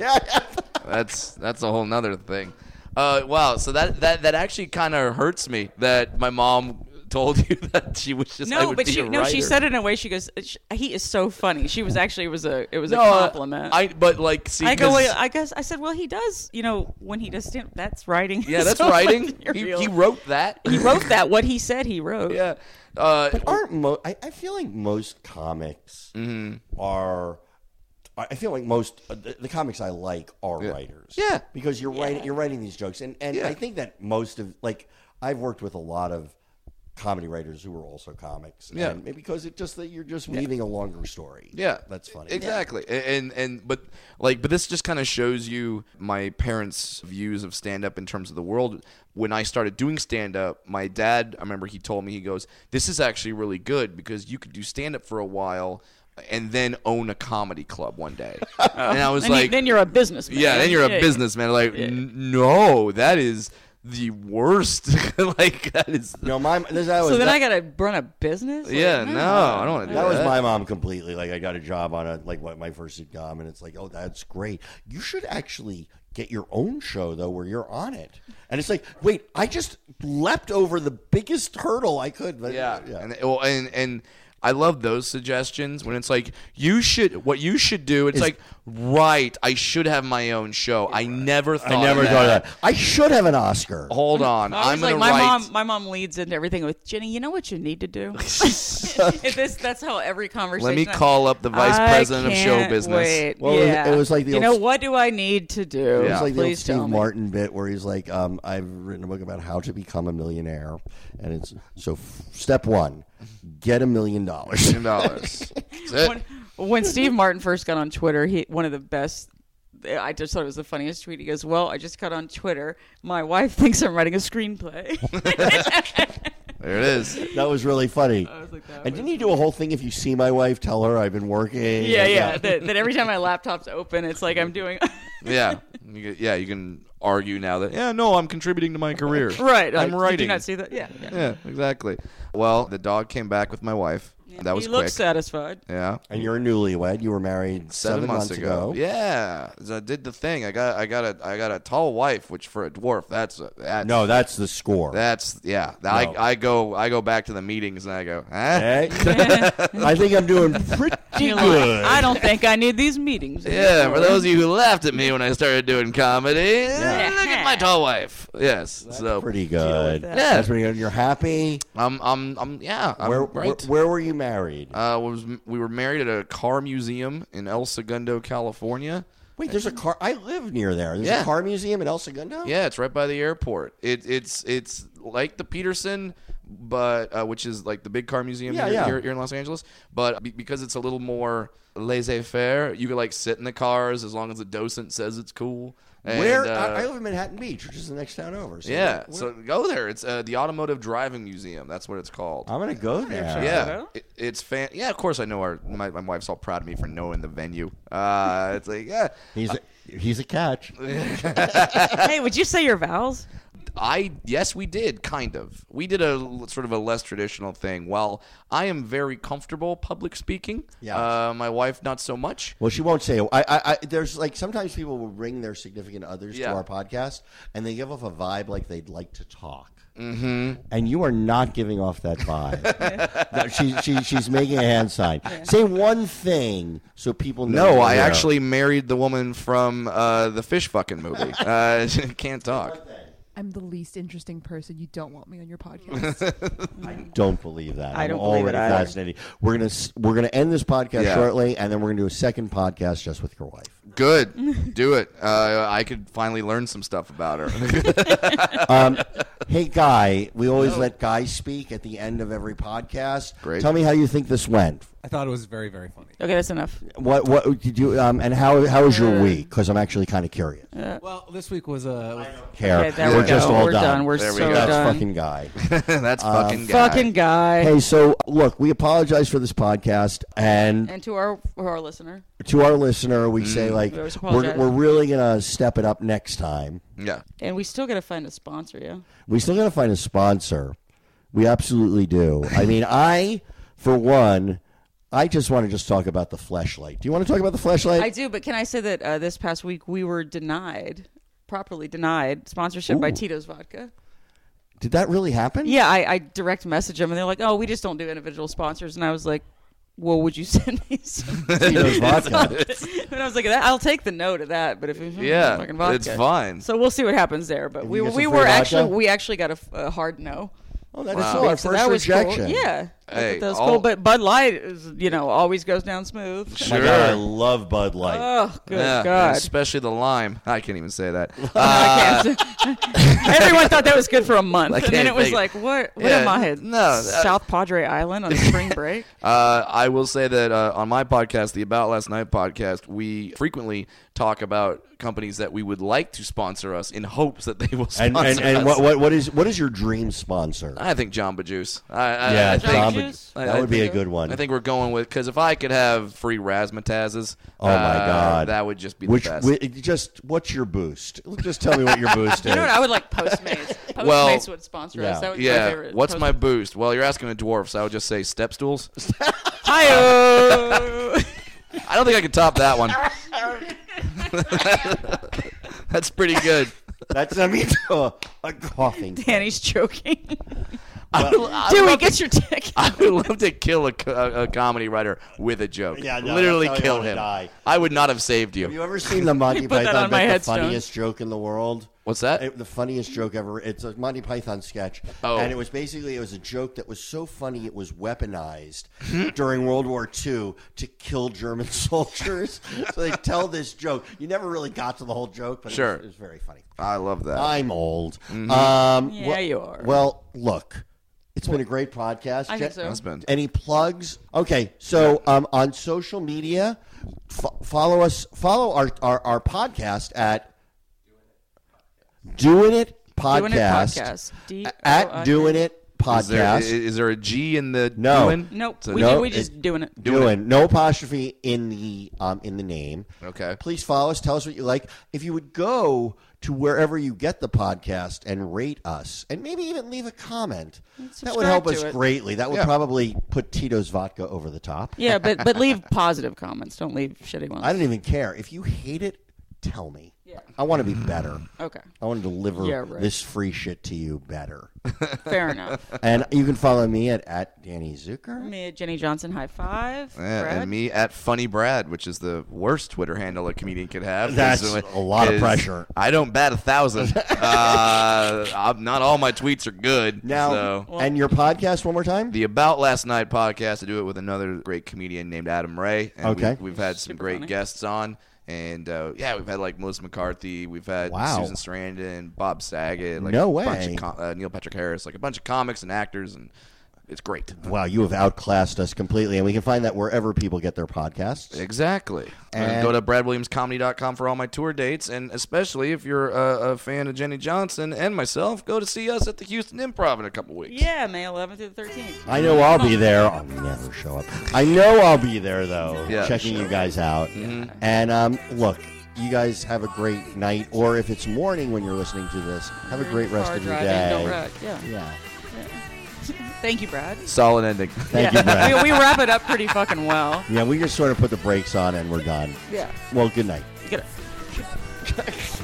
[SPEAKER 4] that's that's a whole nother thing. Uh, wow, so that that that actually kind of hurts me that my mom told you that she was just I
[SPEAKER 3] No,
[SPEAKER 4] would
[SPEAKER 3] but
[SPEAKER 4] be
[SPEAKER 3] she
[SPEAKER 4] a
[SPEAKER 3] no, she
[SPEAKER 4] writer. Mm-hmm.
[SPEAKER 3] said it in a way. She goes, "Sh- he is so funny. She was actually it was a it was
[SPEAKER 4] no,
[SPEAKER 3] a
[SPEAKER 4] uh,
[SPEAKER 3] compliment.
[SPEAKER 4] I but like see,
[SPEAKER 3] I go,
[SPEAKER 4] 'cause-
[SPEAKER 3] well, I guess I said, well, he does. You know, when he does stand, that's writing.
[SPEAKER 4] yeah, that's
[SPEAKER 3] So, like,
[SPEAKER 4] writing.
[SPEAKER 3] you're
[SPEAKER 4] He,
[SPEAKER 3] real-
[SPEAKER 4] he wrote that.
[SPEAKER 3] He wrote that. What he said, he wrote.
[SPEAKER 4] yeah. Uh,
[SPEAKER 2] But aren't mo- I, I feel like most comics
[SPEAKER 4] Mm-hmm.
[SPEAKER 2] are. I I feel like most uh, the, the comics I like are writers.
[SPEAKER 4] Yeah.
[SPEAKER 2] because you're writing you're writing these jokes, and and
[SPEAKER 4] Yeah.
[SPEAKER 2] I think that most of like I've worked with a lot of comedy writers who are also comics.
[SPEAKER 4] Yeah.
[SPEAKER 2] and because it just that you're just weaving a longer story.
[SPEAKER 4] Yeah,
[SPEAKER 2] that's funny.
[SPEAKER 4] Exactly, A- and and but like, but this just kind of shows you my parents' views of stand up in terms of the world. When I started doing stand up, my dad, I remember he told me he goes, "This is actually really good because you could do stand up for a while." And then own a comedy club one day, and I was
[SPEAKER 3] And he-
[SPEAKER 4] like,
[SPEAKER 3] then you're a businessman.
[SPEAKER 4] yeah, then you're a businessman. Like, "N- no, that is the worst. like, that is,
[SPEAKER 2] No, my this, that was
[SPEAKER 3] So then
[SPEAKER 2] that,
[SPEAKER 3] I gotta run a business. Like,
[SPEAKER 4] yeah, no, I don't want to do
[SPEAKER 2] that was my mom completely. Like I got a job on a like what my first sitcom, and it's like, oh, that's great. You should actually get your own show though, where you're on it. And it's like, wait, I just leapt over the biggest hurdle I could. But,
[SPEAKER 4] Yeah.
[SPEAKER 2] yeah.
[SPEAKER 4] And, well, and and I love those suggestions when it's like you should what you should do. It's like right, I should have my own show. I never thought.
[SPEAKER 2] I never
[SPEAKER 4] of
[SPEAKER 2] thought of that. I should have an Oscar.
[SPEAKER 4] Hold on,
[SPEAKER 3] Mm. I
[SPEAKER 4] I'm
[SPEAKER 3] was like,
[SPEAKER 4] gonna
[SPEAKER 3] my
[SPEAKER 4] write.
[SPEAKER 3] mom. My mom leads into everything with Jenny. You know what you need to do. If this, that's how every conversation.
[SPEAKER 4] Let me call up the vice
[SPEAKER 3] I
[SPEAKER 4] president of show
[SPEAKER 3] can't
[SPEAKER 4] business.
[SPEAKER 3] wait.
[SPEAKER 2] Well, it was-
[SPEAKER 3] yeah.
[SPEAKER 2] it was like the
[SPEAKER 3] you
[SPEAKER 2] old
[SPEAKER 3] know
[SPEAKER 2] s-
[SPEAKER 3] what do I need to do?
[SPEAKER 4] Yeah.
[SPEAKER 2] It's like the old
[SPEAKER 3] Please
[SPEAKER 2] Steve
[SPEAKER 3] tell me.
[SPEAKER 2] Martin bit where he's like, um, I've written a book about how to become a millionaire, and it's so f- step one, get a million dollars.
[SPEAKER 4] Million dollars. That's it.
[SPEAKER 3] when, when Steve Martin first got on Twitter, he one of the best. I just thought it was the funniest tweet. He goes, "Well, I just got on Twitter. My wife thinks I'm writing a screenplay."
[SPEAKER 4] There it is.
[SPEAKER 2] That was really funny.
[SPEAKER 3] like, that
[SPEAKER 2] and didn't you do a whole thing? If you see my wife, tell her I've been working.
[SPEAKER 3] yeah,
[SPEAKER 2] And, uh,
[SPEAKER 3] yeah. That, that every time my laptop's open, it's like I'm doing
[SPEAKER 4] Yeah, you, get- yeah. You can argue now that yeah, no, I'm contributing to my career.
[SPEAKER 3] right. like,
[SPEAKER 4] I'm
[SPEAKER 3] Did you
[SPEAKER 4] writing.
[SPEAKER 3] not see that? Yeah. yeah.
[SPEAKER 4] Yeah, exactly. Well, the dog came back with my wife. That was
[SPEAKER 3] he
[SPEAKER 4] quick.
[SPEAKER 3] looks satisfied.
[SPEAKER 4] yeah.
[SPEAKER 2] And you're a newlywed. You were married
[SPEAKER 4] seven,
[SPEAKER 2] seven,
[SPEAKER 4] months, ago. Yeah, So I did the thing. I got I got a I got a tall wife, which for a dwarf, that's a, that's,
[SPEAKER 2] No, that's the score.
[SPEAKER 4] that's yeah. I, I go I go back to the meetings and I go, eh?
[SPEAKER 2] Okay? I think I'm doing pretty
[SPEAKER 3] You're like,
[SPEAKER 2] good.
[SPEAKER 3] I don't think I need these meetings.
[SPEAKER 4] Yeah,
[SPEAKER 3] anymore."
[SPEAKER 4] for those of you who laughed at me when I started doing comedy, eh, look at my tall wife. Yes, so
[SPEAKER 2] pretty good. Yeah,
[SPEAKER 4] Yeah.
[SPEAKER 2] that's pretty good. You're happy.
[SPEAKER 4] I'm I'm I'm yeah. I'm
[SPEAKER 2] Where, where,
[SPEAKER 4] great.
[SPEAKER 2] where were you married?
[SPEAKER 4] uh, was we were married at a car museum in El Segundo, California.
[SPEAKER 2] Wait, there's a car. I live near there. There's
[SPEAKER 4] Yeah.
[SPEAKER 2] a car museum in El Segundo.
[SPEAKER 4] Yeah, it's right by the airport. It, it's it's like the Peterson, but uh, which is like the big car museum
[SPEAKER 2] Yeah,
[SPEAKER 4] here,
[SPEAKER 2] yeah.
[SPEAKER 4] Here, here in Los Angeles. But be- because it's a little more laissez faire, you could like sit in the cars as long as the docent says it's cool. And,
[SPEAKER 2] Where
[SPEAKER 4] uh,
[SPEAKER 2] I, I live in Manhattan Beach, which is the next town over. So
[SPEAKER 4] yeah,
[SPEAKER 2] where-
[SPEAKER 4] so go there. It's uh, the Automotive Driving Museum. That's what it's called.
[SPEAKER 2] I'm gonna go there.
[SPEAKER 4] yeah,
[SPEAKER 3] Hello?
[SPEAKER 4] it, it's fan. Yeah, of course I know our my, my wife's all proud of me for knowing the venue. Uh, it's like yeah,
[SPEAKER 2] he's a, he's a catch.
[SPEAKER 3] hey, would you say your vowels?
[SPEAKER 4] I yes we did kind of. We did a l- sort of a less traditional thing. While I am very comfortable public speaking,
[SPEAKER 2] Yeah.
[SPEAKER 4] uh, my wife not so much.
[SPEAKER 2] Well, she won't say. I, I, I, there's like sometimes people will bring their significant others
[SPEAKER 4] Yeah.
[SPEAKER 2] to our podcast, and they give off a vibe like they'd like to talk. Mm-hmm. And you are not giving off that vibe. No, she, she, she's making a hand sign. Say one thing so people know.
[SPEAKER 4] No, I
[SPEAKER 2] you're-
[SPEAKER 4] actually married the woman from uh, the fish fucking movie. Uh, can't talk.
[SPEAKER 5] I'm the least interesting person. You don't want me on your podcast.
[SPEAKER 2] don't believe that.
[SPEAKER 3] I don't
[SPEAKER 2] am
[SPEAKER 3] believe it
[SPEAKER 2] already
[SPEAKER 3] either.
[SPEAKER 2] fascinated. We're gonna s- we're gonna end this podcast
[SPEAKER 4] Yeah.
[SPEAKER 2] shortly, and then we're gonna do a second podcast just with your wife.
[SPEAKER 4] Good, do it. Uh, I could finally learn some stuff about her.
[SPEAKER 2] Um, Hey, Guy, we always let Guy speak at the end of every podcast.
[SPEAKER 4] Great.
[SPEAKER 2] Tell me how you think this went.
[SPEAKER 6] I thought it was very, very funny.
[SPEAKER 3] Okay, that's enough.
[SPEAKER 2] What what did you um and how how was
[SPEAKER 3] Uh,
[SPEAKER 2] your week? Because I'm actually kind of curious.
[SPEAKER 6] Well, this week was a.
[SPEAKER 2] Care.
[SPEAKER 3] Okay, there
[SPEAKER 2] We're
[SPEAKER 3] we
[SPEAKER 2] just
[SPEAKER 3] go.
[SPEAKER 2] all
[SPEAKER 3] We're done. We're
[SPEAKER 4] There we
[SPEAKER 3] so
[SPEAKER 4] go.
[SPEAKER 2] That's
[SPEAKER 3] done.
[SPEAKER 2] fucking Guy.
[SPEAKER 4] That's
[SPEAKER 2] Uh,
[SPEAKER 4] fucking guy.
[SPEAKER 3] Fucking guy.
[SPEAKER 2] hey, so look, we apologize for this podcast and
[SPEAKER 3] And to our for our listener,
[SPEAKER 2] to our listener, we say like
[SPEAKER 3] Mm. We always
[SPEAKER 2] we're,
[SPEAKER 3] apologize.
[SPEAKER 2] we're really gonna step it up next time.
[SPEAKER 4] Yeah.
[SPEAKER 3] and we still gotta find a sponsor. Yeah,
[SPEAKER 2] We still gotta find a sponsor. We absolutely do. I mean, I for one, I just want to just talk about the fleshlight. Do you want to talk about the fleshlight?
[SPEAKER 3] I do. But can I say that uh, this past week we were denied, properly denied sponsorship by Tito's Vodka.
[SPEAKER 2] Did that really happen?
[SPEAKER 3] Yeah, I, I direct message them and they're like, "Oh, we just don't do individual sponsors." And I was like, "Well, would you send me some?"
[SPEAKER 2] Tito's vodka.
[SPEAKER 3] and I was like, that, "I'll take the no to that." But if it's
[SPEAKER 4] Yeah,
[SPEAKER 3] fucking vodka.
[SPEAKER 4] it's fine.
[SPEAKER 3] So we'll see what happens there. But we
[SPEAKER 2] you get some
[SPEAKER 3] we
[SPEAKER 2] free
[SPEAKER 3] were
[SPEAKER 2] vodka?
[SPEAKER 3] actually we actually got a, f- a hard no.
[SPEAKER 2] Oh, that's our first
[SPEAKER 3] So that was
[SPEAKER 2] rejection.
[SPEAKER 3] cool. Yeah,
[SPEAKER 4] Hey,
[SPEAKER 3] that was
[SPEAKER 4] all-
[SPEAKER 3] cool. But Bud Light is you know always goes down smooth.
[SPEAKER 4] Sure.
[SPEAKER 2] My God, I love Bud Light.
[SPEAKER 3] Oh, good
[SPEAKER 4] Yeah,
[SPEAKER 3] God.
[SPEAKER 4] Especially the lime. I can't even say that. Uh,
[SPEAKER 3] I can't. Everyone thought that was good for a month,
[SPEAKER 4] I
[SPEAKER 3] and then
[SPEAKER 4] can't
[SPEAKER 3] it was
[SPEAKER 4] think-
[SPEAKER 3] like, "What? What
[SPEAKER 4] Yeah,
[SPEAKER 3] am I?
[SPEAKER 4] no, uh,
[SPEAKER 3] South Padre Island on spring break."
[SPEAKER 4] Uh, I will say that uh, on my podcast, the About Last Night podcast, we frequently talk about companies that we would like to sponsor us in hopes that they will
[SPEAKER 2] And
[SPEAKER 4] sponsor
[SPEAKER 2] and, and
[SPEAKER 4] us.
[SPEAKER 2] what, what what is what is your dream sponsor?
[SPEAKER 4] I think Jamba Juice. I, I, I think,
[SPEAKER 3] Jamba
[SPEAKER 2] Jamba-
[SPEAKER 3] Juice?
[SPEAKER 4] I-
[SPEAKER 2] that
[SPEAKER 4] I
[SPEAKER 2] would be a
[SPEAKER 4] think-
[SPEAKER 2] good one.
[SPEAKER 4] I think we're going with because if I could have free razzmatazzes,
[SPEAKER 2] Oh my
[SPEAKER 4] uh,
[SPEAKER 2] God,
[SPEAKER 4] that would just be
[SPEAKER 2] which
[SPEAKER 4] the best.
[SPEAKER 2] wi- just what's your boost? Just tell me what your boost is.
[SPEAKER 3] You know what? I would like Postmates. Postmates
[SPEAKER 4] Well,
[SPEAKER 3] would sponsor
[SPEAKER 2] yeah.
[SPEAKER 3] us. That would be my
[SPEAKER 4] yeah.
[SPEAKER 3] favorite.
[SPEAKER 4] What's my boost? Well, you're asking a dwarf, so I would just say step stools.
[SPEAKER 3] Hi-oh.
[SPEAKER 4] I don't think I can top that one. That's pretty good.
[SPEAKER 2] That's I mean a, a coughing. fit.
[SPEAKER 3] Danny's joking.
[SPEAKER 4] I would, I would
[SPEAKER 3] Dewey,
[SPEAKER 4] love,
[SPEAKER 3] get your ticket.
[SPEAKER 4] Uh, I would love to kill a, co- a, a comedy writer with a joke.
[SPEAKER 2] Yeah, no,
[SPEAKER 4] literally
[SPEAKER 2] that's how you
[SPEAKER 4] kill
[SPEAKER 2] wanna
[SPEAKER 4] him.
[SPEAKER 2] die.
[SPEAKER 4] I would not have saved
[SPEAKER 2] Have
[SPEAKER 4] you.
[SPEAKER 2] you ever seen the Monty
[SPEAKER 3] put that
[SPEAKER 2] Python
[SPEAKER 3] on my
[SPEAKER 2] bit, the
[SPEAKER 3] headstone.
[SPEAKER 2] funniest joke in the world?
[SPEAKER 4] What's that?
[SPEAKER 2] It- the funniest joke ever. It's a Monty Python sketch,
[SPEAKER 4] Oh.
[SPEAKER 2] and it was basically it was a joke that was so funny it was weaponized during World War II to kill German soldiers. so they tell this joke. You never really got to the whole joke, but
[SPEAKER 4] Sure.
[SPEAKER 2] it, was, it was very funny.
[SPEAKER 4] I love that.
[SPEAKER 2] I'm old. Um,
[SPEAKER 3] Yeah,
[SPEAKER 2] well-
[SPEAKER 3] you are.
[SPEAKER 2] Well, look, it's been a great podcast.
[SPEAKER 3] I think
[SPEAKER 2] Je-
[SPEAKER 3] so.
[SPEAKER 4] Husband.
[SPEAKER 2] Any plugs? Okay, so um, on social media, f- follow us. Follow our, our our podcast at doing it podcast.
[SPEAKER 3] Doing It Podcast. D- O- I-
[SPEAKER 2] at doing it podcast.
[SPEAKER 4] Is there, is, is there a G in the
[SPEAKER 2] No.
[SPEAKER 4] doing?
[SPEAKER 3] Nope.
[SPEAKER 4] So
[SPEAKER 3] we,
[SPEAKER 2] no,
[SPEAKER 3] we just
[SPEAKER 2] it-
[SPEAKER 3] doing it.
[SPEAKER 2] doing, no apostrophe in the um, in the name.
[SPEAKER 4] Okay.
[SPEAKER 2] Please follow us. Tell us what you like. If you would go to wherever you get the podcast and rate us, and maybe even leave a comment, that would
[SPEAKER 3] subscribe
[SPEAKER 2] help
[SPEAKER 3] to
[SPEAKER 2] us
[SPEAKER 3] it.
[SPEAKER 2] greatly. That would probably put Tito's vodka over the top.
[SPEAKER 3] Yeah, but but leave positive comments. Don't leave shitty ones.
[SPEAKER 2] I don't even care if you hate it. Tell me. Yeah. I want to be better.
[SPEAKER 3] okay,
[SPEAKER 2] I want to deliver
[SPEAKER 3] Yeah, right.
[SPEAKER 2] this free shit to you better.
[SPEAKER 3] fair enough.
[SPEAKER 2] and you can follow me at, at Danny Zucker.
[SPEAKER 3] Me, Jenny Johnson, high five.
[SPEAKER 4] Yeah,
[SPEAKER 3] Brad.
[SPEAKER 4] and me at Funny Brad, which is the worst Twitter handle a comedian could have.
[SPEAKER 2] That's
[SPEAKER 4] 'cause-
[SPEAKER 2] a lot of
[SPEAKER 4] 'cause
[SPEAKER 2] pressure.
[SPEAKER 4] I don't bat a thousand. uh, I'm, not all my tweets are good.
[SPEAKER 2] Now,
[SPEAKER 4] so.
[SPEAKER 2] and your podcast one more time?
[SPEAKER 4] the About Last Night podcast. I do it with another great comedian named Adam Ray. And
[SPEAKER 2] Okay.
[SPEAKER 4] We've, we've had some great
[SPEAKER 3] funny.
[SPEAKER 4] guests on. And uh, yeah, we've had like Melissa McCarthy. We've had
[SPEAKER 2] Wow.
[SPEAKER 4] Susan Sarandon, Bob Saget, like
[SPEAKER 2] No
[SPEAKER 4] a bunch
[SPEAKER 2] way.
[SPEAKER 4] of com- uh, Neil Patrick Harris, like a bunch of comics and actors and It's great.
[SPEAKER 2] Wow, you have outclassed us completely, and we can find that wherever people get their podcasts.
[SPEAKER 4] Exactly.
[SPEAKER 2] And-
[SPEAKER 4] And Uh, go to bradwilliamscomedy.com for all my tour dates. And especially if you're a, a fan of Jenny Johnson and myself, go to see us at the Houston Improv in a couple weeks.
[SPEAKER 3] Yeah, May 11th through the 13th.
[SPEAKER 2] I know I'll be there. I'll never show up. I know I'll be there though,
[SPEAKER 4] Yeah,
[SPEAKER 2] checking you guys out. And um, look, you guys have a great night, or if it's morning when you're listening to this, have a great rest
[SPEAKER 3] Car
[SPEAKER 2] of your
[SPEAKER 3] driving,
[SPEAKER 2] day.
[SPEAKER 3] Don't wreck. Yeah.
[SPEAKER 2] Yeah.
[SPEAKER 3] Thank you, Brad.
[SPEAKER 4] Solid ending.
[SPEAKER 2] Thank
[SPEAKER 3] yeah.
[SPEAKER 2] you, Brad.
[SPEAKER 3] we, we wrap it up pretty fucking well.
[SPEAKER 2] Yeah, we just sort of put the brakes on and we're done.
[SPEAKER 3] Yeah.
[SPEAKER 2] Well, good night.
[SPEAKER 3] Get it.